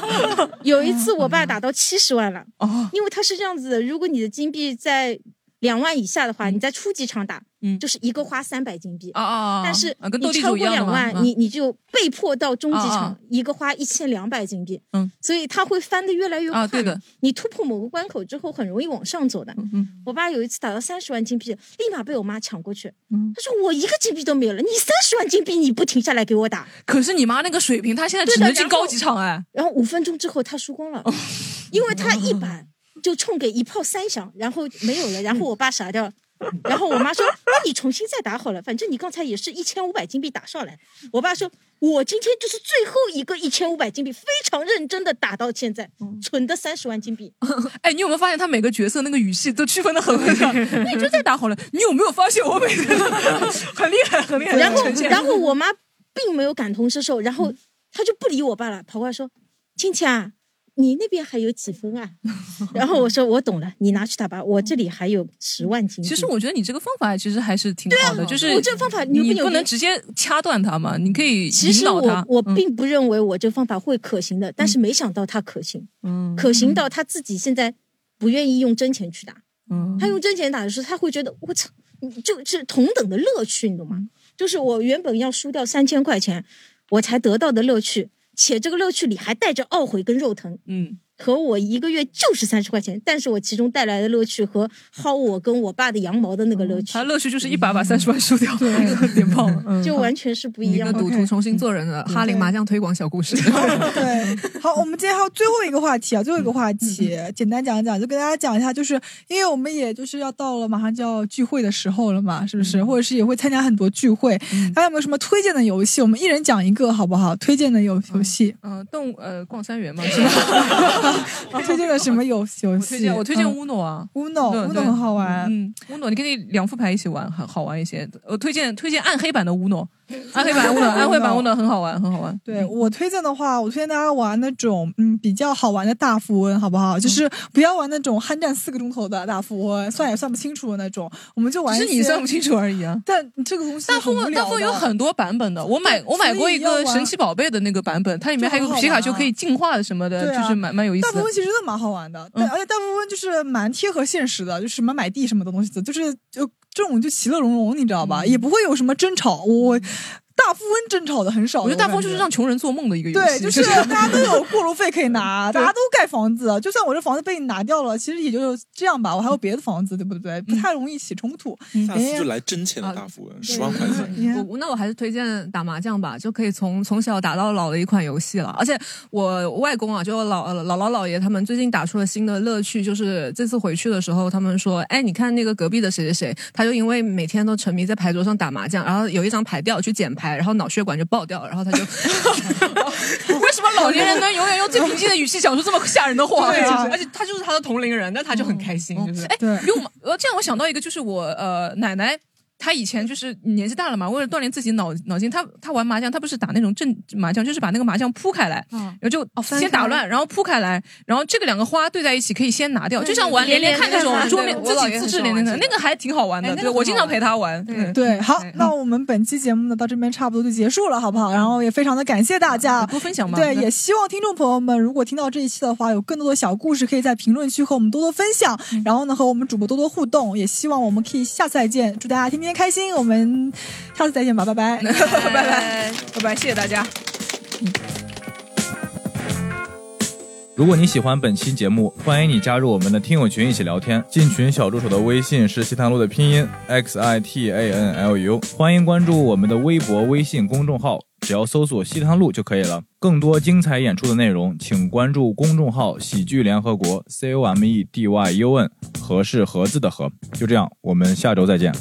[SPEAKER 7] 有一次我爸打到七十万了，因为他是这样子的，如果你的金币在两万以下的话，你在初级场打，
[SPEAKER 2] 嗯，
[SPEAKER 7] 就是一个花三百金
[SPEAKER 15] 哦
[SPEAKER 7] 币
[SPEAKER 2] 啊啊
[SPEAKER 7] 但是
[SPEAKER 15] 嗯
[SPEAKER 2] 啊跟斗
[SPEAKER 7] 你
[SPEAKER 2] 地
[SPEAKER 7] 超过
[SPEAKER 2] 主一样的
[SPEAKER 7] 两
[SPEAKER 2] 嘛
[SPEAKER 7] 万，
[SPEAKER 2] 嗯
[SPEAKER 7] 你你就被迫到终极
[SPEAKER 2] 啊啊
[SPEAKER 7] 场
[SPEAKER 2] 啊，
[SPEAKER 7] 一个花一千两百金币，
[SPEAKER 2] 嗯，
[SPEAKER 7] 所以它会翻得越来越快
[SPEAKER 2] 啊对的，嗯
[SPEAKER 7] 你突破某个关口之后，很容易往上走的。我爸有一次打到三十万金币，立马被我妈抢过去，
[SPEAKER 2] 嗯
[SPEAKER 7] 他说我一个金币都没有了，你三十万金币你不停下来给我打，
[SPEAKER 2] 可是你妈那个水平，她现在
[SPEAKER 7] 对
[SPEAKER 2] 只
[SPEAKER 7] 的
[SPEAKER 2] 能进
[SPEAKER 7] 然后
[SPEAKER 2] 高级场哎。哦
[SPEAKER 7] 然后五分钟之后他输光了，因为他一板就冲给一炮三响，然后没有了，然后我爸傻掉了。然后我妈说：“那你重新再打好了，反正你刚才也是一千五百金币打上来。”我爸说：“我今天就是最后一个一千五百金币，非常认真的打到现在，
[SPEAKER 2] 嗯
[SPEAKER 7] 存的三十万金币。
[SPEAKER 2] 哎，你有没有发现他每个角色那个语气都区分的很微 妙？那你就再打好了。你有没有发现我每个 很厉害，很厉害？
[SPEAKER 7] 然后
[SPEAKER 2] 呈现
[SPEAKER 7] 然后我妈并没有感同身受，然后她就不理我爸了，跑过来说：“亲戚啊，你那边还有几分啊？”然后我说：“我懂了，你拿去打吧，我这里还有十万金币。”
[SPEAKER 2] 其实我觉得你这个方法其实还是挺好的，
[SPEAKER 7] 对啊
[SPEAKER 2] 就是
[SPEAKER 7] 我这个方法牛不
[SPEAKER 2] 你
[SPEAKER 7] 牛
[SPEAKER 2] 不
[SPEAKER 7] 逼
[SPEAKER 2] 能直接掐断他嘛，你可以
[SPEAKER 7] 其
[SPEAKER 2] 引
[SPEAKER 7] 实
[SPEAKER 2] 导他
[SPEAKER 7] 我。我
[SPEAKER 2] 嗯
[SPEAKER 7] 并不认为我这方法会可行的，但是没想到它可行，
[SPEAKER 2] 嗯
[SPEAKER 7] 可行到他自己现在不愿意用真钱去打，
[SPEAKER 2] 嗯
[SPEAKER 7] 他用真钱打的时候，他会觉得我操，你就是同等的乐趣，你懂吗？就是我原本要输掉三千块钱，我才得到的乐趣，且这个乐趣里还带着懊悔跟肉疼，
[SPEAKER 2] 嗯，
[SPEAKER 7] 和我一个月就是三十块钱，但是我其中带来的乐趣和薅我跟我爸的羊毛的那个乐趣，
[SPEAKER 2] 哦他乐趣就是一把把三十万输掉， 点 爆了。嗯
[SPEAKER 7] 就完全是不一样嗯的。
[SPEAKER 4] 一个赌徒重新做人的哈林麻将推广小 故事。
[SPEAKER 3] 对， 好，我们今天还有最后一个话题
[SPEAKER 2] 嗯
[SPEAKER 3] 啊，最后一个话题，简单讲一讲，就跟大家讲一下，就是因为我们也就是要到了马上就要聚会的时候了嘛，是不
[SPEAKER 2] 嗯
[SPEAKER 3] 是？或者是也会参加很多聚会，大家有没有什么推荐的游戏？我们一人讲一个好不好？推荐的游游戏，
[SPEAKER 2] 嗯，动物呃逛 三元嘛，是吧？
[SPEAKER 3] 推荐的什么游游
[SPEAKER 2] 推
[SPEAKER 3] 戏？
[SPEAKER 2] 荐嗯我推荐
[SPEAKER 3] 嗯
[SPEAKER 2] 乌诺啊，
[SPEAKER 3] 乌诺
[SPEAKER 2] 对
[SPEAKER 3] 乌
[SPEAKER 2] 对
[SPEAKER 3] 诺很好玩
[SPEAKER 2] 嗯，乌诺你可以两副牌一起玩，好好玩一些。我推荐推荐暗黑版的乌诺，暗黑 版乌诺，暗黑版乌诺很好玩，很好玩。嗯
[SPEAKER 3] 对我推荐的话，我推荐大家玩那种嗯比较好玩的大富翁，好不
[SPEAKER 2] 嗯
[SPEAKER 3] 好？就是不要玩那种酣战四个钟头的大富翁，算也算不清楚的那种，我们就玩一些。
[SPEAKER 2] 只是你算不清楚而已啊
[SPEAKER 3] 但这个东西
[SPEAKER 2] 大富翁大富翁有很多版本啊的，我买我买过一个神奇
[SPEAKER 3] 宝，
[SPEAKER 2] 宝贝的那个版本，它里面还有
[SPEAKER 3] 就很好玩啊
[SPEAKER 2] 皮卡丘可以进化的什么的，
[SPEAKER 3] 对啊
[SPEAKER 2] 就是蛮蛮有意
[SPEAKER 3] 大
[SPEAKER 2] 思
[SPEAKER 3] 富
[SPEAKER 2] 的嗯
[SPEAKER 3] 翁。其实真的蛮好玩的，但而且大富翁就是蛮贴合现实的，就是什么买地什么的东西的，就是就这种就其乐融融，你知道
[SPEAKER 2] 嗯
[SPEAKER 3] 吧？也不会有什么争吵。我大富翁争吵的很少的，
[SPEAKER 2] 我觉得大富
[SPEAKER 3] 感
[SPEAKER 2] 翁就是让穷人做梦的一个游戏，
[SPEAKER 3] 对，就是大家都有过路费可以 拿，大家都盖房子。就算我这房子被你拿掉了，其实也就这样吧。我还有别的房子，对不对？
[SPEAKER 2] 嗯
[SPEAKER 3] 不太容易起冲突。哎
[SPEAKER 5] 下次
[SPEAKER 7] 哎
[SPEAKER 5] 就来真钱的大富翁，十万块钱。
[SPEAKER 4] 我我那我还是推荐打麻将吧，就可以从从小打到老的一款游戏了。而且我外公啊，就我老姥姥姥爷他们最近打出了新的乐趣，就是这次回去的时候，他们说，哎，你看那个隔壁的谁谁谁，他就因为每天都沉迷在牌桌上打麻将，然后有一张牌掉去捡牌，然后脑血管就爆掉，然后他 就
[SPEAKER 2] 为什么老年人能永远用最平静的语气讲出这么吓人的话？
[SPEAKER 4] 对啊
[SPEAKER 2] 就
[SPEAKER 4] 哦
[SPEAKER 2] 是
[SPEAKER 4] 而且他就是他的同龄人，那他就很开心，就是
[SPEAKER 2] 哎，用呃，这样我想到一个，就是我呃奶奶。她以前就是年纪大了嘛，为了锻炼自己脑脑筋，她她玩麻将，她不是打那种正麻将，就是把那个麻将铺开来，
[SPEAKER 4] 嗯
[SPEAKER 2] 然后就
[SPEAKER 4] 翻
[SPEAKER 2] 先打
[SPEAKER 4] 开
[SPEAKER 2] 乱，然后铺开来，然后这个两个花对在一起可以先拿掉，
[SPEAKER 4] 对
[SPEAKER 2] 就像
[SPEAKER 4] 对
[SPEAKER 2] 玩
[SPEAKER 4] 对
[SPEAKER 2] 连连看那种
[SPEAKER 4] 对对
[SPEAKER 2] 桌面
[SPEAKER 4] 对
[SPEAKER 2] 自
[SPEAKER 4] 我姥
[SPEAKER 2] 己
[SPEAKER 4] 爷
[SPEAKER 2] 自
[SPEAKER 4] 很
[SPEAKER 2] 制
[SPEAKER 4] 喜欢
[SPEAKER 2] 连连看，
[SPEAKER 4] 这个
[SPEAKER 2] 那个还挺好玩的，
[SPEAKER 4] 哎那
[SPEAKER 2] 对
[SPEAKER 4] 个
[SPEAKER 2] 我
[SPEAKER 4] 很
[SPEAKER 2] 经
[SPEAKER 4] 好
[SPEAKER 2] 常
[SPEAKER 4] 玩
[SPEAKER 2] 陪她玩。嗯
[SPEAKER 3] 对，好，那我们本期节目呢到这边差不多就结束了，好不好？然后也非常的感谢大家
[SPEAKER 2] 嗯多分享嘛
[SPEAKER 3] 对，
[SPEAKER 2] 对
[SPEAKER 3] 也希望听众朋友们如果听到这一期的话，有更多的小故事可以在评论区和我们多多分享，
[SPEAKER 2] 嗯
[SPEAKER 3] 然后呢和我们主播多多互动，也希望我们可以下次再见，祝大家天天开心，我们下次再见吧，拜 拜，
[SPEAKER 2] 拜拜拜拜，谢谢大家。
[SPEAKER 1] 如果你喜欢本期节目，欢迎你加入我们的听友群一起聊天。进群小助手的微信是西塘路的拼音 x i t a n l u，欢迎关注我们的微博、微信公众号，只要搜索西塘路就可以了。更多精彩演出的内容，请关注公众号“喜剧联 E 合国 ”（C O M E D Y U N），和是盒子的和。就这样，我们下周再见。